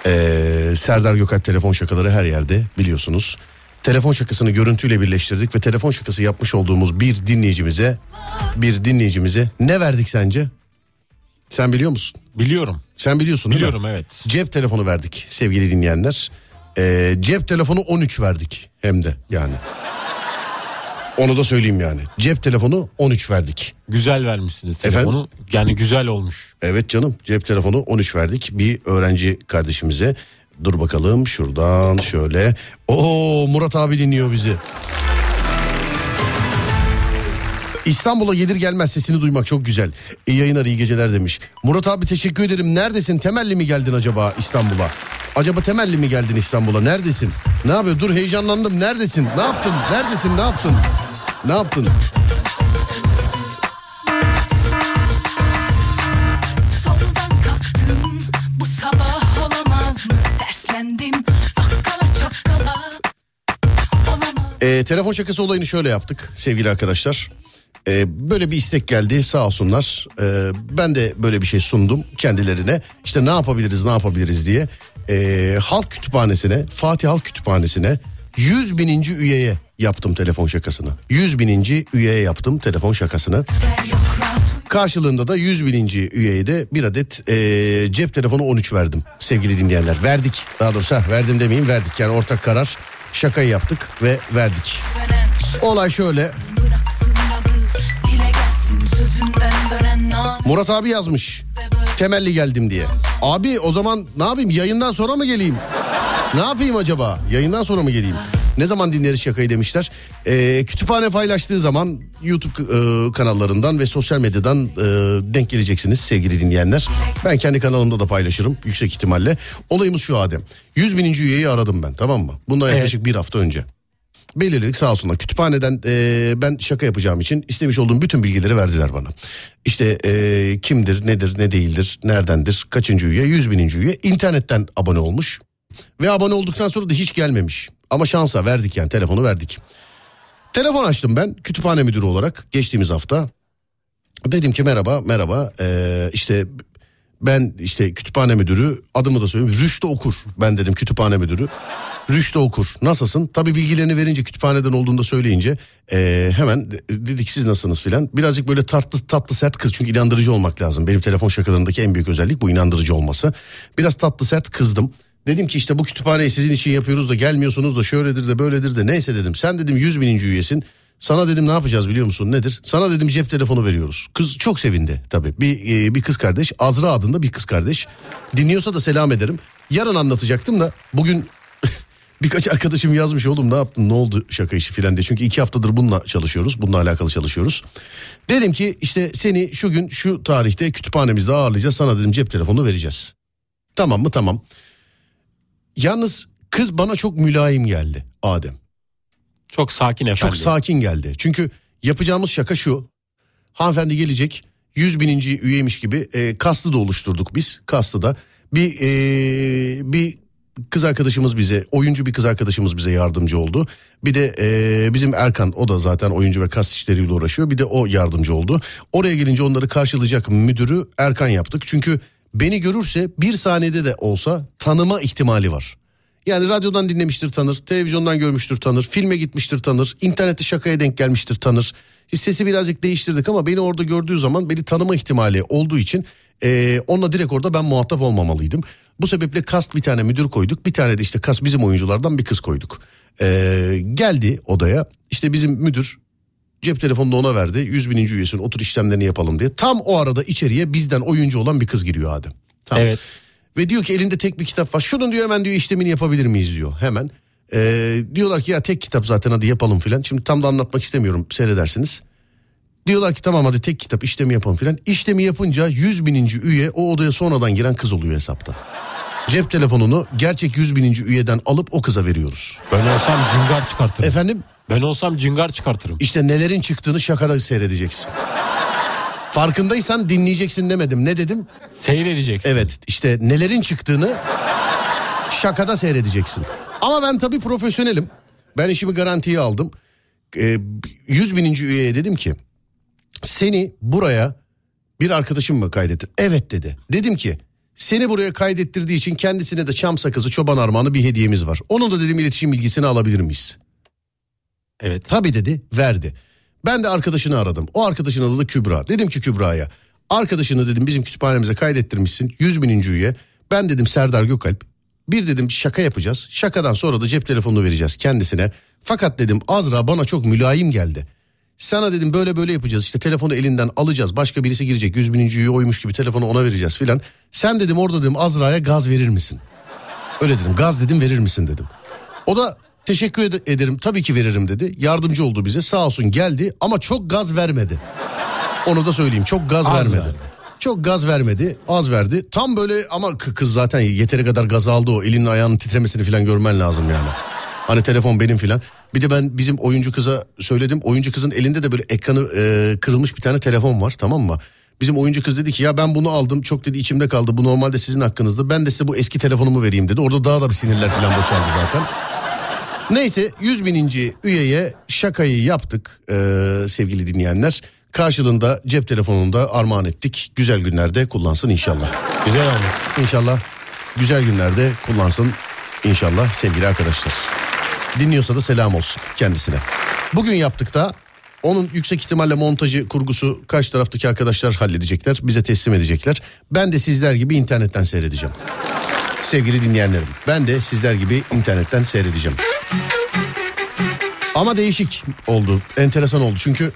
S2: Eee, Serdar Gökalp telefon şakaları her yerde biliyorsunuz. Telefon şakasını görüntüyle birleştirdik ve telefon şakası yapmış olduğumuz bir dinleyicimize bir dinleyicimize ne verdik sence? Sen biliyor musun?
S3: Biliyorum.
S2: Sen biliyorsun değil mi?
S3: Biliyorum evet.
S2: Cep telefonu verdik sevgili dinleyenler. Ee, cep telefonu 13 verdik hem de yani. Onu da söyleyeyim yani. Cep telefonu 13 verdik.
S3: Güzel vermişsiniz
S2: Efendim?
S3: telefonu. Yani güzel olmuş.
S2: Evet canım cep telefonu 13 verdik bir öğrenci kardeşimize. Dur bakalım şuradan şöyle. Oo Murat abi dinliyor bizi. İstanbul'a gelir gelmez sesini duymak çok güzel. İyi yayınlar iyi geceler demiş. Murat abi teşekkür ederim. Neredesin? Temelli mi geldin acaba İstanbul'a? Acaba temelli mi geldin İstanbul'a? Neredesin? Ne yapıyor? Dur heyecanlandım. Neredesin? Ne yaptın? Neredesin? Ne yaptın? Ne yaptın?
S10: Soldan kalktım bu sabah olamaz mı? Derslendim akkala çakkala olamaz
S2: Ee, telefon şakası olayını şöyle yaptık sevgili arkadaşlar. Ee, böyle bir istek geldi sağ olsunlar. Ee, ben de böyle bir şey sundum kendilerine. İşte ne yapabiliriz ne yapabiliriz diye. Ee, Halk Kütüphanesi'ne Fatih Halk Kütüphanesi'ne 100 bininci üyeye yaptım telefon şakasını. 100 bininci üyeye yaptım telefon şakasını. Karşılığında da 100 bininci üyeye de bir adet eee, cep telefonu 13 verdim sevgili dinleyenler. Verdik daha doğrusu ha, verdim demeyeyim verdik yani ortak karar şakayı yaptık ve verdik.
S10: dönen
S2: Olay şöyle
S10: bıraksın nabı dile gelsin sözünden dönen nam
S2: Murat abi yazmış temelli geldim diye. Abi o zaman ne yapayım yayından sonra mı geleyim? Ne yapayım acaba? Yayından sonra mı geleyim? Ne zaman dinleriz şakayı demişler. Ee, kütüphane paylaştığı zaman YouTube e, kanallarından ve sosyal medyadan e, denk geleceksiniz sevgili dinleyenler. Ben kendi kanalımda da paylaşırım yüksek ihtimalle. Olayımız şu Adem. 100 bininci üyeyi aradım ben tamam mı? Bundan yaklaşık bir hafta önce. belirledik sağ olsunlar. Kütüphaneden e, ben şaka yapacağım için istemiş olduğum bütün bilgileri verdiler bana. İşte e, kimdir, nedir, ne değildir, neredendir, kaçıncı üye, yüz bininci üye. internetten abone olmuş. Ve abone olduktan sonra da hiç gelmemiş. Ama şansa verdik yani telefonu verdik. Telefon açtım ben kütüphane müdürü olarak geçtiğimiz hafta. Dedim ki merhaba merhaba ee, işte ben işte kütüphane müdürü adımı da söyleyeyim Rüştü Okur ben dedim kütüphane müdürü. Rüştü Okur nasılsın? Tabii bilgilerini verince kütüphaneden olduğunu da söyleyince ee, hemen de- dedik siz nasılsınız filan. Birazcık böyle tatlı tatlı sert kız çünkü inandırıcı olmak lazım. Benim telefon şakalarındaki en büyük özellik bu inandırıcı olması. Biraz tatlı sert kızdım. Dedim ki işte bu kütüphaneyi sizin için yapıyoruz da gelmiyorsunuz da şöyledir de böyledir de neyse dedim. Sen dedim 100 bininci üyesin. Sana dedim ne yapacağız biliyor musun nedir? Sana dedim cep telefonu veriyoruz. Kız çok sevindi tabii. Bir, e, bir kız kardeş Azra adında bir kız kardeş. Dinliyorsa da selam ederim. Yarın anlatacaktım da bugün birkaç arkadaşım yazmış oğlum ne yaptın ne oldu şaka işi filan diye. Çünkü iki haftadır bununla çalışıyoruz. Bununla alakalı çalışıyoruz. Dedim ki işte seni şu gün şu tarihte kütüphanemizde ağırlayacağız. Sana dedim cep telefonu vereceğiz. Tamam mı tamam. Yalnız kız bana çok mülayim geldi Adem.
S3: Çok sakin efendim.
S2: Çok sakin geldi. Çünkü yapacağımız şaka şu. Hanımefendi gelecek 100 bininci üyeymiş gibi e, kaslı da oluşturduk biz. Kaslı da bir, e, bir kız arkadaşımız bize oyuncu bir kız arkadaşımız bize yardımcı oldu. Bir de e, bizim Erkan o da zaten oyuncu ve kas işleriyle uğraşıyor. Bir de o yardımcı oldu. Oraya gelince onları karşılayacak müdürü Erkan yaptık. Çünkü beni görürse bir saniyede de olsa tanıma ihtimali var. Yani radyodan dinlemiştir tanır, televizyondan görmüştür tanır, filme gitmiştir tanır, internette şakaya denk gelmiştir tanır. İşte Sesi birazcık değiştirdik ama beni orada gördüğü zaman beni tanıma ihtimali olduğu için eee onunla direkt orada ben muhatap olmamalıydım. Bu sebeple kast bir tane müdür koyduk bir tane de işte kast bizim oyunculardan bir kız koyduk. Eee, geldi odaya işte bizim müdür cep telefonunu da ona verdi 100 bininci üyesin otur işlemlerini yapalım diye. Tam o arada içeriye bizden oyuncu olan bir kız giriyor Adem. Tam.
S3: Evet.
S2: Ve diyor ki elinde tek bir kitap var. Şunun diyor hemen diyor işlemini yapabilir miyiz diyor hemen. Ee, diyorlar ki ya tek kitap zaten hadi yapalım filan. Şimdi tam da anlatmak istemiyorum seyredersiniz. Diyorlar ki tamam hadi tek kitap işlemi yapalım filan. İşlemi yapınca 100 bininci üye o odaya sonradan giren kız oluyor hesapta. Cep telefonunu gerçek 100 bininci üyeden alıp o kıza veriyoruz.
S3: Ben olsam cıngar çıkartırım.
S2: Efendim
S3: Ben olsam cıngar çıkartırım.
S2: işte nelerin çıktığını şakada seyredeceksin. Farkındaysan dinleyeceksin demedim. Ne dedim?
S3: Seyredeceksin.
S2: Evet işte nelerin çıktığını şakada seyredeceksin. Ama ben tabii profesyonelim. Ben işimi garantiye aldım. Ee, 100 bininci üyeye dedim ki seni buraya bir arkadaşım mı kaydettir? Evet dedi. Dedim ki seni buraya kaydettirdiği için kendisine de çam sakızı çoban armağanı bir hediyemiz var. Onun da dedim iletişim bilgisini alabilir miyiz?
S3: Evet.
S2: Tabii dedi verdi. Ben de arkadaşını aradım. O arkadaşın adı da Kübra. Dedim ki Kübra'ya arkadaşını dedim bizim kütüphanemize kaydettirmişsin 100 bininci üye. Ben dedim Serdar Gökalp. Bir dedim şaka yapacağız. Şakadan sonra da cep telefonunu vereceğiz kendisine. Fakat dedim Azra bana çok mülayim geldi. Sana dedim böyle böyle yapacağız işte telefonu elinden alacağız başka birisi girecek 100 bininci üye oymuş gibi telefonu ona vereceğiz filan. Sen dedim orada dedim Azra'ya gaz verir misin? Öyle dedim gaz dedim verir misin dedim. O da teşekkür ed- ederim tabii ki veririm dedi. Yardımcı oldu bize sağ olsun geldi ama çok gaz vermedi. Onu da söyleyeyim çok gaz
S3: Az
S2: vermedi.
S3: verdi.
S2: Çok gaz vermedi az verdi. Tam böyle ama k- kız zaten yeteri kadar gaz aldı o elinin ayağının titremesini falan görmen lazım yani. Hani telefon benim filan. Bir de ben bizim oyuncu kıza söyledim. Oyuncu kızın elinde de böyle ekranı e, kırılmış bir tane telefon var tamam mı? Bizim oyuncu kız dedi ki ya ben bunu aldım çok dedi içimde kaldı bu normalde sizin hakkınızda. Ben de size bu eski telefonumu vereyim dedi. Orada daha da bir sinirler falan boşaldı zaten. Neyse 100 bininci üyeye şakayı yaptık e, sevgili dinleyenler. Karşılığında cep telefonunu da armağan ettik. Güzel günlerde kullansın inşallah.
S3: Güzel olmuş.
S2: İnşallah güzel günlerde kullansın inşallah sevgili arkadaşlar. Dinliyorsa da selam olsun kendisine. Bugün yaptık da onun yüksek ihtimalle montajı kurgusu kaç taraftaki arkadaşlar halledecekler bize teslim edecekler. Ben de sizler gibi internetten seyredeceğim. Sevgili dinleyenlerim ben de sizler gibi internetten seyredeceğim. Ama değişik oldu enteresan oldu çünkü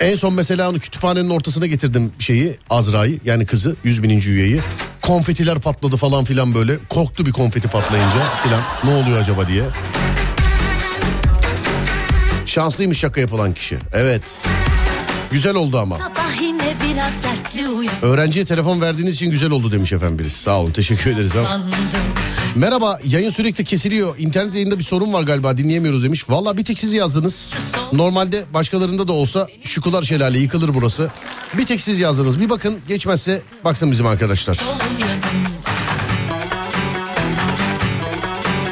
S2: en son mesela onu kütüphanenin ortasına getirdim şeyi Azra'yı yani kızı 100 bininci üyeyi. Konfetiler patladı falan filan böyle. Korktu bir konfeti patlayınca filan ne oluyor acaba diye. Şanslıymış şaka yapılan kişi. Evet. Güzel oldu ama.
S8: Sabah yine biraz dertli uyandım
S2: Öğrenciye telefon verdiğiniz için güzel oldu demiş efendim birisi. Sağ olun teşekkür ederiz. Ama. Merhaba yayın sürekli kesiliyor. İnternet yayında bir sorun var galiba dinleyemiyoruz demiş. Valla bir tek siz yazdınız. Normalde başkalarında da olsa şukular şelale yıkılır burası. Bir tek siz yazdınız. Bir bakın geçmezse baksın bizim arkadaşlar.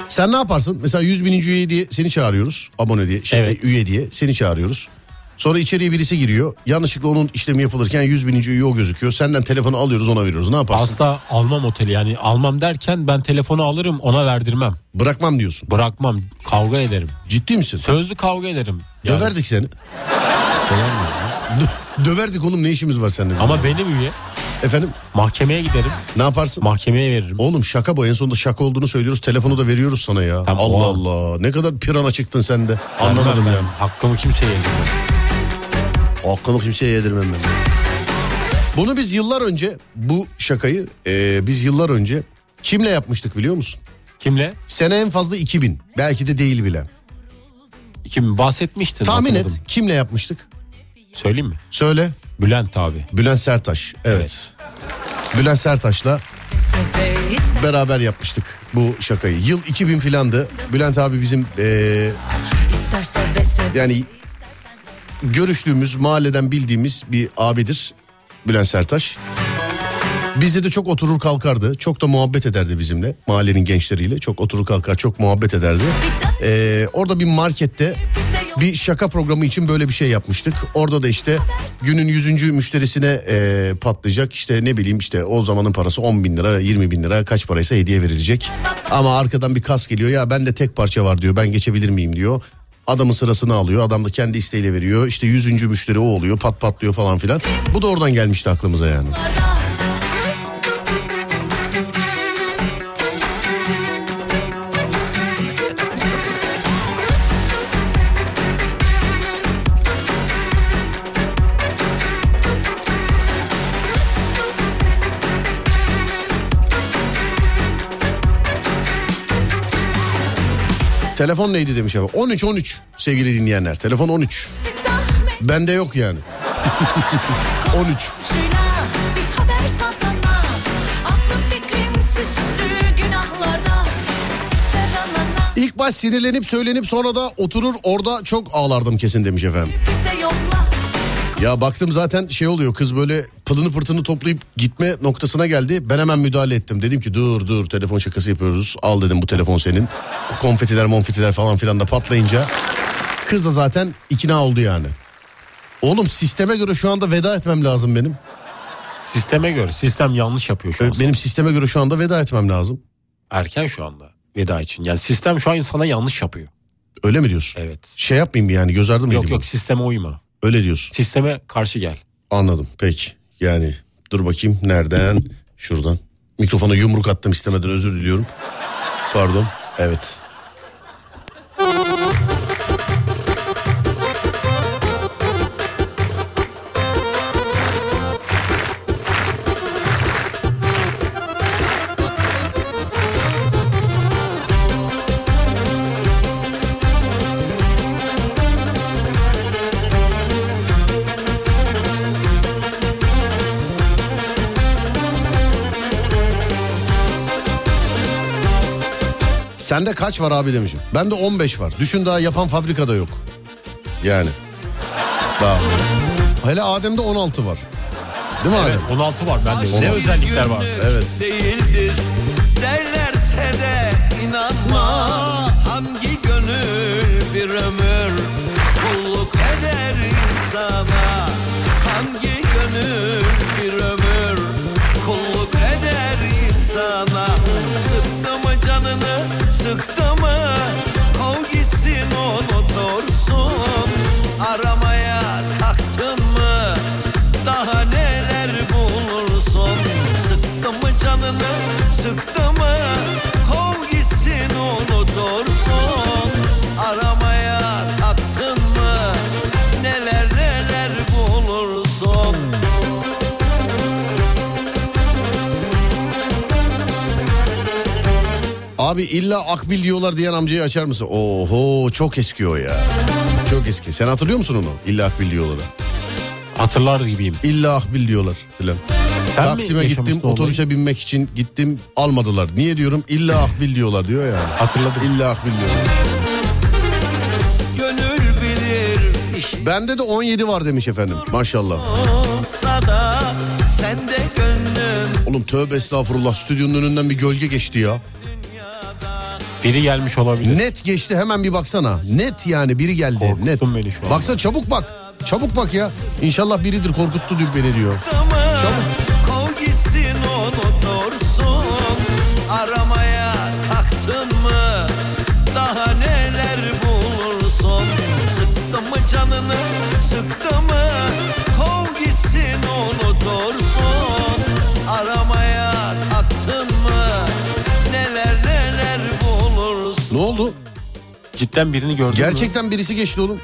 S2: Sen ne yaparsın? Mesela 100 bininci üye diye seni çağırıyoruz. Abone diye, şey,
S3: Evet.
S2: e, üye diye seni çağırıyoruz. Sonra içeriye birisi giriyor. Yanlışlıkla onun işlemi yapılırken 100 bininci üye o gözüküyor. Senden telefonu alıyoruz ona veriyoruz. Ne yaparsın?
S3: Asla almam oteli yani almam derken ben telefonu alırım ona verdirmem.
S2: Bırakmam diyorsun.
S3: Bırakmam kavga ederim.
S2: Ciddi misin?
S3: Sözlü kavga ederim. Yani.
S2: Döverdik seni. Dö- Döverdik oğlum ne işimiz var seninle?
S3: Ama benim üye
S2: Efendim
S3: mahkemeye giderim
S2: ne yaparsın?
S3: mahkemeye veririm.
S2: Oğlum şaka bu en sonunda şaka olduğunu söylüyoruz telefonu da veriyoruz sana ya.
S3: Tamam,
S2: Allah
S3: oğlum.
S2: Allah ne kadar pirana çıktın sen de anlamadım
S3: Ben
S2: yani.
S3: Hakkımı kimseye yedirmem.
S2: Hakkımı kimseye yedirmem ben. Bunu biz yıllar önce bu şakayı e, biz yıllar önce kimle yapmıştık biliyor musun?
S3: Kimle?
S2: Sene en fazla 2000 belki de değil bile.
S3: Kim bahsetmiştin?
S2: Tahmin
S3: hatırladım.
S2: et kimle yapmıştık?
S3: Söyleyeyim mi?
S2: Söyle.
S3: Bülent abi.
S2: Bülent Sertaş. Evet. Bülent Sertaş'la beraber yapmıştık bu şakayı. Yıl 2000 filandı. Bülent abi bizim eee, yani görüştüğümüz, mahalleden bildiğimiz bir abidir Bülent Sertaş. Bizde de çok oturur kalkardı. Çok da muhabbet ederdi bizimle. Mahallenin gençleriyle. Çok oturur kalkar, çok muhabbet ederdi. Eee, orada bir markette bir şaka programı için böyle bir şey yapmıştık. Orada da işte günün 100. müşterisine e, patlayacak işte ne bileyim işte o zamanın parası 10 bin lira 20 bin lira kaç paraysa hediye verilecek. Ama arkadan bir kas geliyor ya bende tek parça var diyor ben geçebilir miyim diyor. Adamın sırasını alıyor adam da kendi isteğiyle veriyor işte 100. müşteri o oluyor pat patlıyor falan filan. Bu da oradan gelmişti aklımıza yani. Telefon neydi demiş abi 13 13 sevgili dinleyenler telefon 13 bende yok yani 13.
S8: Bir haber salsana Aklım fikrim süslü günahlarda İster alana
S2: İlk baş sinirlenip söylenip sonra da oturur orada çok ağlardım kesin demiş efendim.
S8: bize yolla
S2: Ya baktım zaten şey oluyor kız böyle pılını pırtını toplayıp gitme noktasına geldi. Ben hemen müdahale ettim. Dedim ki dur dur telefon şakası yapıyoruz. Al dedim bu telefon senin. Konfetiler monfetiler falan filan da patlayınca. Kız da zaten ikna oldu yani. Oğlum sisteme göre şu anda veda etmem lazım benim.
S3: Sisteme göre. Sistem yanlış yapıyor şu an.
S2: Ö- Benim sisteme göre şu anda veda etmem lazım.
S3: Erken şu anda veda için. Yani sistem şu an sana yanlış yapıyor.
S2: Öyle mi diyorsun?
S3: Evet.
S2: Şey yapmayayım mı yani göz ardı mı
S3: Yok
S2: edeyim
S3: yok sisteme uyma.
S2: ben? Öyle diyorsun.
S3: Sisteme karşı gel.
S2: Anladım peki. Yani dur bakayım nereden? Şuradan. Mikrofona yumruk attım istemeden özür diliyorum. Pardon. Evet. Sende kaç var abi demişim. Bende 15 var. Düşün daha yapan fabrikada yok. Yani. Daha. Hele Adem'de 16 var. Değil mi Adem?
S3: 16 var bende. Ne
S2: Olmaz.
S3: özellikler var?
S2: Evet.
S4: değildir Derlerse de inanma Hangi gönül bir ömür kulluk eder insana Hangi gönül bir ömür kulluk eder insana Sıktı mı canını sıktı mı Kov gitsin onu dursun Aramaya kalktın mı Daha neler bulursun Sıktı mı canını sıktı mı Kov gitsin unutursun Aramaya kalktın mı Neler neler bulursun
S2: Abi illa akbil diyorlar diyen amcayı açar mısın? Oho çok eski o ya. Çok eski. Sen hatırlıyor musun onu? İlla akbil diyorlar.
S3: Hatırlar gibiyim.
S2: İlla akbil diyorlar filan.
S3: Sen mi
S2: Taksim'e
S3: yaşamıştın
S2: gittim
S3: olayı?
S2: otobüse binmek için gittim almadılar. Niye diyorum illa akbil diyorlar diyor ya.
S3: Hatırladım.
S2: İlla akbil diyorlar.
S4: Gönül bilir iş
S2: Bende de 17 var demiş efendim maşallah.
S4: olsa da Sen de gönlün
S2: Oğlum tövbe estağfurullah stüdyonun önünden bir gölge geçti ya.
S3: Biri gelmiş olabilir.
S2: Net geçti hemen bir baksana. Net yani biri geldi.
S3: Korkuttun
S2: net.
S3: beni şu an.
S2: Baksana çabuk bak. Çabuk bak ya. İnşallah biridir korkuttu dün beni diyor.
S5: Kov gitsin onu dursun Aramaya kalktın mı Daha neler bulursun Sıktı mı canını sıktı mı Kov gitsin onu dursun Aramaya kalktın mı Neler neler bulursun
S2: Ne oldu?
S3: Cidden birini gördün mü?
S2: Gerçekten birisi geçti oğlum.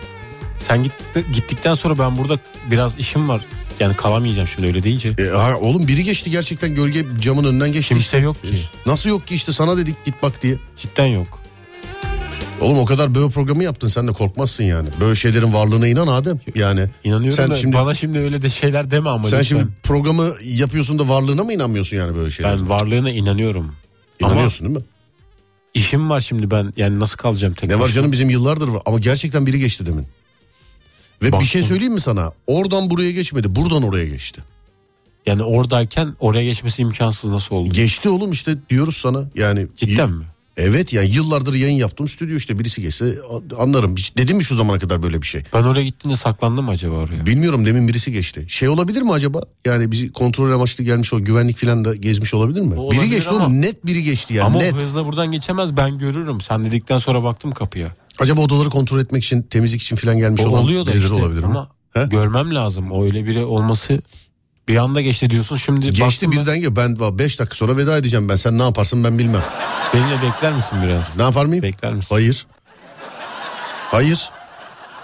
S3: Sen gitti, gittikten sonra ben burada biraz işim var. Yani kalamayacağım şimdi öyle deyince.
S2: E, ha, oğlum biri geçti gerçekten gölge camın önünden geçti.
S3: Kimse yok ki.
S2: Nasıl yok ki işte sana dedik git bak diye.
S3: Cidden yok.
S2: Oğlum o kadar böyle programı yaptın sen de korkmazsın yani. Böyle şeylerin varlığına inan Adem. Yani
S3: İnanıyorum
S2: sen
S3: da
S2: şimdi
S3: bana şimdi öyle de şeyler deme ama
S2: sen
S3: lütfen.
S2: şimdi programı yapıyorsun da varlığına mı inanmıyorsun yani böyle şeyler?
S3: Ben varlığına inanıyorum.
S2: İnanıyorsun değil mi?
S3: İşim var şimdi ben yani nasıl kalacağım tek
S2: Ne var
S3: başıma?
S2: canım bizim yıllardır var ama gerçekten biri geçti demin. Ve bir
S3: Baktım.
S2: şey söyleyeyim mi sana? Oradan buraya geçmedi, buradan oraya geçti.
S3: Yani oradayken oraya geçmesi imkansız nasıl oldu?
S2: Geçti oğlum işte diyoruz sana. Yani
S3: Cidden mi?
S2: Evet yani yıllardır yayın yaptım stüdyo işte birisi geçse a- anlarım. Hiç dedim mi şu zamana kadar böyle bir şey?
S3: Ben oraya gittiğinde saklandım mı acaba oraya?
S2: Bilmiyorum demin birisi geçti. Şey olabilir mi acaba? Yani bizi kontrol amaçlı gelmiş o güvenlik falan da gezmiş olabilir mi?
S3: O
S2: biri
S3: olabilir
S2: geçti
S3: ama-
S2: oğlum net biri geçti yani
S3: Ama
S2: net.
S3: o hızla buradan geçemez ben görürüm. Sen dedikten sonra baktım kapıya.
S2: Acaba odaları kontrol etmek için temizlik için falan gelmiş
S3: O
S2: olan
S3: oluyor da
S2: birileri
S3: işte.
S2: olabilir mi?
S3: ama
S2: He?
S3: görmem lazım. O öyle biri olması bir anda geçti diyorsun. Şimdi
S2: Geçti
S3: baktım ben.
S2: birden gel ben 5 dakika sonra veda edeceğim ben sen ne yaparsın ben bilmem.
S3: Benimle bekler misin biraz?
S2: Ne yapar mıyım?
S3: Bekler misin?
S2: Hayır. Hayır.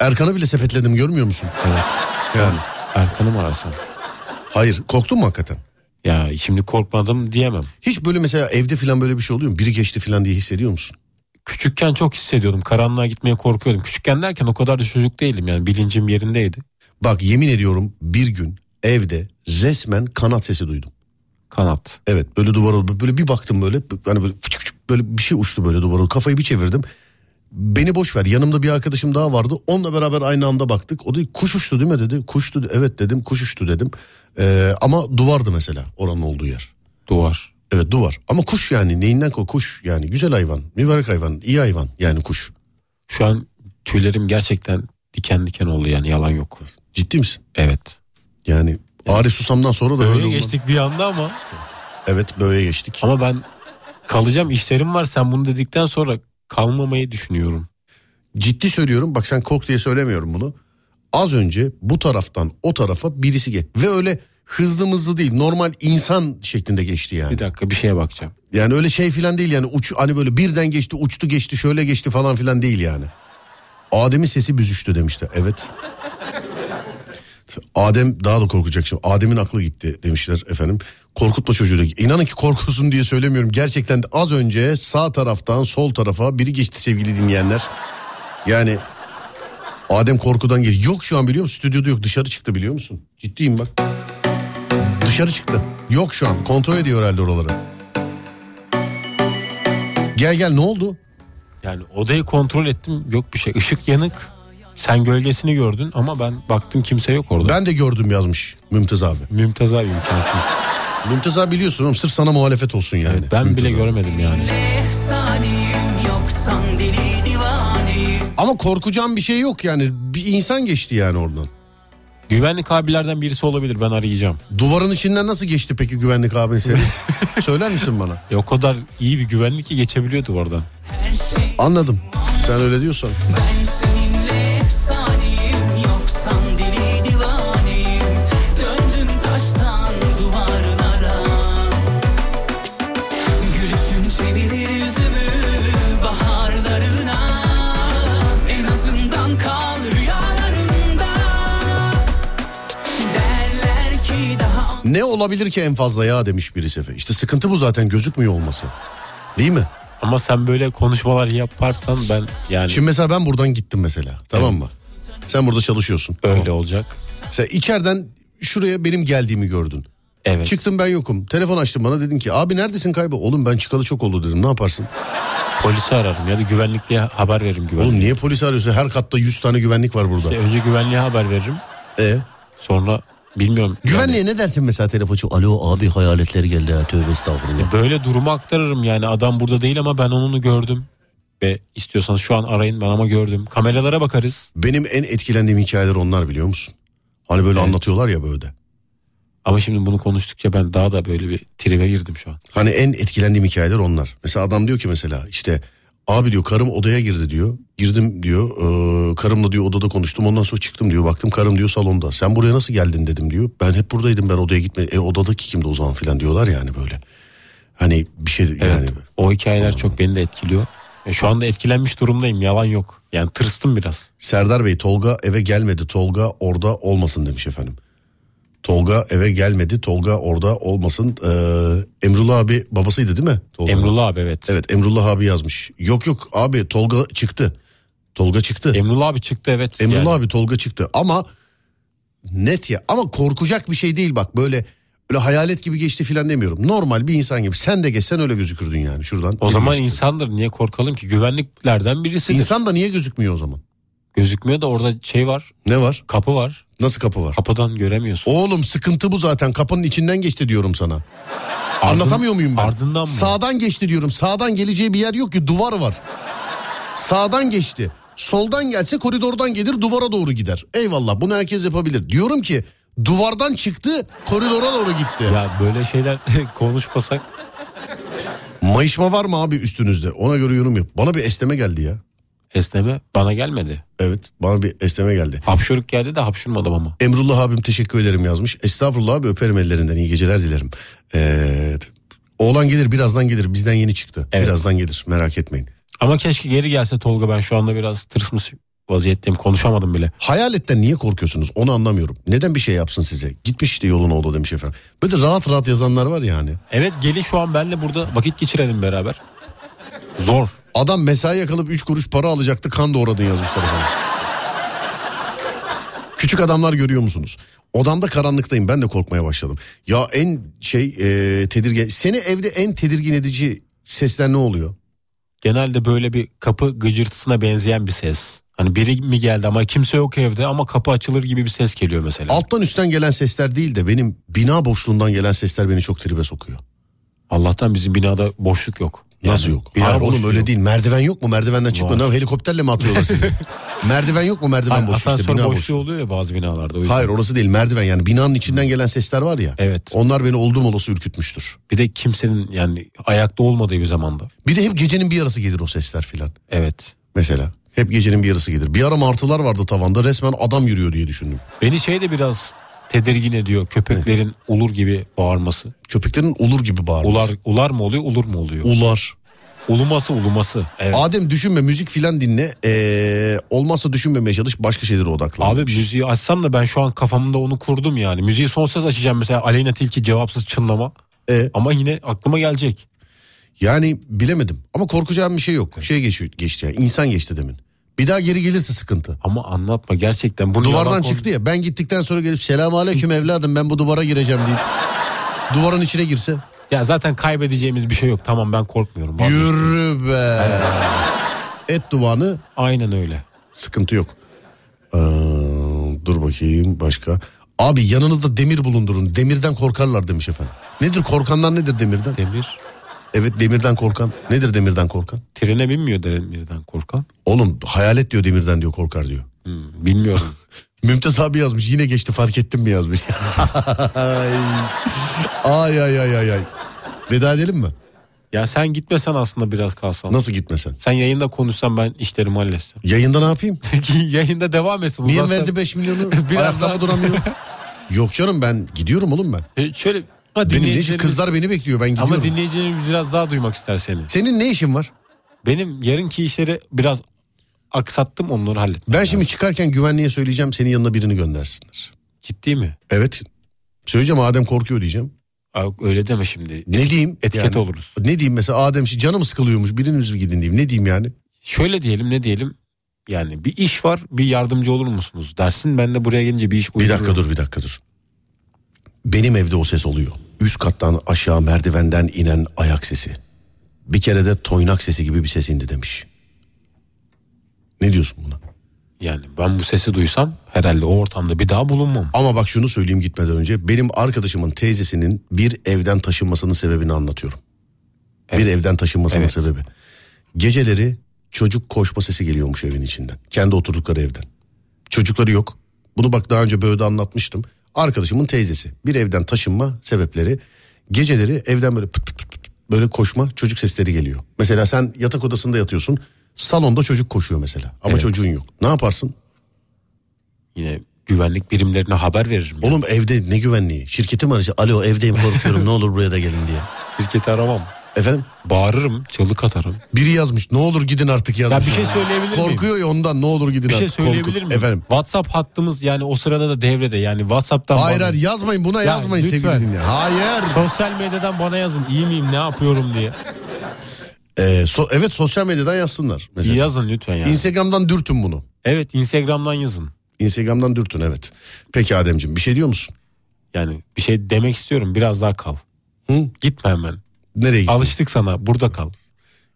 S2: Erkan'ı bile sepetledim görmüyor musun?
S3: Evet.
S2: Yani.
S3: Erkan'ı mı arasan?
S2: Hayır. Korktun mu hakikaten?
S3: Ya şimdi korkmadım diyemem.
S2: Hiç böyle mesela evde falan böyle bir şey oluyor mu? Biri geçti falan diye hissediyor musun?
S3: Küçükken çok hissediyordum. Karanlığa gitmeye korkuyordum. Küçükken derken o kadar da çocuk değilim yani. Bilincim yerindeydi.
S2: Bak yemin ediyorum bir gün evde resmen kanat sesi duydum.
S3: Kanat.
S2: Evet böyle duvar oldu. Böyle bir baktım böyle hani böyle, fıçık fıçık böyle bir şey uçtu böyle duvar oldu. Kafayı bir çevirdim. Beni boş ver. Yanımda bir arkadaşım daha vardı. Onunla beraber aynı anda baktık. O dedi kuş uçtu değil mi dedi. Kuştu. Evet dedim kuş uçtu dedim. Ee, ama duvardı mesela oranın olduğu yer.
S3: Duvar.
S2: Evet duvar. Ama kuş yani neyinden ko kuş yani güzel hayvan, mübarek hayvan, iyi hayvan yani kuş.
S3: Şu an tüylerim gerçekten diken diken oldu yani yalan yok.
S2: Ciddi misin?
S3: Evet.
S2: Yani Arif Susam'dan sonra da öyle
S3: Böyle
S2: olmadı.
S3: geçtik bir anda ama.
S2: Evet böyle geçtik.
S3: Ama ben kalacağım işlerim var. Sen bunu dedikten sonra kalmamayı düşünüyorum.
S2: Ciddi söylüyorum bak sen kork diye söylemiyorum bunu. Az önce bu taraftan o tarafa birisi gel ve öyle hızlı hızlı değil normal insan şeklinde geçti yani.
S3: Bir dakika bir şeye bakacağım.
S2: Yani öyle şey filan değil yani uç hani böyle birden geçti uçtu geçti şöyle geçti falan filan değil yani. Adem'in sesi büzüştü demişler. Evet. Adem daha da korkacak şimdi. Adem'in aklı gitti demişler efendim. Korkutma çocuğu da. İnanın ki korkusun diye söylemiyorum. Gerçekten de az önce sağ taraftan sol tarafa biri geçti sevgili dinleyenler. Yani Adem korkudan gel. Yok şu an biliyor musun? Stüdyoda yok. Dışarı çıktı biliyor musun? Ciddiyim bak. Dışarı çıktı. Yok şu an. Kontrol ediyor herhalde oraları. Gel gel ne oldu?
S3: Yani odayı kontrol ettim yok bir şey. Işık yanık. Sen gölgesini gördün ama ben baktım kimse yok orada.
S2: Ben de gördüm yazmış Mümtaz abi.
S3: Mümtaz abi imkansız.
S2: Mümtaz abi biliyorsun oğlum sırf sana muhalefet olsun yani.
S3: ben
S2: Mümtaz
S3: bile
S2: abi.
S3: göremedim yani.
S5: Efsaneyim yoksan deli divaneyim
S2: Ama korkacağım bir şey yok yani. Bir insan geçti yani oradan.
S3: Güvenlik abilerden birisi olabilir ben arayacağım.
S2: Duvarın içinden nasıl geçti peki güvenlik abin seni? Söyler misin bana?
S3: E, o kadar iyi bir güvenlik ki geçebiliyordu oradan.
S2: Anladım. Sen öyle diyorsan.
S5: Seninle efsaneyim yoksan deli divaneyim Döndüm taştan duvarlara Gülüşün çevirir yüzümü baharlarına En azından kal rüyalarında Derler ki daha
S2: Ne olabilir ki en fazla ya demiş birisi Efe. İşte sıkıntı bu zaten gözükmüyor olması. Değil mi?
S3: Ama sen böyle konuşmalar yaparsan ben yani
S2: Şimdi mesela ben buradan gittim mesela. Tamam mı? Sen burada çalışıyorsun.
S3: öyle olacak.
S2: Sen içeriden şuraya benim geldiğimi gördün.
S3: Evet.
S2: Çıktım ben yokum. Telefon açtım bana dedin ki abi neredesin kaybol? Oğlum ben çıkalı çok oldu dedim ne yaparsın?
S3: Polisi ararım ya da güvenlikliğe haber veririm
S2: Oğlum
S3: güvenlik.
S2: niye polisi arıyorsun? Her katta 100 tane güvenlik var burada.
S3: Önce güvenliğe haber veririm.
S2: E?
S3: Sonra bilmiyorum.
S2: Güvenliğe ne dersin mesela telefon açıp alo abi hayaletler geldi ha tövbe estağfurullah.
S3: Yani böyle durumu aktarırım yani adam burada değil ama ben onu gördüm. ve istiyorsanız şu an arayın ben ama gördüm. Kameralara bakarız
S2: Benim en etkilendiğim hikayeler onlar biliyor musun? Hani böyle
S3: Evet.
S2: anlatıyorlar ya böyle.
S3: ama şimdi bunu konuştukça ben daha da böyle bir tribe girdim şu an.
S2: Hani en etkilendiğim hikayeler onlar. Mesela adam diyor ki mesela işte abi diyor karım odaya girdi diyor. Girdim diyor "ee, karımla diyor odada konuştum ondan sonra çıktım diyor. Baktım karım diyor salonda. Sen buraya nasıl geldin dedim diyor. Ben hep buradaydım ben odaya gitme. E odadaki kimdi o zaman filan diyorlar yani böyle. Hani bir şey yani.
S3: Evet o hikayeler çok beni de etkiliyor. E, şu anda etkilenmiş durumdayım yalan yok. Yani tırstım biraz.
S2: Serdar Bey Tolga eve gelmedi. Tolga orada olmasın demiş efendim. Tolga eve gelmedi. Tolga orada olmasın. Ee, Emrullah abi babasıydı değil mi? Tolga'nın?
S3: Emrullah abi evet.
S2: Evet Emrullah abi yazmış. Yok yok abi Tolga çıktı. Tolga çıktı.
S3: Emrullah abi çıktı evet.
S2: Emrullah
S3: Yani
S2: abi Tolga çıktı ama net ya ama korkacak bir şey değil bak böyle öyle hayalet gibi geçti filan demiyorum. Normal bir insan gibi sen de geçsen öyle gözükürdün yani şuradan.
S3: O zaman
S2: Gözükürdün.
S3: insandır niye korkalım ki güvenliklerden birisidir.
S2: İnsan da niye gözükmüyor o zaman?
S3: Gözükmüyor da orada şey var
S2: Ne var?
S3: kapı var
S2: Nasıl kapı var?
S3: kapıdan göremiyorsun.
S2: Oğlum sıkıntı bu zaten kapının içinden geçti diyorum sana. Anlatamıyor muyum ben?
S3: ardından mı?
S2: Sağdan geçti diyorum. Sağdan geleceği bir yer yok ki duvar var. Sağdan geçti. Soldan gelse koridordan gelir duvara doğru gider. Eyvallah bunu herkes yapabilir. Diyorum ki duvardan çıktı koridora doğru gitti.
S3: Ya böyle şeyler konuşmasak
S2: Mayışma var mı abi üstünüzde? Ona göre yorum yap. Bana bir esneme geldi ya.
S3: esneme bana gelmedi.
S2: Evet bana bir esneme geldi.
S3: Hapşuruk geldi de hapşurmadım ama.
S2: Emrullah abim teşekkür ederim yazmış. Estağfurullah abi öperim ellerinden iyi geceler dilerim. Evet. Oğlan gelir birazdan gelir bizden yeni çıktı.
S3: Evet.
S2: Birazdan gelir merak etmeyin.
S3: Ama keşke geri gelse Tolga ben şu anda biraz tırsmış vaziyetteyim konuşamadım bile.
S2: Hayaletten niye korkuyorsunuz onu anlamıyorum. Neden bir şey yapsın size? Gitmiş işte yolun oldu demiş efendim. Böyle rahat rahat yazanlar var hani. yani.
S3: Evet gelin şu an benle burada vakit geçirelim beraber. Zor.
S2: Adam mesai yakalıp 3 kuruş para alacaktı kan doğradın yazmışlar efendim. Küçük adamlar görüyor musunuz? Odamda karanlıktayım ben de korkmaya başladım. Ya en şey e, tedirgin seni evde en tedirgin edici sesler ne oluyor?
S3: Genelde böyle bir kapı gıcırtısına benzeyen bir ses. Hani biri mi geldi ama kimse yok evde ama kapı açılır gibi bir ses geliyor mesela.
S2: Alttan üstten gelen sesler değil de benim bina boşluğundan gelen sesler beni çok tribe sokuyor.
S3: Allah'tan bizim binada boşluk yok. Yani
S2: Nasıl yok?
S3: bina
S2: Hayır oğlum
S3: boşluğu
S2: öyle
S3: yok.
S2: değil. Merdiven yok mu? Merdivenden çıkma.
S3: Var.
S2: Ne, helikopterle mi atıyorlar sizi? merdiven yok mu? Merdiven
S3: Hani
S2: boş işte.
S3: asansör
S2: Bina boş.
S3: boşluğu oluyor ya bazı binalarda. O yüzden.
S2: Hayır orası değil merdiven yani binanın içinden gelen sesler var ya.
S3: Evet.
S2: Onlar beni oldum olası ürkütmüştür.
S3: Bir de kimsenin yani ayakta olmadığı bir zamanda.
S2: Bir de hep gecenin bir yarısı gelir o sesler filan
S3: Evet.
S2: mesela. Hep gecenin bir yarısı gelir. Bir ara martılar vardı tavanda resmen adam yürüyor diye düşündüm.
S3: Beni şey de biraz tedirgin ediyor. Köpeklerin ulur gibi bağırması.
S2: Köpeklerin ulur gibi bağırması.
S3: Ular ular mı oluyor, ulur mu oluyor?
S2: Ular.
S3: Uluması, uluması. Evet.
S2: Adem düşünme müzik filan dinle. Ee, olmazsa düşünmemeye çalış başka şeylere odaklan.
S3: Abi müziği açsam da ben şu an kafamda onu kurdum yani. Müziği son ses açacağım mesela Aleyna Tilki cevapsız çınlama.
S2: E?
S3: Ama yine aklıma gelecek.
S2: Yani bilemedim ama korkacağım bir şey yok. Şey geçiyor, geçti yani insan geçti demin. Bir daha geri gelirse sıkıntı.
S3: Ama anlatma gerçekten. Bunu yalan
S2: Duvardan
S3: konu-
S2: çıktı ya ben gittikten sonra gelip selam aleyküm evladım ben bu duvara gireceğim deyip duvarın içine girse.
S3: Ya zaten kaybedeceğimiz bir şey yok. Tamam ben korkmuyorum. Vallahi.
S2: Yürü be. Et duvanı
S3: Aynen öyle.
S2: sıkıntı yok. Ee, dur bakayım başka. Abi yanınızda demir bulundurun. Demirden korkarlar demiş efendim. Nedir korkanlar nedir demirden?
S3: Demir.
S2: Evet demirden korkan. Nedir demirden korkan?
S3: Trene binmiyor demirden korkan.
S2: Oğlum hayalet diyor demirden diyor korkar diyor.
S3: Hmm, bilmiyorum.
S2: Mümtaz abi yazmış yine geçti fark ettim mi yazmış. ay ay ay ay ay. Veda edelim mi?
S3: ya sen gitmesen aslında biraz kalsan.
S2: Nasıl gitmesen?
S3: Sen yayında konuşsan ben işlerimi halletsem.
S2: Yayında ne yapayım?
S3: yayında devam etsin.
S2: Niye
S3: Uzatsan-
S2: verdi 5 milyonu?
S3: Biraz
S2: Ayakta mı
S3: daha-
S2: duramıyor? Yok canım ben gidiyorum oğlum ben.
S3: E, Şöyle ama
S2: Beni, ne-
S3: dinleyicilerimiz-
S2: kızlar beni bekliyor ben gidiyorum.
S3: Ama dinleyicilerimiz biraz daha duymak ister seni.
S2: Senin ne işin var?
S3: Benim yarınki işleri biraz aksattım onları halletmem.
S2: Ben şimdi çıkarken güvenliğe söyleyeceğim senin yanına birini göndersinler.
S3: Ciddi mi?
S2: Evet. Söyleyeceğim Adem korkuyor diyeceğim.
S3: Aa, Öyle deme şimdi.
S2: Ne diyeyim?
S3: Etiket
S2: Yani
S3: oluruz.
S2: Ne diyeyim mesela Adem şey canım sıkılıyormuş biriniz mi gidin diyeyim. Ne diyeyim yani?
S3: Şöyle diyelim ne diyelim? Yani bir iş var bir yardımcı olur musunuz dersin. Ben de buraya gelince bir iş
S2: Bir
S3: uydururum.
S2: dakika dur bir dakika dur. Benim evde o ses oluyor. Üst kattan aşağı merdivenden inen ayak sesi. Bir kere de toynak sesi gibi bir ses indi demiş. Ne diyorsun buna?
S3: Yani ben bu sesi duysam herhalde o ortamda bir daha bulunmam.
S2: Ama bak şunu söyleyeyim gitmeden önce. Benim arkadaşımın teyzesinin bir evden taşınmasının sebebini anlatıyorum. Bir evden taşınmasının
S3: Evet.
S2: sebebi. Geceleri çocuk koşma sesi geliyormuş evin içinden. Kendi oturdukları evden. Çocukları yok. Bunu bak daha önce böyle anlatmıştım. Arkadaşımın teyzesi. Bir evden taşınma sebepleri. Geceleri evden böyle pıt pıt pıt pıt böyle koşma çocuk sesleri geliyor. Mesela sen yatak odasında yatıyorsun. Salonda çocuk koşuyor mesela. Ama
S3: Evet.
S2: çocuğun yok. Ne yaparsın?
S3: Yine güvenlik birimlerine haber veririm. ya.
S2: Oğlum evde ne güvenliği? Şirketim var işte. Alo evdeyim korkuyorum ne olur buraya da gelin diye.
S3: Şirketi aramam.
S2: Efendim?
S3: Bağırırım, çığlık atarım.
S2: Biri yazmış ne olur gidin artık yazmış.
S3: bir şey söyleyebilir miyim?
S2: Korkuyor ya ondan ne olur gidin
S3: Bir şey
S2: artık.
S3: söyleyebilir
S2: Korku-
S3: miyim?
S2: Efendim.
S3: WhatsApp hattımız yani o sırada da devrede. Yani WhatsApp'tan
S2: Hayır
S3: bana-
S2: hayır yazmayın buna
S3: Ya,
S2: yazmayın
S3: lütfen.
S2: sevgili dinleyen. Hayır.
S3: Sosyal medyadan bana yazın. iyi miyim, ne yapıyorum diye.
S2: Ee, so- evet sosyal medyadan yazsınlar. Mesela.
S3: Yazın lütfen yani.
S2: Instagram'dan dürtün bunu.
S3: evet, Instagram'dan yazın.
S2: Instagram'dan dürtün evet. Peki Ademciğim bir şey diyor musun?
S3: Yani bir şey demek istiyorum. Biraz daha kal.
S2: Hı?
S3: Gitme hemen.
S2: Nereye gittin?
S3: Alıştık sana. Burada kal.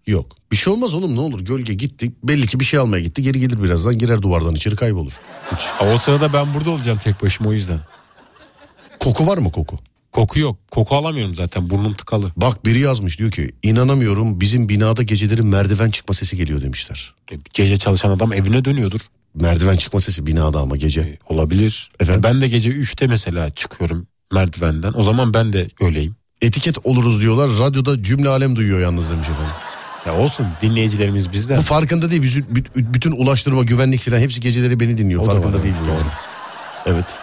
S2: Yok. Bir şey olmaz oğlum ne olur gölge gitti. Belli ki bir şey almaya gitti. Geri gelir birazdan girer duvardan içeri kaybolur. Hiç.
S3: Aa, O sırada ben burada olacağım tek başıma o yüzden.
S2: Koku var mı koku?
S3: Koku yok. Koku alamıyorum zaten. Burnum tıkalı.
S2: Bak biri yazmış diyor ki inanamıyorum bizim binada geceleri merdiven çıkma sesi geliyor demişler.
S3: E, Gece çalışan adam evine dönüyordur. Ee,
S2: Merdiven çıkma sesi binada ama gece.
S3: Olabilir.
S2: Efendim?
S3: Ben de gece 3'te mesela çıkıyorum merdivenden. O zaman ben de öyleyim.
S2: Etiket oluruz diyorlar. Radyoda cümle alem duyuyor yalnız demiş efendim.
S3: Ya olsun dinleyicilerimiz bizden.
S2: Bu farkında değil. Bizim büt- bütün ulaştırma, güvenlik falan hepsi geceleri beni dinliyor.
S3: O da
S2: farkında
S3: var,
S2: değil.
S3: evet,
S2: bu arada. Evet.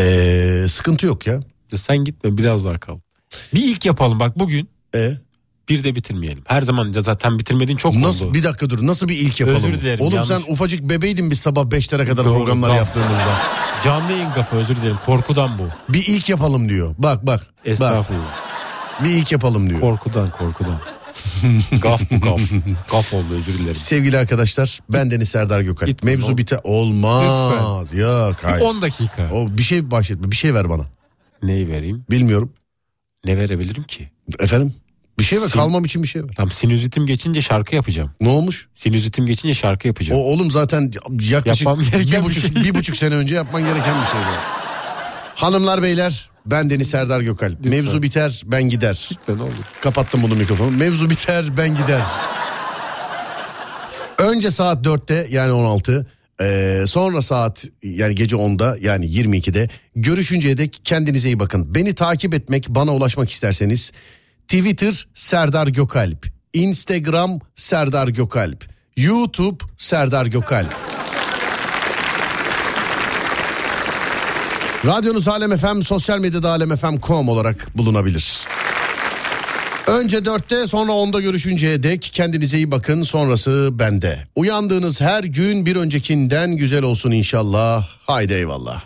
S2: Ee, sıkıntı yok ya.
S3: Sen gitme biraz daha kal. Bir ilk yapalım bak bugün
S2: E,
S3: bir de bitirmeyelim. Her zaman da zaten bitirmedin çok
S2: nasıl
S3: oldu.
S2: bir dakika dur. Nasıl bir ilk yapalım?
S3: Özür dilerim,
S2: Oğlum
S3: yanlış.
S2: sen ufacık bebeydin biz sabah 5'lere kadar
S3: Doğru,
S2: programlar
S3: gaf.
S2: yaptığımızda.
S3: Canlı yayın kafa özür dilerim. Korkudan bu.
S2: Bir ilk yapalım diyor. Bak bak. Bak.
S3: Estağfurullah.
S2: Bir ilk yapalım diyor.
S3: Korkudan korkudan. gaf bu gaf. Gaf oldu özür dilerim.
S2: Sevgili arkadaşlar ben Deniz Serdar Gökalp.
S3: Gitme,
S2: Mevzu
S3: oğlum.
S2: bite olmaz. Yok hayır.
S3: 10 dakika.
S2: O bir şey bahsetme. Bir şey ver bana.
S3: Neyi vereyim?
S2: Bilmiyorum.
S3: Ne verebilirim ki?
S2: Efendim? Bir şey ver.
S3: Sin-
S2: Kalmam için bir şey ver.
S3: Tam sinüzitim geçince şarkı yapacağım.
S2: Ne olmuş?
S3: Sinüzitim geçince şarkı yapacağım.
S2: O oğlum zaten yaklaşık
S3: Yapmam gereken
S2: bir
S3: bir
S2: buçuk,
S3: şey.
S2: bir buçuk sene önce yapman gereken bir şeydi. Hanımlar beyler ben Deniz Serdar Gökalp. Mevzu biter ben gider.
S3: Ne olur.
S2: Kapattım bunu mikrofonu. Mevzu biter ben gider. Önce saat 4'te yani 16 eee, sonra saat yani gece 10'da yani 22'de görüşünceye dek kendinize iyi bakın. Beni takip etmek bana ulaşmak isterseniz Twitter Serdar Gökalp Instagram Serdar Gökalp YouTube Serdar Gökalp Radyonuz Alem FM sosyal medyada alemfm.com olarak bulunabilir. Önce 4'te sonra 10'da görüşünceye dek kendinize iyi bakın sonrası bende. Uyandığınız her gün bir öncekinden güzel olsun inşallah. Haydi eyvallah.